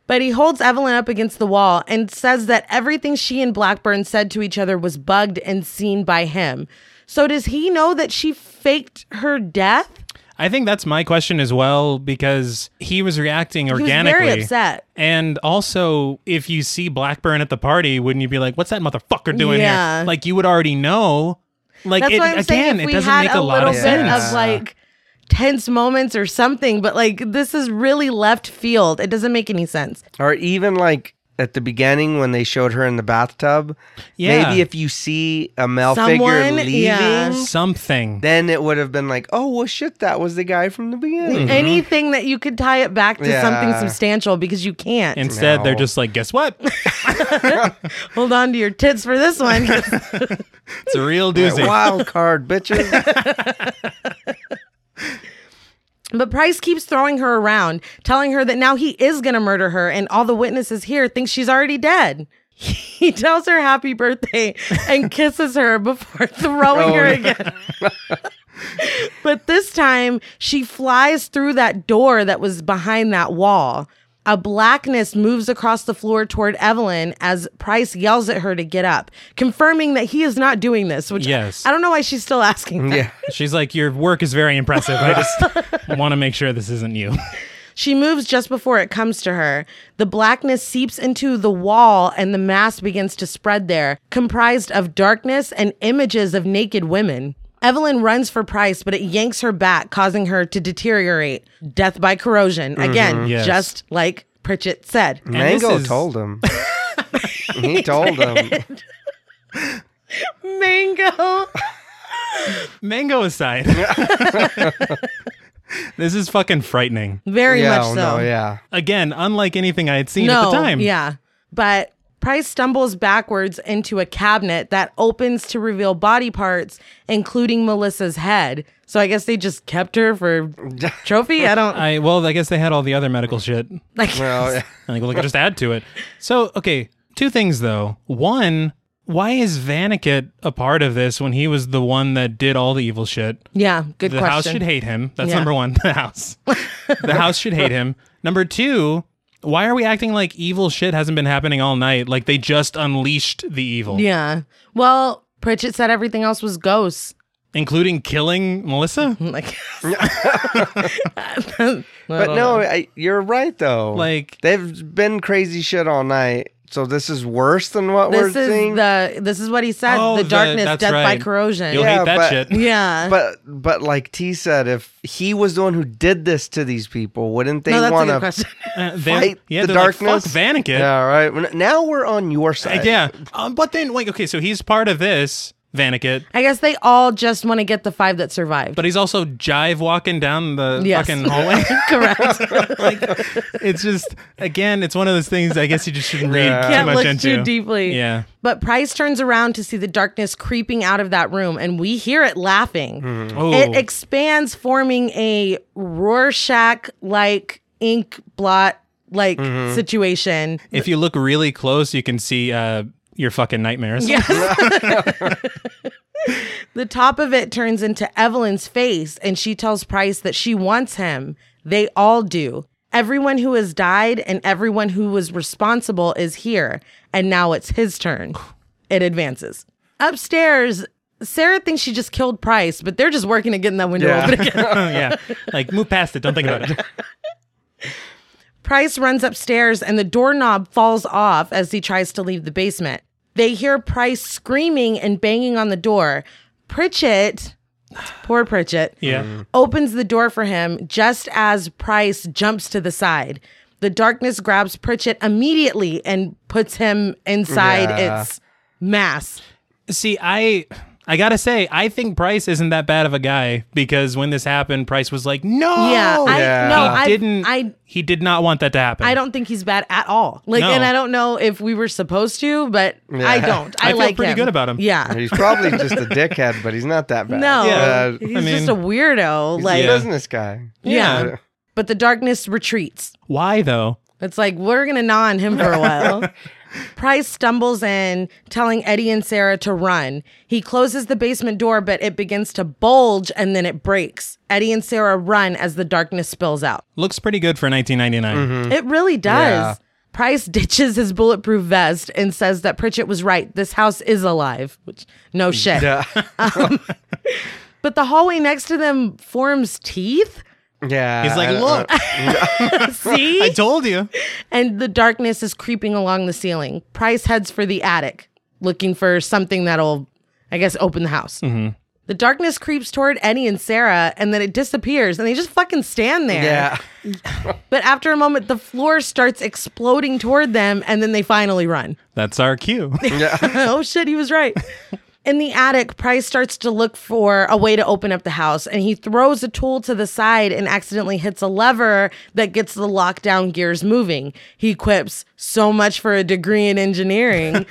Speaker 1: But he holds Evelyn up against the wall and says that everything she and Blackburn said to each other was bugged and seen by him. So does he know that she faked her death?
Speaker 3: I think that's my question as well because he was reacting
Speaker 1: He was
Speaker 3: organically.
Speaker 1: very upset.
Speaker 3: And also, if you see Blackburn at the party, wouldn't you be like, "What's that motherfucker doing
Speaker 1: Yeah.
Speaker 3: here?" Like you would already know. Like
Speaker 1: That's
Speaker 3: it,
Speaker 1: what I'm saying.
Speaker 3: again,
Speaker 1: if
Speaker 3: it
Speaker 1: we
Speaker 3: doesn't
Speaker 1: had
Speaker 3: make
Speaker 1: a,
Speaker 3: a, lot
Speaker 1: little
Speaker 3: of sense.
Speaker 1: bit of like tense moments or something, but like this is really left field. It doesn't make any sense.
Speaker 2: Or even like at the beginning when they showed her in the bathtub.
Speaker 3: Yeah.
Speaker 2: Maybe if you see a male figure
Speaker 1: Someone,
Speaker 2: leaving,
Speaker 1: yeah.
Speaker 3: Something.
Speaker 2: then it would have been like, oh well, shit, that was the guy from the
Speaker 1: <laughs>
Speaker 3: Mm-hmm.
Speaker 2: beginning.
Speaker 1: Anything that you could tie it back to
Speaker 2: Yeah.
Speaker 1: something substantial because you can't.
Speaker 3: Instead, they're
Speaker 2: No.
Speaker 3: just like, "Guess
Speaker 2: <laughs>
Speaker 3: what?
Speaker 1: Hold on to your tits for this
Speaker 3: <laughs>
Speaker 1: one.
Speaker 3: It's a real doozy."
Speaker 2: Wild card, bitches.
Speaker 1: But Price keeps throwing her around, telling her that now he is going to murder her, and all the witnesses here think she's already dead. <laughs> He tells her happy birthday and kisses her before <laughs> throwing
Speaker 2: Oh,
Speaker 1: her
Speaker 2: no.
Speaker 1: again. <laughs> but this time, she flies through that door that was behind that wall. A blackness moves across the floor toward Evelyn as Price yells at her to get up, confirming that he is not doing this, which
Speaker 3: Yes.
Speaker 1: I don't know why she's still asking.
Speaker 2: yeah.
Speaker 3: She's like, "Your work is very impressive. I just
Speaker 2: <laughs>
Speaker 3: want to make sure this isn't you."
Speaker 1: She moves just before it comes to her. The blackness seeps into the wall and the mass begins to spread there, comprised of darkness and images of naked women. Evelyn runs for Price, but it yanks her back, causing her to deteriorate. Death by corrosion. Again,
Speaker 2: Mm-hmm.
Speaker 3: Yes.
Speaker 1: just like Pritchett said.
Speaker 3: And this
Speaker 2: Mango
Speaker 3: is-
Speaker 2: told him. he told him.
Speaker 1: Mango.
Speaker 3: Mango aside,
Speaker 2: <laughs>
Speaker 3: this is fucking frightening.
Speaker 1: Very
Speaker 2: yeah,
Speaker 1: much
Speaker 2: oh,
Speaker 1: so.
Speaker 2: no, yeah.
Speaker 3: Again, unlike anything I had seen at the time.
Speaker 1: Yeah. But Price stumbles backwards into a cabinet that opens to reveal body parts, including Melissa's head. So I guess they just kept her
Speaker 3: <laughs>
Speaker 1: for trophy. I don't
Speaker 3: I well, I guess they had all the other medical shit.
Speaker 1: like.
Speaker 2: Well, Oh, yeah.
Speaker 3: I think Uh, we'll just add to it. So, okay, two things though. One, why is Vaniket a part of this when he was the one that did all the evil shit?
Speaker 1: Yeah, good
Speaker 3: The house
Speaker 1: question.
Speaker 3: <laughs> should hate him. That's
Speaker 1: Yeah.
Speaker 3: number one. The house. the house should hate him. Number two, why are we acting like evil shit hasn't been happening all night? Like they just unleashed the evil,
Speaker 1: Yeah. Well, Pritchett said everything else was ghosts.
Speaker 3: including killing Melissa.
Speaker 1: I'm like, <laughs>
Speaker 2: But no, I, you're right though.
Speaker 3: Like-
Speaker 2: they've been crazy shit all night. So this is worse than what
Speaker 1: this
Speaker 2: we're
Speaker 1: is
Speaker 2: seeing.
Speaker 1: the this is what he said.
Speaker 3: Oh,
Speaker 1: the
Speaker 3: the-
Speaker 1: darkness,
Speaker 3: that's
Speaker 1: death by
Speaker 3: right.
Speaker 1: corrosion.
Speaker 3: You'll
Speaker 2: Yeah,
Speaker 3: hate that
Speaker 2: but-
Speaker 3: shit.
Speaker 1: yeah.
Speaker 2: but but like T said, if he was the one who did this to these people, wouldn't they
Speaker 1: no, that's a
Speaker 2: want
Speaker 1: good
Speaker 2: to
Speaker 1: question. <laughs>
Speaker 3: Uh, they-
Speaker 2: fight
Speaker 3: yeah,
Speaker 2: the
Speaker 3: they're like,
Speaker 2: darkness?
Speaker 3: Fuck Vanikit.
Speaker 2: Yeah, right. We're not- Now we're on your side.
Speaker 3: Like, yeah. Um, but then, like, okay, so he's part of this Vanikit,
Speaker 1: I guess they all just want to get the five that survived.
Speaker 3: but he's also jive walking down the
Speaker 1: Yes.
Speaker 3: fucking hallway.
Speaker 1: <laughs>
Speaker 3: <laughs>
Speaker 1: Correct.
Speaker 3: it's just again, it's one of those things. I guess you just shouldn't read
Speaker 2: Yeah.
Speaker 3: too
Speaker 1: Can't
Speaker 3: much
Speaker 1: look
Speaker 3: into.
Speaker 1: too deeply.
Speaker 3: Yeah.
Speaker 1: But Price turns around to see the darkness creeping out of that room, and we hear it laughing.
Speaker 3: Oh,
Speaker 1: It expands, forming a Rorschach like ink blot like
Speaker 3: Mm-hmm.
Speaker 1: situation.
Speaker 3: if you look really close, you can see uh, your fucking nightmares.
Speaker 1: Yes. the top of it turns into Evelyn's face, and she tells Price that she wants him. They all do. Everyone who has died and everyone who was responsible is here, and now it's his turn. It advances. Upstairs, Sarah thinks she just killed Price, but they're just working at getting that window
Speaker 2: Yeah.
Speaker 1: open again.
Speaker 3: <laughs> yeah. Like move past it. Don't think
Speaker 1: <laughs>
Speaker 3: about it.
Speaker 1: Price runs upstairs and the doorknob falls off as he tries to leave the basement. They hear Price screaming and banging on the door. Pritchett, poor Pritchett,
Speaker 3: Yeah.
Speaker 1: opens the door for him just as Price jumps to the side. The darkness grabs Pritchett immediately and puts him inside
Speaker 2: Yeah.
Speaker 1: its mass.
Speaker 3: See, I I gotta say, I think Price isn't that bad of a guy because when this happened, Price was like, "No,
Speaker 1: Yeah, I
Speaker 2: Oh. Yeah.
Speaker 1: no,
Speaker 2: He
Speaker 1: I
Speaker 3: didn't.
Speaker 1: I
Speaker 3: he did not want that to happen.
Speaker 1: I don't think he's bad at all. Like,
Speaker 3: No.
Speaker 1: and I don't know if we were supposed to, but I don't. I,
Speaker 3: I feel
Speaker 1: like
Speaker 3: pretty
Speaker 1: him.
Speaker 3: good about him.
Speaker 1: Yeah,
Speaker 2: <laughs> He's probably just
Speaker 3: <laughs>
Speaker 2: a dickhead, but he's not that bad.
Speaker 1: No,
Speaker 3: Yeah.
Speaker 1: he's
Speaker 3: I
Speaker 1: just
Speaker 3: mean-
Speaker 1: a weirdo. Like,
Speaker 2: He's a business guy.
Speaker 1: yeah.
Speaker 3: Yeah.
Speaker 1: But the darkness retreats.
Speaker 3: Why though?
Speaker 1: It's like we're gonna gnaw on him for a
Speaker 3: <laughs>
Speaker 1: while. Price stumbles in, telling Eddie and Sarah to run. He closes the basement door, but it begins to bulge and then it breaks. Eddie and Sarah run as the darkness spills out.
Speaker 3: Looks pretty good for 1999.
Speaker 2: Mm-hmm.
Speaker 1: It really
Speaker 2: <laughs> Yeah.
Speaker 1: does. Price ditches his bulletproof vest and says that Pritchett was right. This house is alive, which no shit. Um,
Speaker 2: Yeah. <laughs>
Speaker 1: But the hallway next to them forms
Speaker 2: <laughs>
Speaker 1: teeth.
Speaker 2: Yeah.
Speaker 3: He's like,
Speaker 2: I uh,
Speaker 1: <laughs>
Speaker 2: don't-
Speaker 3: "Look,
Speaker 1: See?
Speaker 3: I told you."
Speaker 1: and the darkness is creeping along the ceiling. Price heads for the attic, looking for something that'll, I guess, open the house.
Speaker 2: Mm-hmm.
Speaker 1: The darkness creeps toward Eddie and Sarah, and then it disappears, and they just fucking stand there.
Speaker 3: <laughs>
Speaker 2: Yeah.
Speaker 1: But after a moment, the floor starts exploding toward them, and then they finally run.
Speaker 3: That's our <laughs> cue.
Speaker 1: <laughs>
Speaker 2: <laughs>
Speaker 1: oh shit, he was right. In the attic, Price starts to look for a way to open up the house, and he throws a tool to the side and accidentally hits a lever that gets the lockdown gears moving. He quips, So much for a degree in engineering,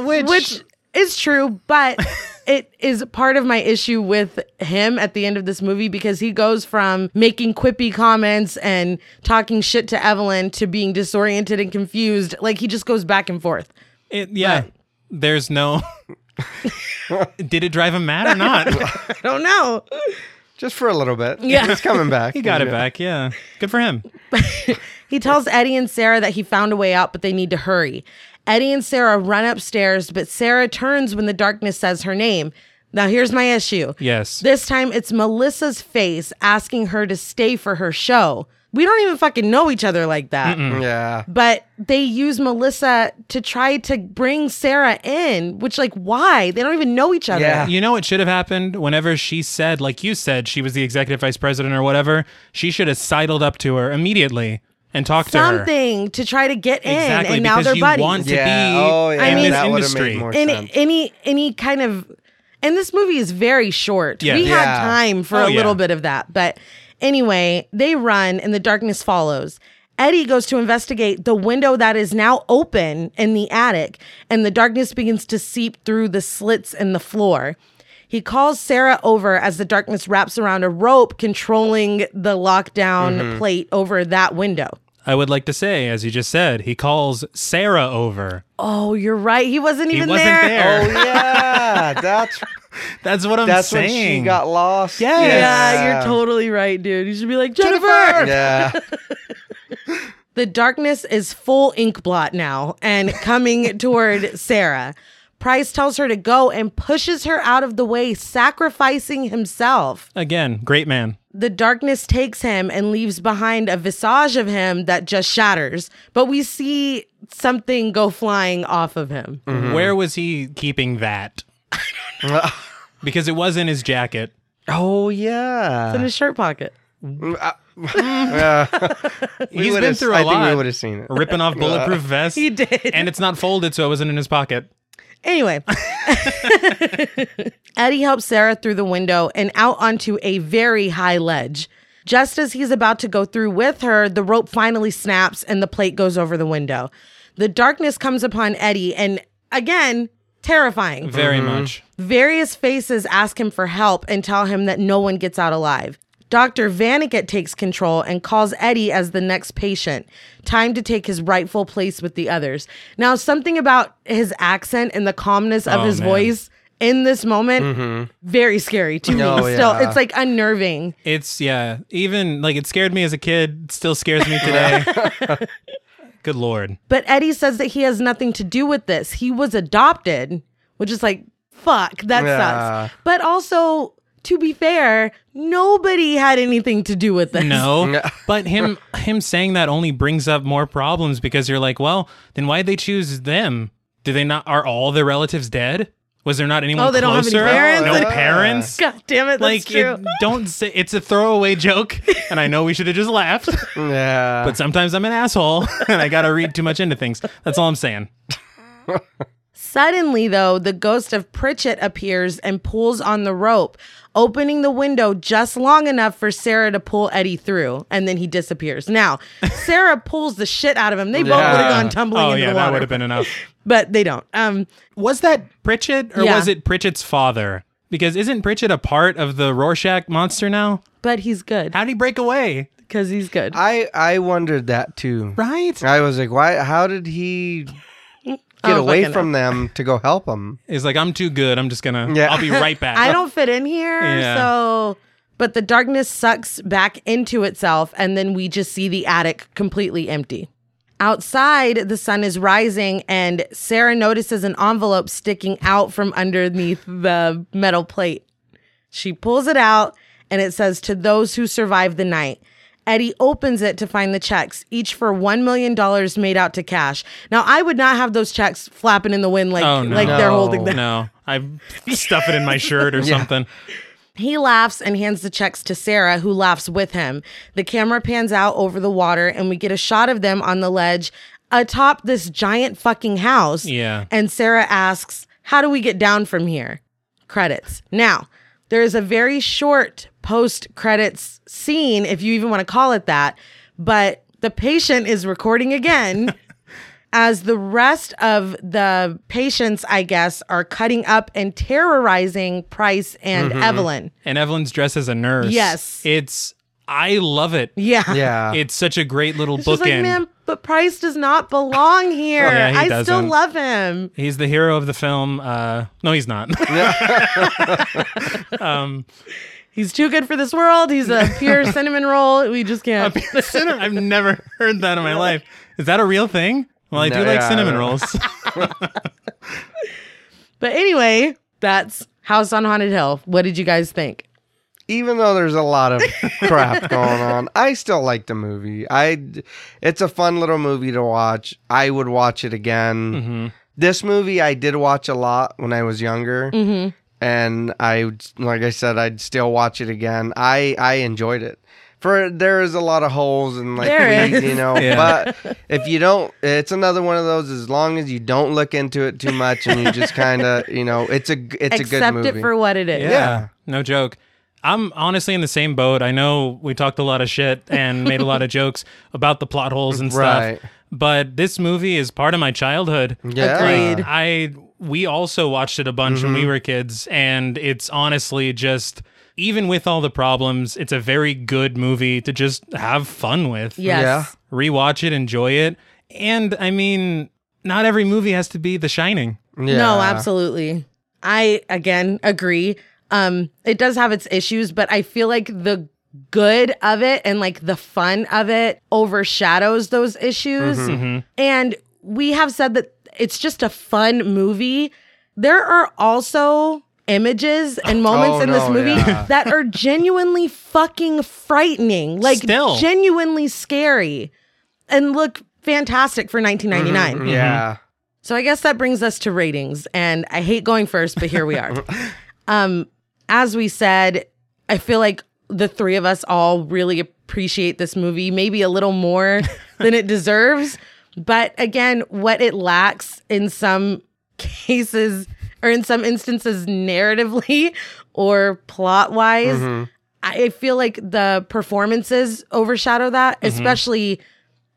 Speaker 3: Which,
Speaker 1: which is true, but it is part of my issue with him at the end of this movie because he goes from making quippy comments and talking shit to Evelyn to being disoriented and confused. Like he just goes back and forth.
Speaker 3: it, yeah, there's no. <laughs> Did it drive him mad
Speaker 2: <laughs>
Speaker 3: or not? <laughs>
Speaker 1: I don't know.
Speaker 2: Just for a little bit.
Speaker 1: Yeah.
Speaker 2: He's coming back.
Speaker 3: <laughs> he got it
Speaker 2: Yeah.
Speaker 3: back. Yeah, good for him.
Speaker 1: He tells Eddie and Sarah that he found a way out, but they need to hurry. Eddie and Sarah run upstairs, but Sarah turns when the darkness says her name. Now, here's my issue.
Speaker 3: Yes.
Speaker 1: This time it's Melissa's face asking her to stay for her show. We don't even fucking know each other like that.
Speaker 2: Yeah.
Speaker 1: But they use Melissa to try to bring Sarah in, which, like, why? They don't even know each other.
Speaker 2: Yeah.
Speaker 3: You know what should have happened? Whenever she said, like you said, she was the executive vice president or whatever, she should have sidled up to her immediately and talked to her.
Speaker 1: Something to try to get in,
Speaker 3: Exactly,
Speaker 1: and now
Speaker 3: because
Speaker 1: they're
Speaker 3: you
Speaker 1: buddies.
Speaker 3: want to
Speaker 2: Yeah.
Speaker 3: be
Speaker 2: Oh, yeah.
Speaker 3: in
Speaker 1: I mean-
Speaker 3: this
Speaker 2: that would've
Speaker 3: industry.
Speaker 2: made more sense.
Speaker 1: any any any kind of and this movie is very short
Speaker 3: Yeah.
Speaker 1: we had
Speaker 2: Yeah.
Speaker 1: time for
Speaker 3: Oh,
Speaker 1: a little
Speaker 3: yeah.
Speaker 1: bit of that but anyway they run and the darkness follows eddie goes to investigate the window that is now open in the attic and the darkness begins to seep through the slits in the floor he calls Sarah over as the darkness wraps around a rope controlling the lockdown
Speaker 3: Mm-hmm.
Speaker 1: plate over that window.
Speaker 3: I would like to say, as you just said, he calls Sarah over.
Speaker 1: Oh, you're right. He wasn't
Speaker 3: He
Speaker 1: even
Speaker 3: wasn't there.
Speaker 2: Oh
Speaker 3: <laughs>
Speaker 2: yeah. That's
Speaker 3: That's what I'm
Speaker 2: that's when
Speaker 3: saying.
Speaker 2: she got lost.
Speaker 3: Yes.
Speaker 1: Yeah, you're totally right, dude. You should be like, Jennifer!
Speaker 2: Yeah.
Speaker 1: The darkness is full ink blot now and coming <laughs> toward Sarah. Price tells her to go and pushes her out of the way, sacrificing himself.
Speaker 3: Again, great man.
Speaker 1: The darkness takes him and leaves behind a visage of him that just shatters, but we see something go flying off of him.
Speaker 2: Mm-hmm.
Speaker 3: Where was he keeping
Speaker 2: <laughs>
Speaker 3: that? Because it was in his jacket.
Speaker 1: <laughs>
Speaker 2: oh
Speaker 1: In
Speaker 2: yeah.
Speaker 1: his shirt pocket.
Speaker 2: We
Speaker 3: He's
Speaker 2: would've-
Speaker 3: been through a
Speaker 2: I
Speaker 3: lot.
Speaker 2: think we would have seen it.
Speaker 3: ripping off bulletproof vests. He
Speaker 1: did.
Speaker 3: and it's not folded, so it wasn't in his pocket.
Speaker 1: Anyway, Eddie helps Sarah through the window and out onto a very high ledge. Just as he's about to go through with her, the rope finally snaps and the plate goes over the window. The darkness comes upon Eddie, and again, terrifying.
Speaker 3: Very much.
Speaker 1: Various faces ask him for help and tell him that no one gets out alive. Dr. Vaniket takes control and calls Eddie as the next patient. Time to take his rightful place with the others. Now, something about his accent and the calmness of
Speaker 3: Oh,
Speaker 1: his
Speaker 3: man.
Speaker 1: voice in this moment, very scary to me.
Speaker 2: Mm-hmm.
Speaker 1: <laughs>
Speaker 2: Oh,
Speaker 1: Still,
Speaker 2: yeah.
Speaker 1: it's like unnerving.
Speaker 3: It's yeah. Even like it scared me as a kid. Still scares me today. <laughs> Good lord.
Speaker 1: But Eddie says that he has nothing to do with this. He was adopted, which is like, fuck, that
Speaker 2: Yeah.
Speaker 1: sucks. But also, to be fair, nobody had anything to do with this.
Speaker 3: No, but him him saying that only brings up more problems because you're like, well, then why would they choose them? Do they not? Are all their relatives dead? Was there not anyone?
Speaker 1: Oh, they don't have any
Speaker 3: closer?
Speaker 1: parents?
Speaker 3: No
Speaker 1: <laughs>
Speaker 3: parents.
Speaker 1: God damn it, that's
Speaker 3: Like,
Speaker 1: true.
Speaker 3: it, don't say it's a throwaway joke, and I know we should have just laughed.
Speaker 2: Yeah.
Speaker 3: But sometimes I'm an asshole, <laughs> and I gotta read too much into things. That's all I'm saying.
Speaker 1: Suddenly, though, the ghost of Pritchett appears and pulls on the rope, opening the window just long enough for Sarah to pull Eddie through, and then he disappears.
Speaker 3: <laughs>
Speaker 1: Now, Sarah pulls the shit out of him. They both
Speaker 2: Yeah.
Speaker 1: would have gone tumbling
Speaker 3: oh
Speaker 1: into
Speaker 3: yeah,
Speaker 1: the
Speaker 3: that would
Speaker 1: water,
Speaker 3: have been enough.
Speaker 1: but they don't. Um,
Speaker 3: <laughs> Was that Pritchett or
Speaker 1: Yeah.
Speaker 3: was it Pritchett's father? Because isn't Pritchett a part of the Rorschach monster now?
Speaker 1: but he's good
Speaker 3: How would he break away?
Speaker 1: because he's good.
Speaker 2: I I wondered that too.
Speaker 3: Right?
Speaker 2: I was like, why? How did he get
Speaker 1: don't
Speaker 2: away
Speaker 1: fucking
Speaker 2: from them to go help them?
Speaker 3: He's like, I'm too good. I'm just gonna.
Speaker 2: Yeah.
Speaker 3: I'll be right <laughs> back.
Speaker 1: I don't fit in here,
Speaker 3: Yeah.
Speaker 1: so. But the darkness sucks back into itself, and then we just see the attic completely empty. Outside, the sun is rising, and Sarah notices an envelope sticking out from underneath the metal plate. She pulls it out, and it says, To those who survive the night. Eddie opens it to find the checks, each for $1 million made out to cash. Now, I would not have those checks flapping in the wind like,
Speaker 3: Oh, no.
Speaker 1: like they're
Speaker 2: No.
Speaker 1: holding them.
Speaker 3: No, I stuff it in my
Speaker 2: <laughs>
Speaker 3: shirt or something.
Speaker 1: He laughs and hands the checks to Sarah, who laughs with him. The camera pans out over the water, and we get a shot of them on the ledge atop this giant fucking house.
Speaker 3: Yeah.
Speaker 1: And Sarah asks, How do we get down from here? Credits. Now, there is a very short post credits scene, if you even want to call it that, but the patient is recording again. as the rest of the patients, I guess, are cutting up and terrorizing Price and Evelyn.
Speaker 3: And Evelyn's dressed as a nurse.
Speaker 1: Yes.
Speaker 3: It's. I love it.
Speaker 1: Yeah.
Speaker 2: Yeah.
Speaker 3: <laughs> It's such a great little
Speaker 1: She's like,
Speaker 3: bookend.
Speaker 1: man, but Price does not belong here.
Speaker 3: Yeah, he
Speaker 1: I still
Speaker 3: doesn't.
Speaker 1: love him.
Speaker 3: he's the hero of the film. Uh, no, he's not. <laughs>
Speaker 1: He's too good for this world. He's a
Speaker 3: <laughs>
Speaker 1: pure cinnamon roll. We just can't.
Speaker 3: Cinnamon- I've never heard that in my life. Is that a real thing? Well, I do
Speaker 2: No,
Speaker 3: like
Speaker 2: yeah, I
Speaker 3: cinnamon
Speaker 2: don't- <laughs>
Speaker 3: rolls. <laughs>
Speaker 1: But anyway, that's House on Haunted Hill. What did you guys think?
Speaker 2: Even though there's a lot of crap going on, I still like the movie. I, it's a fun little movie to watch. I would watch it again. This movie I did watch a lot when I was younger,
Speaker 1: Mm-hmm.
Speaker 2: and I, would- like I said, I'd still watch it again. I I enjoyed it. For there is a lot of holes and like
Speaker 1: There
Speaker 2: we-
Speaker 1: is.
Speaker 2: you know,
Speaker 3: Yeah.
Speaker 2: but if you don't, it's another one of those. As long as you don't look into it too much and you just kind of, you know, it's a g- it's a good
Speaker 1: Accept
Speaker 2: movie.
Speaker 1: it for what it is.
Speaker 3: Yeah. No joke. I'm honestly in the same boat. I know we talked a lot of shit and made a lot of jokes about the plot holes and stuff.
Speaker 2: Right.
Speaker 3: But this movie is part of my childhood.
Speaker 2: Yeah. Mm-hmm.
Speaker 1: Agreed.
Speaker 3: I we also watched it a bunch when we were kids and it's honestly just even with all the problems, it's a very good movie to just have fun with.
Speaker 1: Yes.
Speaker 2: Yeah.
Speaker 3: Rewatch it, enjoy it. And I mean, not every movie has to be The Shining.
Speaker 2: Yeah.
Speaker 1: No, absolutely. I again agree. Um, it does have its issues, but I feel like the good of it and like the fun of it overshadows those issues.
Speaker 2: Mm-hmm,
Speaker 1: And we have said that it's just a fun movie. There are also images and moments
Speaker 2: Oh,
Speaker 1: in this
Speaker 2: no,
Speaker 1: movie
Speaker 2: yeah.
Speaker 1: <laughs> that are genuinely fucking frightening, like
Speaker 3: Still.
Speaker 1: genuinely scary and look fantastic for
Speaker 2: Mm-hmm,
Speaker 1: 1999.
Speaker 2: Yeah.
Speaker 1: So I guess that brings us to ratings. And I hate going first, but here we are.
Speaker 2: <laughs>
Speaker 1: um, as we said, I feel like the three of us all really appreciate this movie, maybe a little
Speaker 2: <laughs>
Speaker 1: more than it deserves. But again, what it lacks in some <laughs> cases or in some instances narratively <laughs> or plot wise,
Speaker 2: Mm-hmm.
Speaker 1: I I feel like the performances overshadow that,
Speaker 2: Mm-hmm.
Speaker 1: especially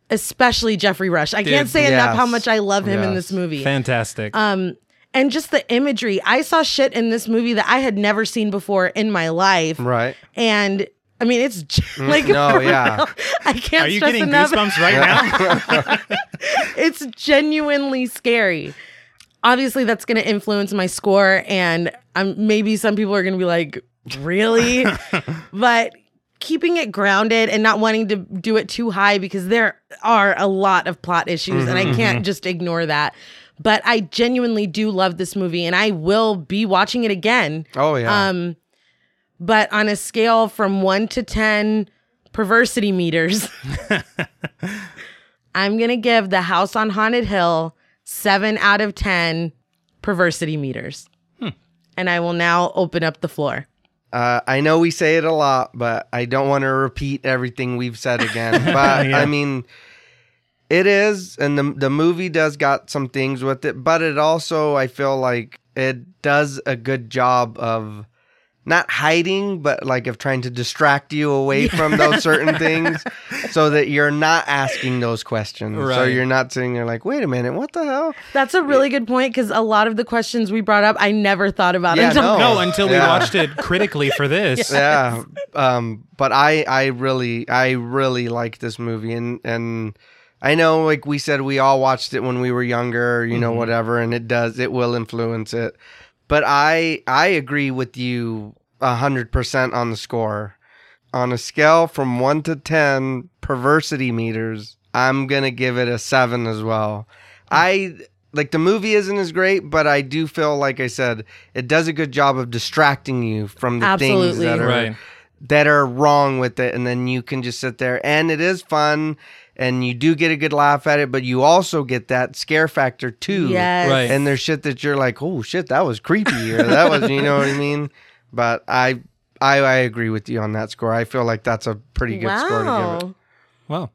Speaker 1: especially Jeffrey Rush. I can't say enough how
Speaker 2: yes.
Speaker 1: much I love him in
Speaker 2: Yes.
Speaker 1: this movie.
Speaker 3: Fantastic.
Speaker 1: and just the imagery. I saw shit in this movie that I had never seen before in my life.
Speaker 2: Right.
Speaker 1: And I mean, it's j- <laughs> like
Speaker 2: <laughs> No, yeah.
Speaker 1: I can't
Speaker 3: Mm, Are you
Speaker 1: stress
Speaker 3: getting
Speaker 1: enough.
Speaker 3: goosebumps right now?
Speaker 1: <laughs> It's genuinely scary. Obviously, that's going to influence my score, and I'm maybe some people are going to be like, "Really?" but keeping it grounded and not wanting to do it too high because there are a lot of plot issues, and I can't just ignore that. But I genuinely do love this movie, and I will be watching it again.
Speaker 2: Oh yeah.
Speaker 1: Um, but on a scale from one to 10 perversity meters, I'm going to give The House on Haunted Hill seven out of 10 perversity meters. And I will now open up the floor.
Speaker 2: Uh, I know we say it a lot, but I don't want to repeat everything we've said
Speaker 3: <laughs>
Speaker 2: again. But
Speaker 3: Yeah.
Speaker 2: I mean, it is, and the the movie does got some things with it, but it also I feel like it does a good job of not hiding, but like of trying to distract you away from those certain
Speaker 3: <laughs>
Speaker 2: things, so that you're not asking those questions. So
Speaker 3: Right.
Speaker 2: you're not sitting there like, wait a minute, what the hell?
Speaker 1: That's a really good point because a lot of the questions we brought up, I never thought about
Speaker 2: Yeah,
Speaker 1: until <laughs>
Speaker 2: no.
Speaker 3: no, until we
Speaker 2: Yeah.
Speaker 3: watched it critically for this.
Speaker 2: <laughs> yeah um but i i really i really like this movie and and i know like we said we all watched it when we were younger you know whatever and it does it will influence it but i i agree with you 100% on the score on a scale from 1 to 10 perversity meters i'm gonna give it a 7 as well i like the movie isn't as great but i do feel like i said it does a good job of distracting you from the things
Speaker 1: Absolutely.
Speaker 2: that are
Speaker 3: Right.
Speaker 2: that are wrong with it and then you can just sit there and it is fun and you do get a good laugh at it but you also get that scare factor too
Speaker 1: Yes.
Speaker 3: Right.
Speaker 2: and there's shit that you're like oh shit that was creepy or that was you know what i mean but i i i agree with you on that score i feel like that's a pretty good score to give
Speaker 1: Wow.
Speaker 2: it
Speaker 3: Well,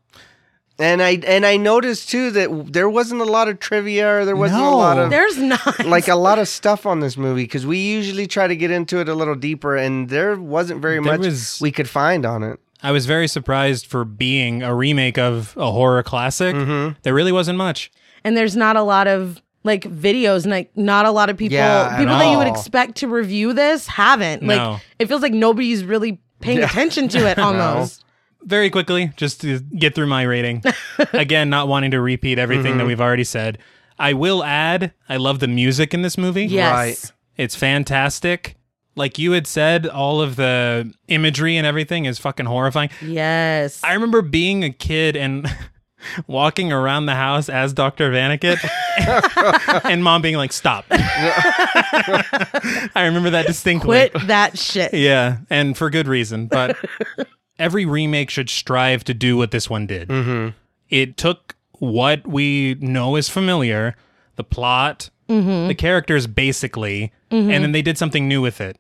Speaker 2: and i and i noticed too that w- there wasn't a lot of trivia or there wasn't
Speaker 3: No.
Speaker 2: a lot of
Speaker 1: There's not.
Speaker 2: like a lot of stuff on this movie because we usually try to get into it a little deeper and there wasn't very
Speaker 3: There
Speaker 2: much
Speaker 3: was-
Speaker 2: we could find on it
Speaker 3: I was very surprised for being a remake of a horror classic. There really wasn't much.
Speaker 1: and there's not a lot of like videos and like not a lot of people
Speaker 2: Yeah, at
Speaker 1: people that you would
Speaker 2: all.
Speaker 1: expect to review this haven't
Speaker 3: No.
Speaker 1: like it feels like nobody's really paying attention to
Speaker 2: <laughs>
Speaker 1: it almost
Speaker 3: very quickly, just to get through my rating. Again, not wanting to repeat everything that we've already said. I will add, I love the music in this movie.
Speaker 1: yes
Speaker 2: Right.
Speaker 3: It's fantastic. Like you had said, all of the imagery and everything is fucking horrifying.
Speaker 1: yes
Speaker 3: I remember being a kid and <laughs> walking around the house as Dr. Vaniket and mom being like, stop. <laughs> I remember that distinctly. <laughs>
Speaker 1: quit that shit
Speaker 3: Yeah, and for good
Speaker 1: <laughs>
Speaker 3: reason. But every remake should strive to do what this one did. Mm-hmm. It took what we know is familiar, the plot,
Speaker 1: Mm-hmm.
Speaker 3: the characters, basically, and then they did something new with it.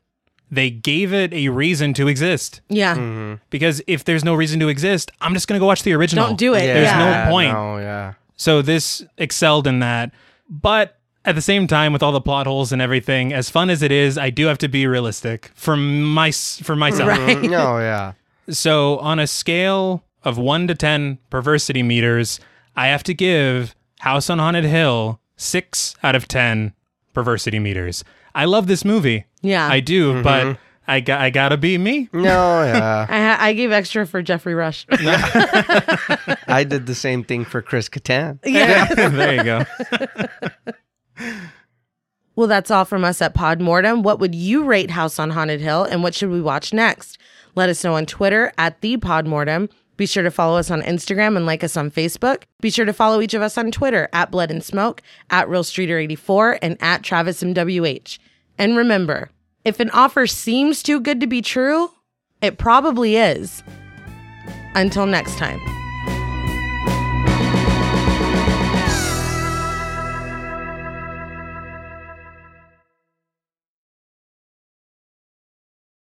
Speaker 3: They gave it a reason to exist.
Speaker 1: yeah
Speaker 3: Because if there's no reason to exist, I'm just going to go watch the original.
Speaker 1: don't do it
Speaker 3: There's
Speaker 1: yeah.
Speaker 3: no point.
Speaker 2: Mm-hmm. no yeah
Speaker 3: So this excelled in that. But at the same time, with all the plot holes and everything, as fun as it is, I do have to be realistic for my for myself.
Speaker 2: No, yeah.
Speaker 3: So on a scale of one to ten perversity meters, I have to give House on Haunted Hill six out of ten perversity meters. I love this movie.
Speaker 1: Yeah.
Speaker 3: I do, but I got I gotta be me.
Speaker 2: No, yeah.
Speaker 1: I, ha- I gave extra for Jeffrey Rush. <laughs>
Speaker 2: I did the same thing for Chris Kattan.
Speaker 1: yeah.
Speaker 3: <laughs> there you go.
Speaker 1: Well, that's all from us at Podmortem. What would you rate House on Haunted Hill and what should we watch next? Let us know on Twitter at the Podmortem. Be sure to follow us on Instagram and like us on Facebook. Be sure to follow each of us on Twitter at Blood and Smoke, at Real Streeter84, and at Travis MWH. And remember, if an offer seems too good to be true, it probably is. Until next time.